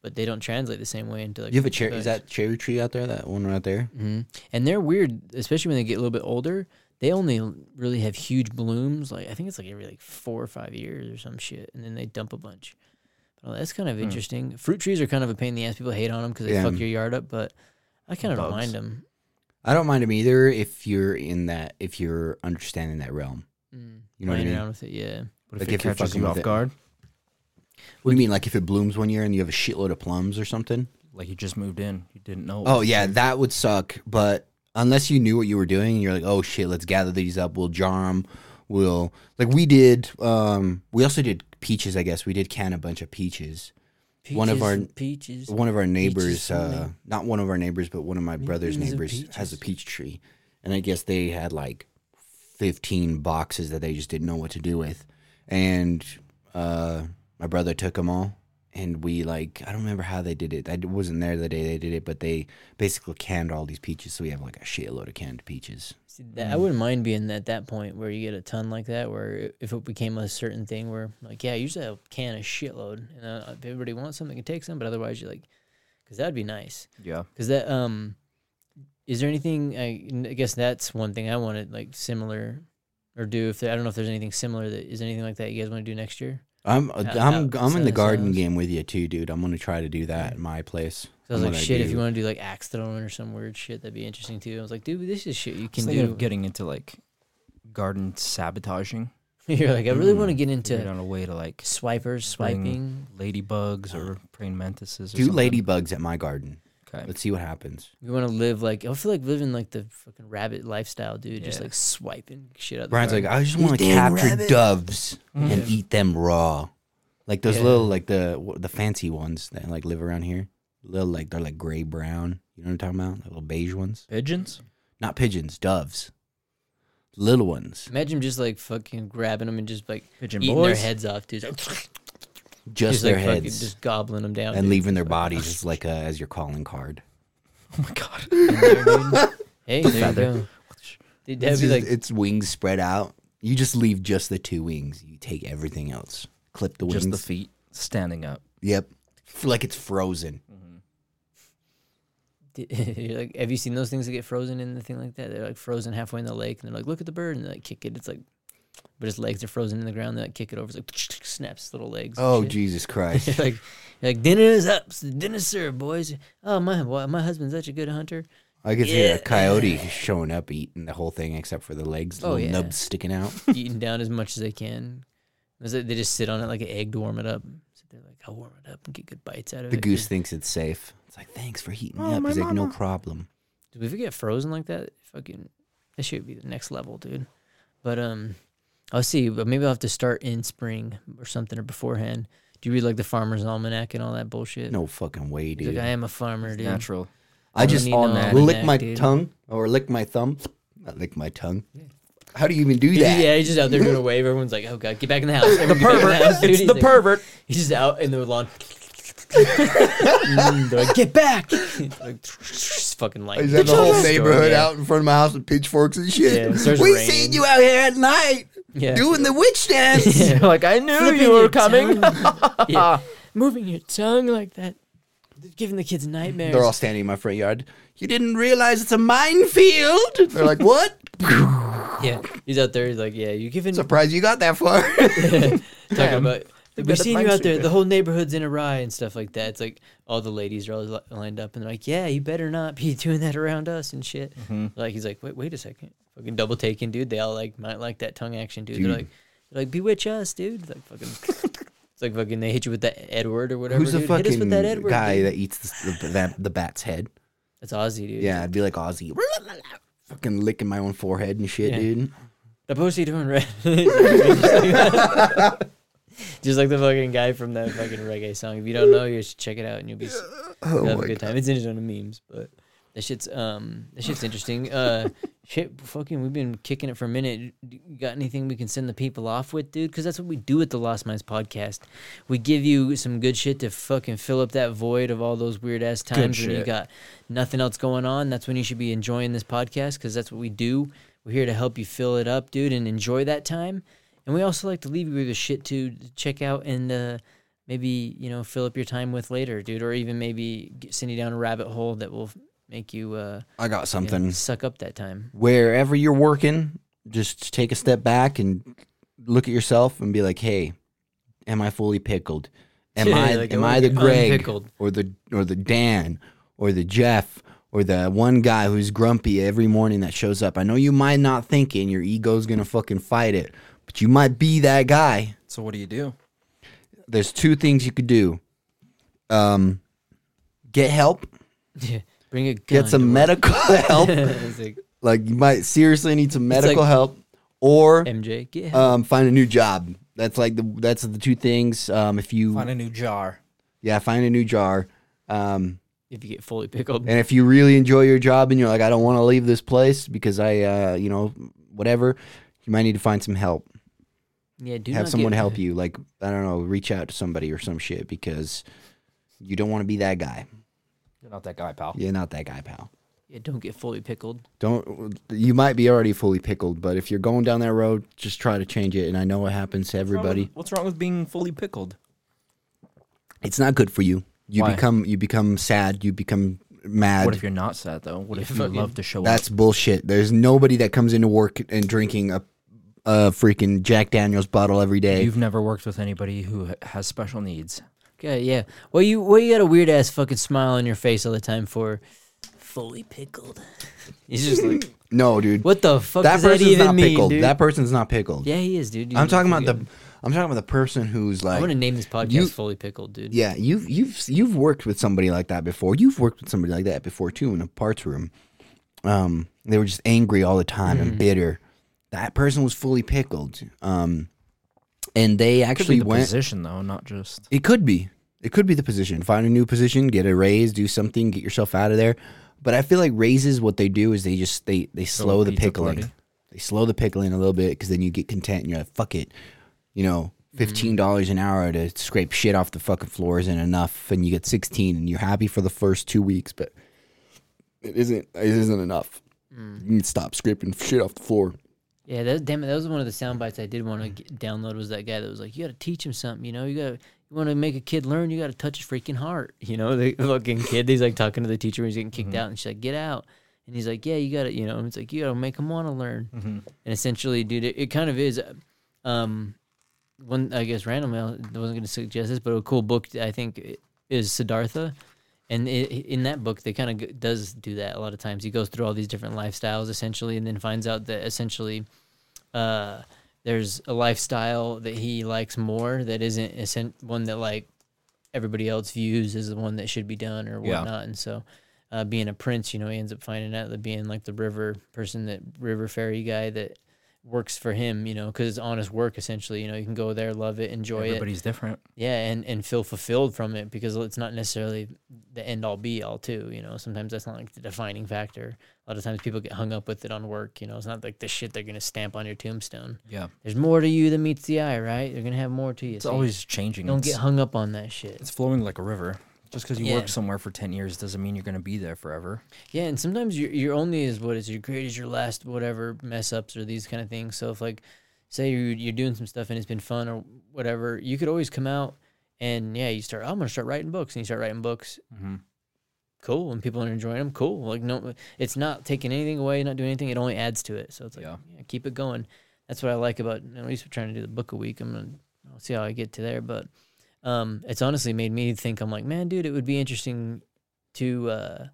Speaker 1: But they don't translate the same way into like
Speaker 2: You have a cherry? Is
Speaker 1: Dutch.
Speaker 2: that cherry tree out there? That one right there?
Speaker 1: Mhm. And they're weird, especially when they get a little bit older. They only l- really have huge blooms. Like I think it's like every like four or five years or some shit, and then they dump a bunch. Well, that's kind of interesting. Fruit trees are kind of a pain in the ass. People hate on them because they
Speaker 2: Hmm. Yeah.
Speaker 1: fuck your yard up, but I kind of don't
Speaker 5: Bugs.
Speaker 1: mind them.
Speaker 2: I don't mind them either if you're in that if you're understanding that realm.
Speaker 1: Mm.
Speaker 2: You know what I
Speaker 1: Playing
Speaker 2: mean?
Speaker 1: around with it, yeah.
Speaker 5: but if
Speaker 2: like
Speaker 5: it
Speaker 2: if you're
Speaker 5: catches you
Speaker 2: fucking with
Speaker 5: off
Speaker 2: it.
Speaker 5: guard,
Speaker 2: What do you mean? Like if it blooms one year and you have a shitload of plums or something?
Speaker 5: like you just moved in, you didn't know. it
Speaker 2: Oh
Speaker 5: was
Speaker 2: yeah,
Speaker 5: there.
Speaker 2: that would suck. But unless you knew what you were doing, you're like, oh shit, let's gather these up. We'll jar them. We'll like we did. Um, we also did peaches. I guess we did can a bunch of peaches. One of our-
Speaker 1: peaches.
Speaker 2: One of our neighbors,
Speaker 1: for
Speaker 2: uh,
Speaker 1: me.
Speaker 2: not one of our neighbors, but one of my brother's
Speaker 1: Millions of
Speaker 2: neighbors has a peach tree, and I guess they had like fifteen boxes that they just didn't know what to do with, and Uh, my brother took them all, and we like I don't remember how they did it. I wasn't there the day they did it, but they basically canned all these peaches, so we have like a shitload of canned peaches.
Speaker 1: See, that, I wouldn't mind being at that point where you get a ton like that, where i- if it became a certain thing where, like, yeah, usually I'll can a shitload. And uh, if everybody wants some, they can take some, but otherwise, you're like, because that'd be nice.
Speaker 5: Yeah.
Speaker 1: Because that, um, is there anything, I, n- I guess that's one thing I wanted, like, similar or do if there, I don't know if there's anything similar that is anything like that you guys want to do next year?
Speaker 2: I'm uh,
Speaker 1: Yeah,
Speaker 2: I'm
Speaker 1: that
Speaker 2: I'm in the
Speaker 1: sounds-
Speaker 2: garden
Speaker 1: sounds-
Speaker 2: game with you too, dude. I'm gonna try to do that in my place.
Speaker 1: So I was
Speaker 2: I'm
Speaker 1: like,
Speaker 2: gonna
Speaker 1: shit, if
Speaker 2: do-
Speaker 1: you want to do like axe throwing or some weird shit, that'd be interesting too. I was like, dude, this is shit you
Speaker 5: Can
Speaker 1: can
Speaker 5: thinking
Speaker 1: do.
Speaker 5: of getting into like garden sabotaging.
Speaker 1: You're like, I really want to
Speaker 2: Mm.
Speaker 1: get
Speaker 5: Figured
Speaker 1: into
Speaker 5: out a way to like s-
Speaker 1: swipers,
Speaker 5: Bring-
Speaker 1: swiping.
Speaker 5: ladybugs or praying mantises. Or
Speaker 2: do
Speaker 5: something.
Speaker 2: ladybugs at my garden.
Speaker 5: Okay.
Speaker 2: Let's see what happens.
Speaker 1: We want to live like, I feel like living like the fucking rabbit lifestyle, dude. Just
Speaker 5: Yeah.
Speaker 1: like swiping shit out of the
Speaker 2: Brian's like,
Speaker 1: garden.
Speaker 2: I just want to capture doves
Speaker 5: Mm-hmm.
Speaker 2: and
Speaker 1: Yeah.
Speaker 2: eat them raw, like those
Speaker 1: Yeah.
Speaker 2: little like the wh- the fancy ones that like live around here. Little like they're like gray brown. You know what I'm talking about? The little beige ones,
Speaker 5: Pigeons?
Speaker 2: not pigeons, doves, little ones.
Speaker 1: Imagine just like fucking grabbing them and just like
Speaker 5: Pigeon
Speaker 1: eating their
Speaker 5: boys.
Speaker 1: heads off, dude. Just,
Speaker 2: just,
Speaker 1: like
Speaker 2: their
Speaker 1: fucking
Speaker 2: heads
Speaker 1: just gobbling them down
Speaker 2: and
Speaker 1: dude.
Speaker 2: leaving their bodies as like a, as your calling card.
Speaker 5: Oh my god.
Speaker 1: In there, dude. hey, there you go. Dude, that'd
Speaker 2: It's,
Speaker 1: be like,
Speaker 2: just- it's wings spread out. You just leave just the two wings. You take everything else. Clip the wings.
Speaker 5: Just the feet standing up.
Speaker 2: Yep. F- Like it's frozen.
Speaker 1: you're like, have you seen those things that get frozen in the thing like that? They're like frozen halfway in the lake, and they're like, look at the bird, and they like kick it. It's like, but his legs are frozen in the ground. They like kick it over. It's like snaps little legs. and
Speaker 2: Oh
Speaker 1: shit.
Speaker 2: Jesus Christ!
Speaker 1: You're like, you're like dinner is up. s- Dinner's served, boys. Oh my, wa- my husband's such a good hunter.
Speaker 2: I could see
Speaker 1: Yeah.
Speaker 2: a coyote showing up eating the whole thing except for the legs,
Speaker 1: Oh,
Speaker 2: little
Speaker 1: yeah.
Speaker 2: nubs sticking out.
Speaker 1: Eating down as much as they can. Is it- They just sit on it like an egg to warm it up. So they're like, I'll warm it up and get good bites out of
Speaker 2: The
Speaker 1: it.
Speaker 2: goose thinks it's safe. It's like thanks for heating me
Speaker 3: Oh,
Speaker 2: up.
Speaker 3: my
Speaker 2: He's like no
Speaker 3: mama.
Speaker 2: problem.
Speaker 1: Dude, if we get frozen like that, fucking, that should be the next level, dude. But um, I'll see. But maybe I'll have to start in spring or something or beforehand. Do you read like the Farmer's Almanac and all that bullshit?
Speaker 2: No fucking way,
Speaker 1: He's
Speaker 2: dude.
Speaker 1: like I am a farmer, dude.
Speaker 5: Natural.
Speaker 2: I
Speaker 1: I don't
Speaker 2: just
Speaker 1: need no
Speaker 2: lick
Speaker 1: almanac,
Speaker 2: my
Speaker 1: dude.
Speaker 2: tongue or lick my thumb. Not lick my tongue. How do you even do that?
Speaker 1: Yeah, he's just out there doing a wave. Everyone's like, "Oh God, get back in the house!" the pervert.
Speaker 3: It's the pervert.
Speaker 1: He's just out in the lawn. Mm, they're like, "Get back!" He's like, just fucking like
Speaker 2: He's had the whole neighborhood
Speaker 1: yeah.
Speaker 2: out in front of my house with pitchforks and
Speaker 1: Yeah, it
Speaker 2: shit.
Speaker 1: starts
Speaker 2: we
Speaker 1: raining.
Speaker 2: seen you out here at night
Speaker 1: Yeah.
Speaker 2: doing the witch dance.
Speaker 1: Yeah.
Speaker 5: like I knew
Speaker 1: Flipping
Speaker 5: you
Speaker 1: your
Speaker 5: were coming.
Speaker 1: tongue. Yeah. Moving your tongue like that, giving the kids nightmares.
Speaker 2: They're all standing in my front yard. You didn't realize it's a minefield. They're like, what?
Speaker 1: yeah, he's out there. He's like, "Yeah, you're giving
Speaker 2: Surprised you got that far.
Speaker 1: talking about." We've
Speaker 2: at
Speaker 1: seen you out there.
Speaker 2: minesweeper.
Speaker 1: The whole neighborhood's in a rye and stuff like that. It's like all the ladies are all li- lined up and they're like, "Yeah, you better not be doing that around us and shit."
Speaker 2: Mm-hmm.
Speaker 1: Like he's like, "Wait, wait a second, fucking double taking, dude." They all like might like that tongue action, dude. They're
Speaker 2: Dude.
Speaker 1: like, they're like, "Bewitch us, dude." Like fucking, it's like fucking. They hit you with that Edward or whatever.
Speaker 2: Who's the
Speaker 1: dude. Hit us
Speaker 2: fucking
Speaker 1: with that Edward
Speaker 2: guy
Speaker 1: dude."
Speaker 2: that eats the, the, that, the bat's head?
Speaker 1: That's Aussie, dude.
Speaker 2: Yeah, I'd be like Ozzy. Fucking licking my own forehead and shit,
Speaker 1: Yeah.
Speaker 2: dude.
Speaker 1: The pussy doing red. just like the fucking guy from that fucking reggae song. If you don't know, you should check it out and you'll be s- you'll have a good time. It's in his own memes, but that shit's um that shit's interesting. Uh, shit, fucking, we've been kicking it for a minute. D- You got anything we can send the people off with, dude? Because that's what we do at the Lost Minds podcast. We give you some good shit to fucking fill up that void of all those weird ass times when you
Speaker 5: shit.
Speaker 1: got nothing else going on. That's when you should be enjoying this podcast because that's what we do. We're here to help you fill it up, dude, and enjoy that time. And we also like to leave you with a shit to check out and uh, maybe you know fill up your time with later, dude, or even maybe get, send you down a rabbit hole that will make you uh,
Speaker 2: I got
Speaker 1: you know,
Speaker 2: something.
Speaker 1: suck up that time.
Speaker 2: Wherever you're working, just take a step back and look at yourself and be like, hey, am I fully pickled? Am
Speaker 1: Yeah,
Speaker 2: I
Speaker 1: like,
Speaker 2: am
Speaker 1: I
Speaker 2: I
Speaker 1: wanna
Speaker 2: the
Speaker 1: be
Speaker 2: Greg
Speaker 1: unpickled.
Speaker 2: or the or the Dan or the Jeff or the one guy who's grumpy every morning that shows up? I know you might not think it and your ego's gonna fucking fight it, but you might be that guy.
Speaker 5: So what do you do?
Speaker 2: There's two things you could do. Um get help,
Speaker 1: Bring a
Speaker 2: get
Speaker 1: gun to
Speaker 2: some
Speaker 1: work.
Speaker 2: medical help.
Speaker 1: It's like,
Speaker 2: Like you might seriously need some
Speaker 1: It's
Speaker 2: medical
Speaker 1: like-
Speaker 2: help or
Speaker 1: MJ, get help.
Speaker 2: um, find a new job. That's like the that's the two things. Um, if you
Speaker 5: Find a new jar.
Speaker 2: yeah, find a new jar. Um,
Speaker 1: if you get fully pickled.
Speaker 2: and if you really enjoy your job and you're like, I don't want to leave this place because I, uh, you know, whatever, you might need to find some help.
Speaker 1: Yeah, do
Speaker 2: have
Speaker 1: not
Speaker 2: someone
Speaker 1: get-
Speaker 2: help you. Like I don't know, reach out to somebody or some shit because you don't want to be that guy.
Speaker 5: You're not that guy, pal.
Speaker 2: You're not that guy, pal.
Speaker 1: Yeah, don't get fully pickled.
Speaker 2: Don't you might be already fully pickled, but if you're going down that road, just try to change it. And I know it happens to everybody.
Speaker 5: What's wrong with being fully pickled?
Speaker 2: It's not good for you. You
Speaker 5: Why?
Speaker 2: become you become sad. You become mad.
Speaker 5: What if you're not sad though? What if you
Speaker 1: fucking-
Speaker 5: love to show up?
Speaker 2: That's bullshit. There's nobody that comes into work and drinking a a freaking Jack Daniels bottle every day.
Speaker 5: You've never worked with anybody who h- has special needs.
Speaker 1: Yeah, yeah. Well, you well you got a weird ass fucking smile on your face all the time for fully pickled. He's just like,
Speaker 2: no, dude.
Speaker 1: what the fuck
Speaker 2: that
Speaker 1: does that
Speaker 2: person's
Speaker 1: even
Speaker 2: not
Speaker 1: mean,
Speaker 2: pickled.
Speaker 1: dude?
Speaker 2: That person's not pickled.
Speaker 1: yeah, he is, dude.
Speaker 2: I'm talking about the. I'm talking about the person who's like.
Speaker 1: I'm gonna name this podcast
Speaker 2: You-
Speaker 1: "Fully Pickled," dude.
Speaker 2: Yeah, you've you've you've worked with somebody like that before. You've worked with somebody like that before too in a parts room. Um, they were just angry all the time
Speaker 5: Mm.
Speaker 2: and bitter. That person was fully pickled. Um, and they
Speaker 5: Could be
Speaker 2: actually
Speaker 5: the
Speaker 2: went.
Speaker 5: position though, not just.
Speaker 2: It could be. It could be the position. Find a new position, get a raise, do something, get yourself out of there. But I feel like raises, what they do is they just they they slow the
Speaker 5: pizza
Speaker 2: pickling.
Speaker 5: party.
Speaker 2: They slow the pickling a little bit because then you get content and you're like, fuck it, you know, fifteen dollars an hour to scrape shit off the fucking floor isn't enough, and you get sixteen and you're happy for the first two weeks, but it isn't it isn't enough. You need to stop scraping shit off the floor.
Speaker 1: Yeah, that, damn it, that was one of the sound bites I did want to get, download. Was that guy that was like, "You got to teach him something, you know? You got to you want to make a kid learn, you got to touch his freaking heart." You know, the fucking kid. He's like talking to the teacher when he's getting kicked out, and she's like, "Get out!" And he's like, "Yeah, you got to," you know. And it's like you got to make him want to learn. And essentially, dude, it, it kind of is. uh, Um, one I guess randomly, I wasn't going to suggest this, but a cool book I think i- is Siddhartha. And i in that book, they kind of does do that a lot of times. He goes through all these different lifestyles essentially, and then finds out that essentially uh, there's a lifestyle that he likes more that isn't essen- one that like everybody else views as the one that should be done or
Speaker 5: Yeah.
Speaker 1: whatnot. And so, uh, being a prince, you know, he ends up finding out that being like the river person, that river ferry guy that works for him, you know, because it's honest work essentially. You know, you can go there, love it, enjoy it,
Speaker 5: Everybody's different.
Speaker 1: yeah, and and feel fulfilled from it because it's not necessarily the end all be all too. You know, sometimes that's not like the defining factor. A lot of times people get hung up with it on work. You know, it's not like the shit they're gonna stamp on your tombstone.
Speaker 5: Yeah,
Speaker 1: There's more to you than meets the eye, right? They're gonna have more to you.
Speaker 5: it's
Speaker 1: so you
Speaker 5: always changing.
Speaker 1: don't
Speaker 5: it's,
Speaker 1: get hung up on that shit.
Speaker 5: it's flowing like a river. Just because you
Speaker 1: Yeah.
Speaker 5: work somewhere for ten years doesn't mean you're going to be there forever.
Speaker 1: Yeah, and sometimes your your only is what is your grade is your last whatever mess ups or these kind of things. So if like, say you you're doing some stuff and it's been fun or whatever, you could always come out and yeah, you start. I'm gonna start writing books, and you start writing books.
Speaker 5: Mm-hmm.
Speaker 1: Cool, and people are enjoying them. Cool, like no, it's not taking anything away, not doing anything. It only adds to it. So it's like yeah,
Speaker 5: Yeah.
Speaker 1: keep it going. That's what I like about at least we're trying to do the book a week. I'm gonna I'll see how I get to there, but um, it's honestly made me think. I'm like, man, dude, it would be interesting to. uh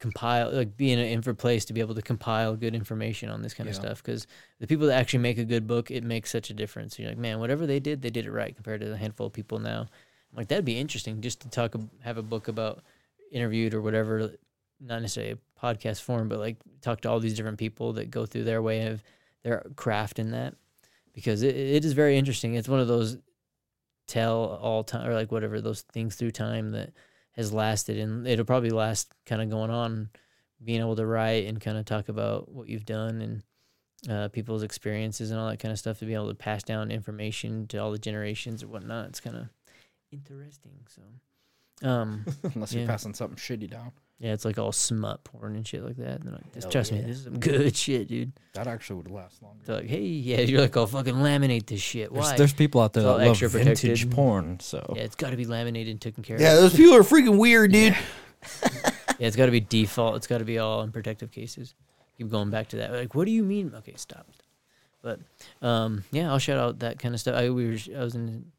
Speaker 1: compile like be in an info place to be able to compile good information on this kind of
Speaker 5: Yeah.
Speaker 1: stuff because the people that actually make a good book it makes such a difference you're like man whatever they did they did it right compared to the handful of people now I'm like that'd be interesting just to talk ab- have a book about interviewed or whatever not necessarily a podcast form but like talk to all these different people that go through their way of their craft in that because it, it is very interesting it's one of those tell all time or like whatever those things through time that has lasted and it'll probably last kind of going on being able to write and kind of talk about what you've done and uh, people's experiences and all that kind of stuff to be able to pass down information to all the generations and whatnot it's kind of interesting so um
Speaker 5: Unless
Speaker 1: Yeah.
Speaker 5: you're passing something shitty down.
Speaker 1: yeah it's like all smut porn and shit like that and they're like just
Speaker 5: Hell
Speaker 1: trust me
Speaker 5: yeah.
Speaker 1: this is some good shit dude
Speaker 5: That actually would last longer.
Speaker 1: they're like hey yeah you're like oh fucking laminate this shit
Speaker 5: There's,
Speaker 1: why
Speaker 5: there's people out there
Speaker 1: It's all
Speaker 5: that love
Speaker 1: extra
Speaker 5: vintage
Speaker 1: protected.
Speaker 5: porn, so
Speaker 1: yeah it's got to be laminated and taken care of
Speaker 2: Yeah, those people are freaking weird, dude.
Speaker 1: Yeah, it's got to be default. It's got to be all in protective cases. Keep going back to that. Like, what do you mean? Okay, stop. But um, yeah, I'll shout out that kind of stuff. I we were, I was in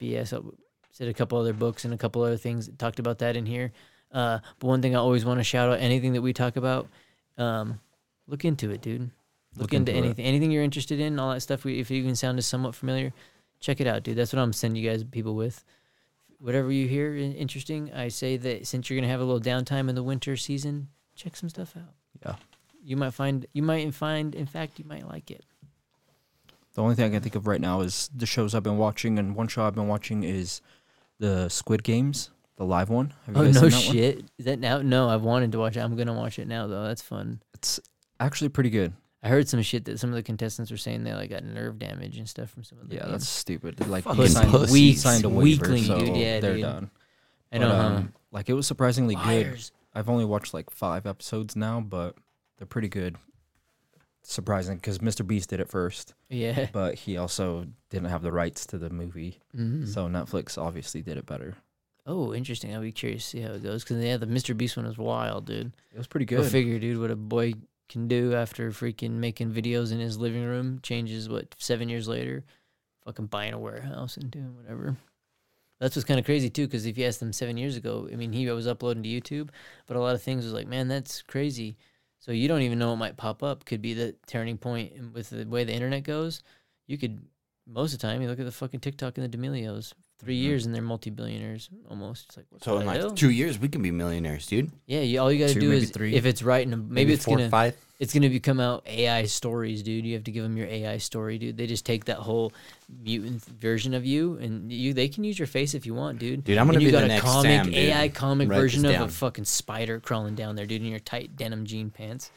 Speaker 1: BS. I said a couple other books and a couple other things that talked about that in here. Uh, but one thing I always want to shout out anything that we talk about, um, look into it, dude. Look, into,
Speaker 5: into it.
Speaker 1: anything, anything you're interested in, all that stuff. We, if it even sounds somewhat familiar, check it out, dude. That's what I'm sending you guys people with whatever you hear in- interesting, I say that since you're gonna have a little downtime in the winter season, check some stuff out.
Speaker 5: Yeah.
Speaker 1: You might find you might find in fact you might like it.
Speaker 5: The only thing I can think of right now is the shows I've been watching, and one show I've been watching is the Squid Games, the live one. Have you
Speaker 1: Oh
Speaker 5: guys
Speaker 1: no
Speaker 5: seen that one?
Speaker 1: shit. Is that now no, I've wanted to watch it. I'm gonna watch it now though. That's fun.
Speaker 5: It's actually pretty good.
Speaker 1: I heard some shit that some of the contestants were saying they like got nerve damage and stuff from some of the
Speaker 5: Yeah,
Speaker 1: games.
Speaker 5: that's stupid. Like
Speaker 2: Fucking
Speaker 5: he signed,
Speaker 2: pussies.
Speaker 5: he signed a waiver,
Speaker 1: Weakling,
Speaker 5: so
Speaker 1: dude. Yeah,
Speaker 5: they're
Speaker 1: dude.
Speaker 5: done.
Speaker 1: I know,
Speaker 5: But,
Speaker 1: huh?
Speaker 5: um, Like it was surprisingly good.
Speaker 1: Liars.
Speaker 5: I've only watched like five episodes now, but they're pretty good. Surprising because Mr. Beast did it first,
Speaker 1: Yeah.
Speaker 5: but he also didn't have the rights to the movie,
Speaker 1: Mhm.
Speaker 5: so Netflix obviously did it better.
Speaker 1: Oh, interesting. I'll be curious to see how it goes because yeah, the Mr. Beast one was wild, dude.
Speaker 5: It was pretty
Speaker 1: Go
Speaker 5: good.
Speaker 1: figure, dude, what a boy can do after freaking making videos in his living room changes what seven years later, fucking buying a warehouse and doing whatever. That's what's kind of crazy too, because if you ask them seven years ago, I mean, he was uploading to YouTube, but a lot of things was like, man, that's crazy. So you don't even know what might pop up. Could be the turning point in- with the way the internet goes. You could most of the time you look at the fucking TikTok and the D'Amelios. 3
Speaker 2: Mhm.
Speaker 1: years and they're multi billionaires almost. It's like what
Speaker 2: So in
Speaker 1: the
Speaker 2: like
Speaker 1: hell?
Speaker 2: two years, we can be millionaires, dude.
Speaker 1: yeah, you, all you gotta
Speaker 5: two,
Speaker 1: do
Speaker 5: maybe
Speaker 1: is
Speaker 5: three,
Speaker 1: if it's right and maybe, it's
Speaker 2: four,
Speaker 1: gonna
Speaker 2: five.
Speaker 1: it's gonna become out AI stories, dude. You have to give them your AI story, dude. They just take that whole mutant version of you, and you they can use your face if you want, dude.
Speaker 2: Dude, I'm gonna
Speaker 1: and you
Speaker 2: be the
Speaker 1: got a
Speaker 2: next
Speaker 1: comic
Speaker 2: Sam, dude.
Speaker 1: AI comic
Speaker 2: Write
Speaker 1: version
Speaker 2: this
Speaker 1: of a
Speaker 2: down.
Speaker 1: fucking spider crawling down there, dude, in your tight denim jean pants.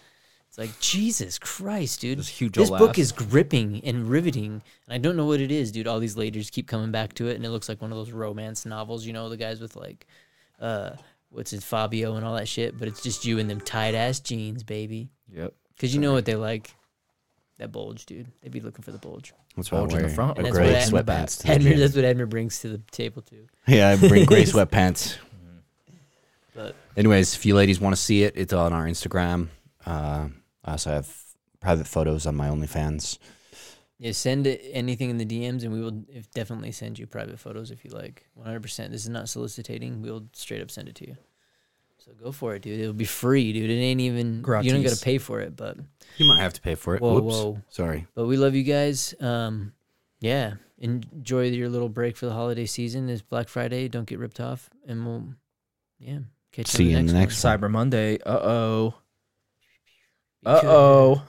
Speaker 1: It's like Jesus Christ, dude.
Speaker 5: This huge
Speaker 1: This
Speaker 5: ol'
Speaker 1: book
Speaker 5: ass.
Speaker 1: is gripping and riveting, and I don't know what it is, dude. All these ladies keep coming back to it, and it looks like one of those romance novels, you know, the guys with like, uh, what's it, Fabio and all that shit. But it's just you in them tight ass jeans, baby.
Speaker 5: Yep.
Speaker 1: Because you know what they like. That bulge, dude. They'd be looking for the bulge.
Speaker 2: That's
Speaker 5: Bulge in the front,
Speaker 2: A
Speaker 1: And that's
Speaker 2: gray
Speaker 1: what I-
Speaker 2: sweatpants. to the
Speaker 1: Edmer,
Speaker 2: gym.
Speaker 1: that's what Edmer brings to the table, too.
Speaker 2: Yeah, I bring gray sweatpants.
Speaker 1: But-
Speaker 2: Anyways, if you ladies want to see it, it's on our Instagram. Uh, I also have private photos on my OnlyFans.
Speaker 1: Yeah, send it, anything in the DMs, and we will if, definitely send you private photos if you like. 100%. This is not soliciting. We'll straight up send it to you. So go for it, dude. It'll be free, dude. It ain't even. You don't got
Speaker 5: Gratis.
Speaker 1: to pay for it, but.
Speaker 2: You might have to pay for it.
Speaker 1: Whoa,
Speaker 2: Whoops.
Speaker 1: whoa.
Speaker 2: Sorry.
Speaker 1: But we love you guys. Um, yeah. Enjoy your little break for the holiday season. It's Black Friday. Don't get ripped off. And we'll, yeah. Catch
Speaker 2: See you in the
Speaker 1: one.
Speaker 2: next
Speaker 5: Cyber Monday. Uh oh.
Speaker 1: Be
Speaker 5: Uh
Speaker 1: sure.
Speaker 5: oh.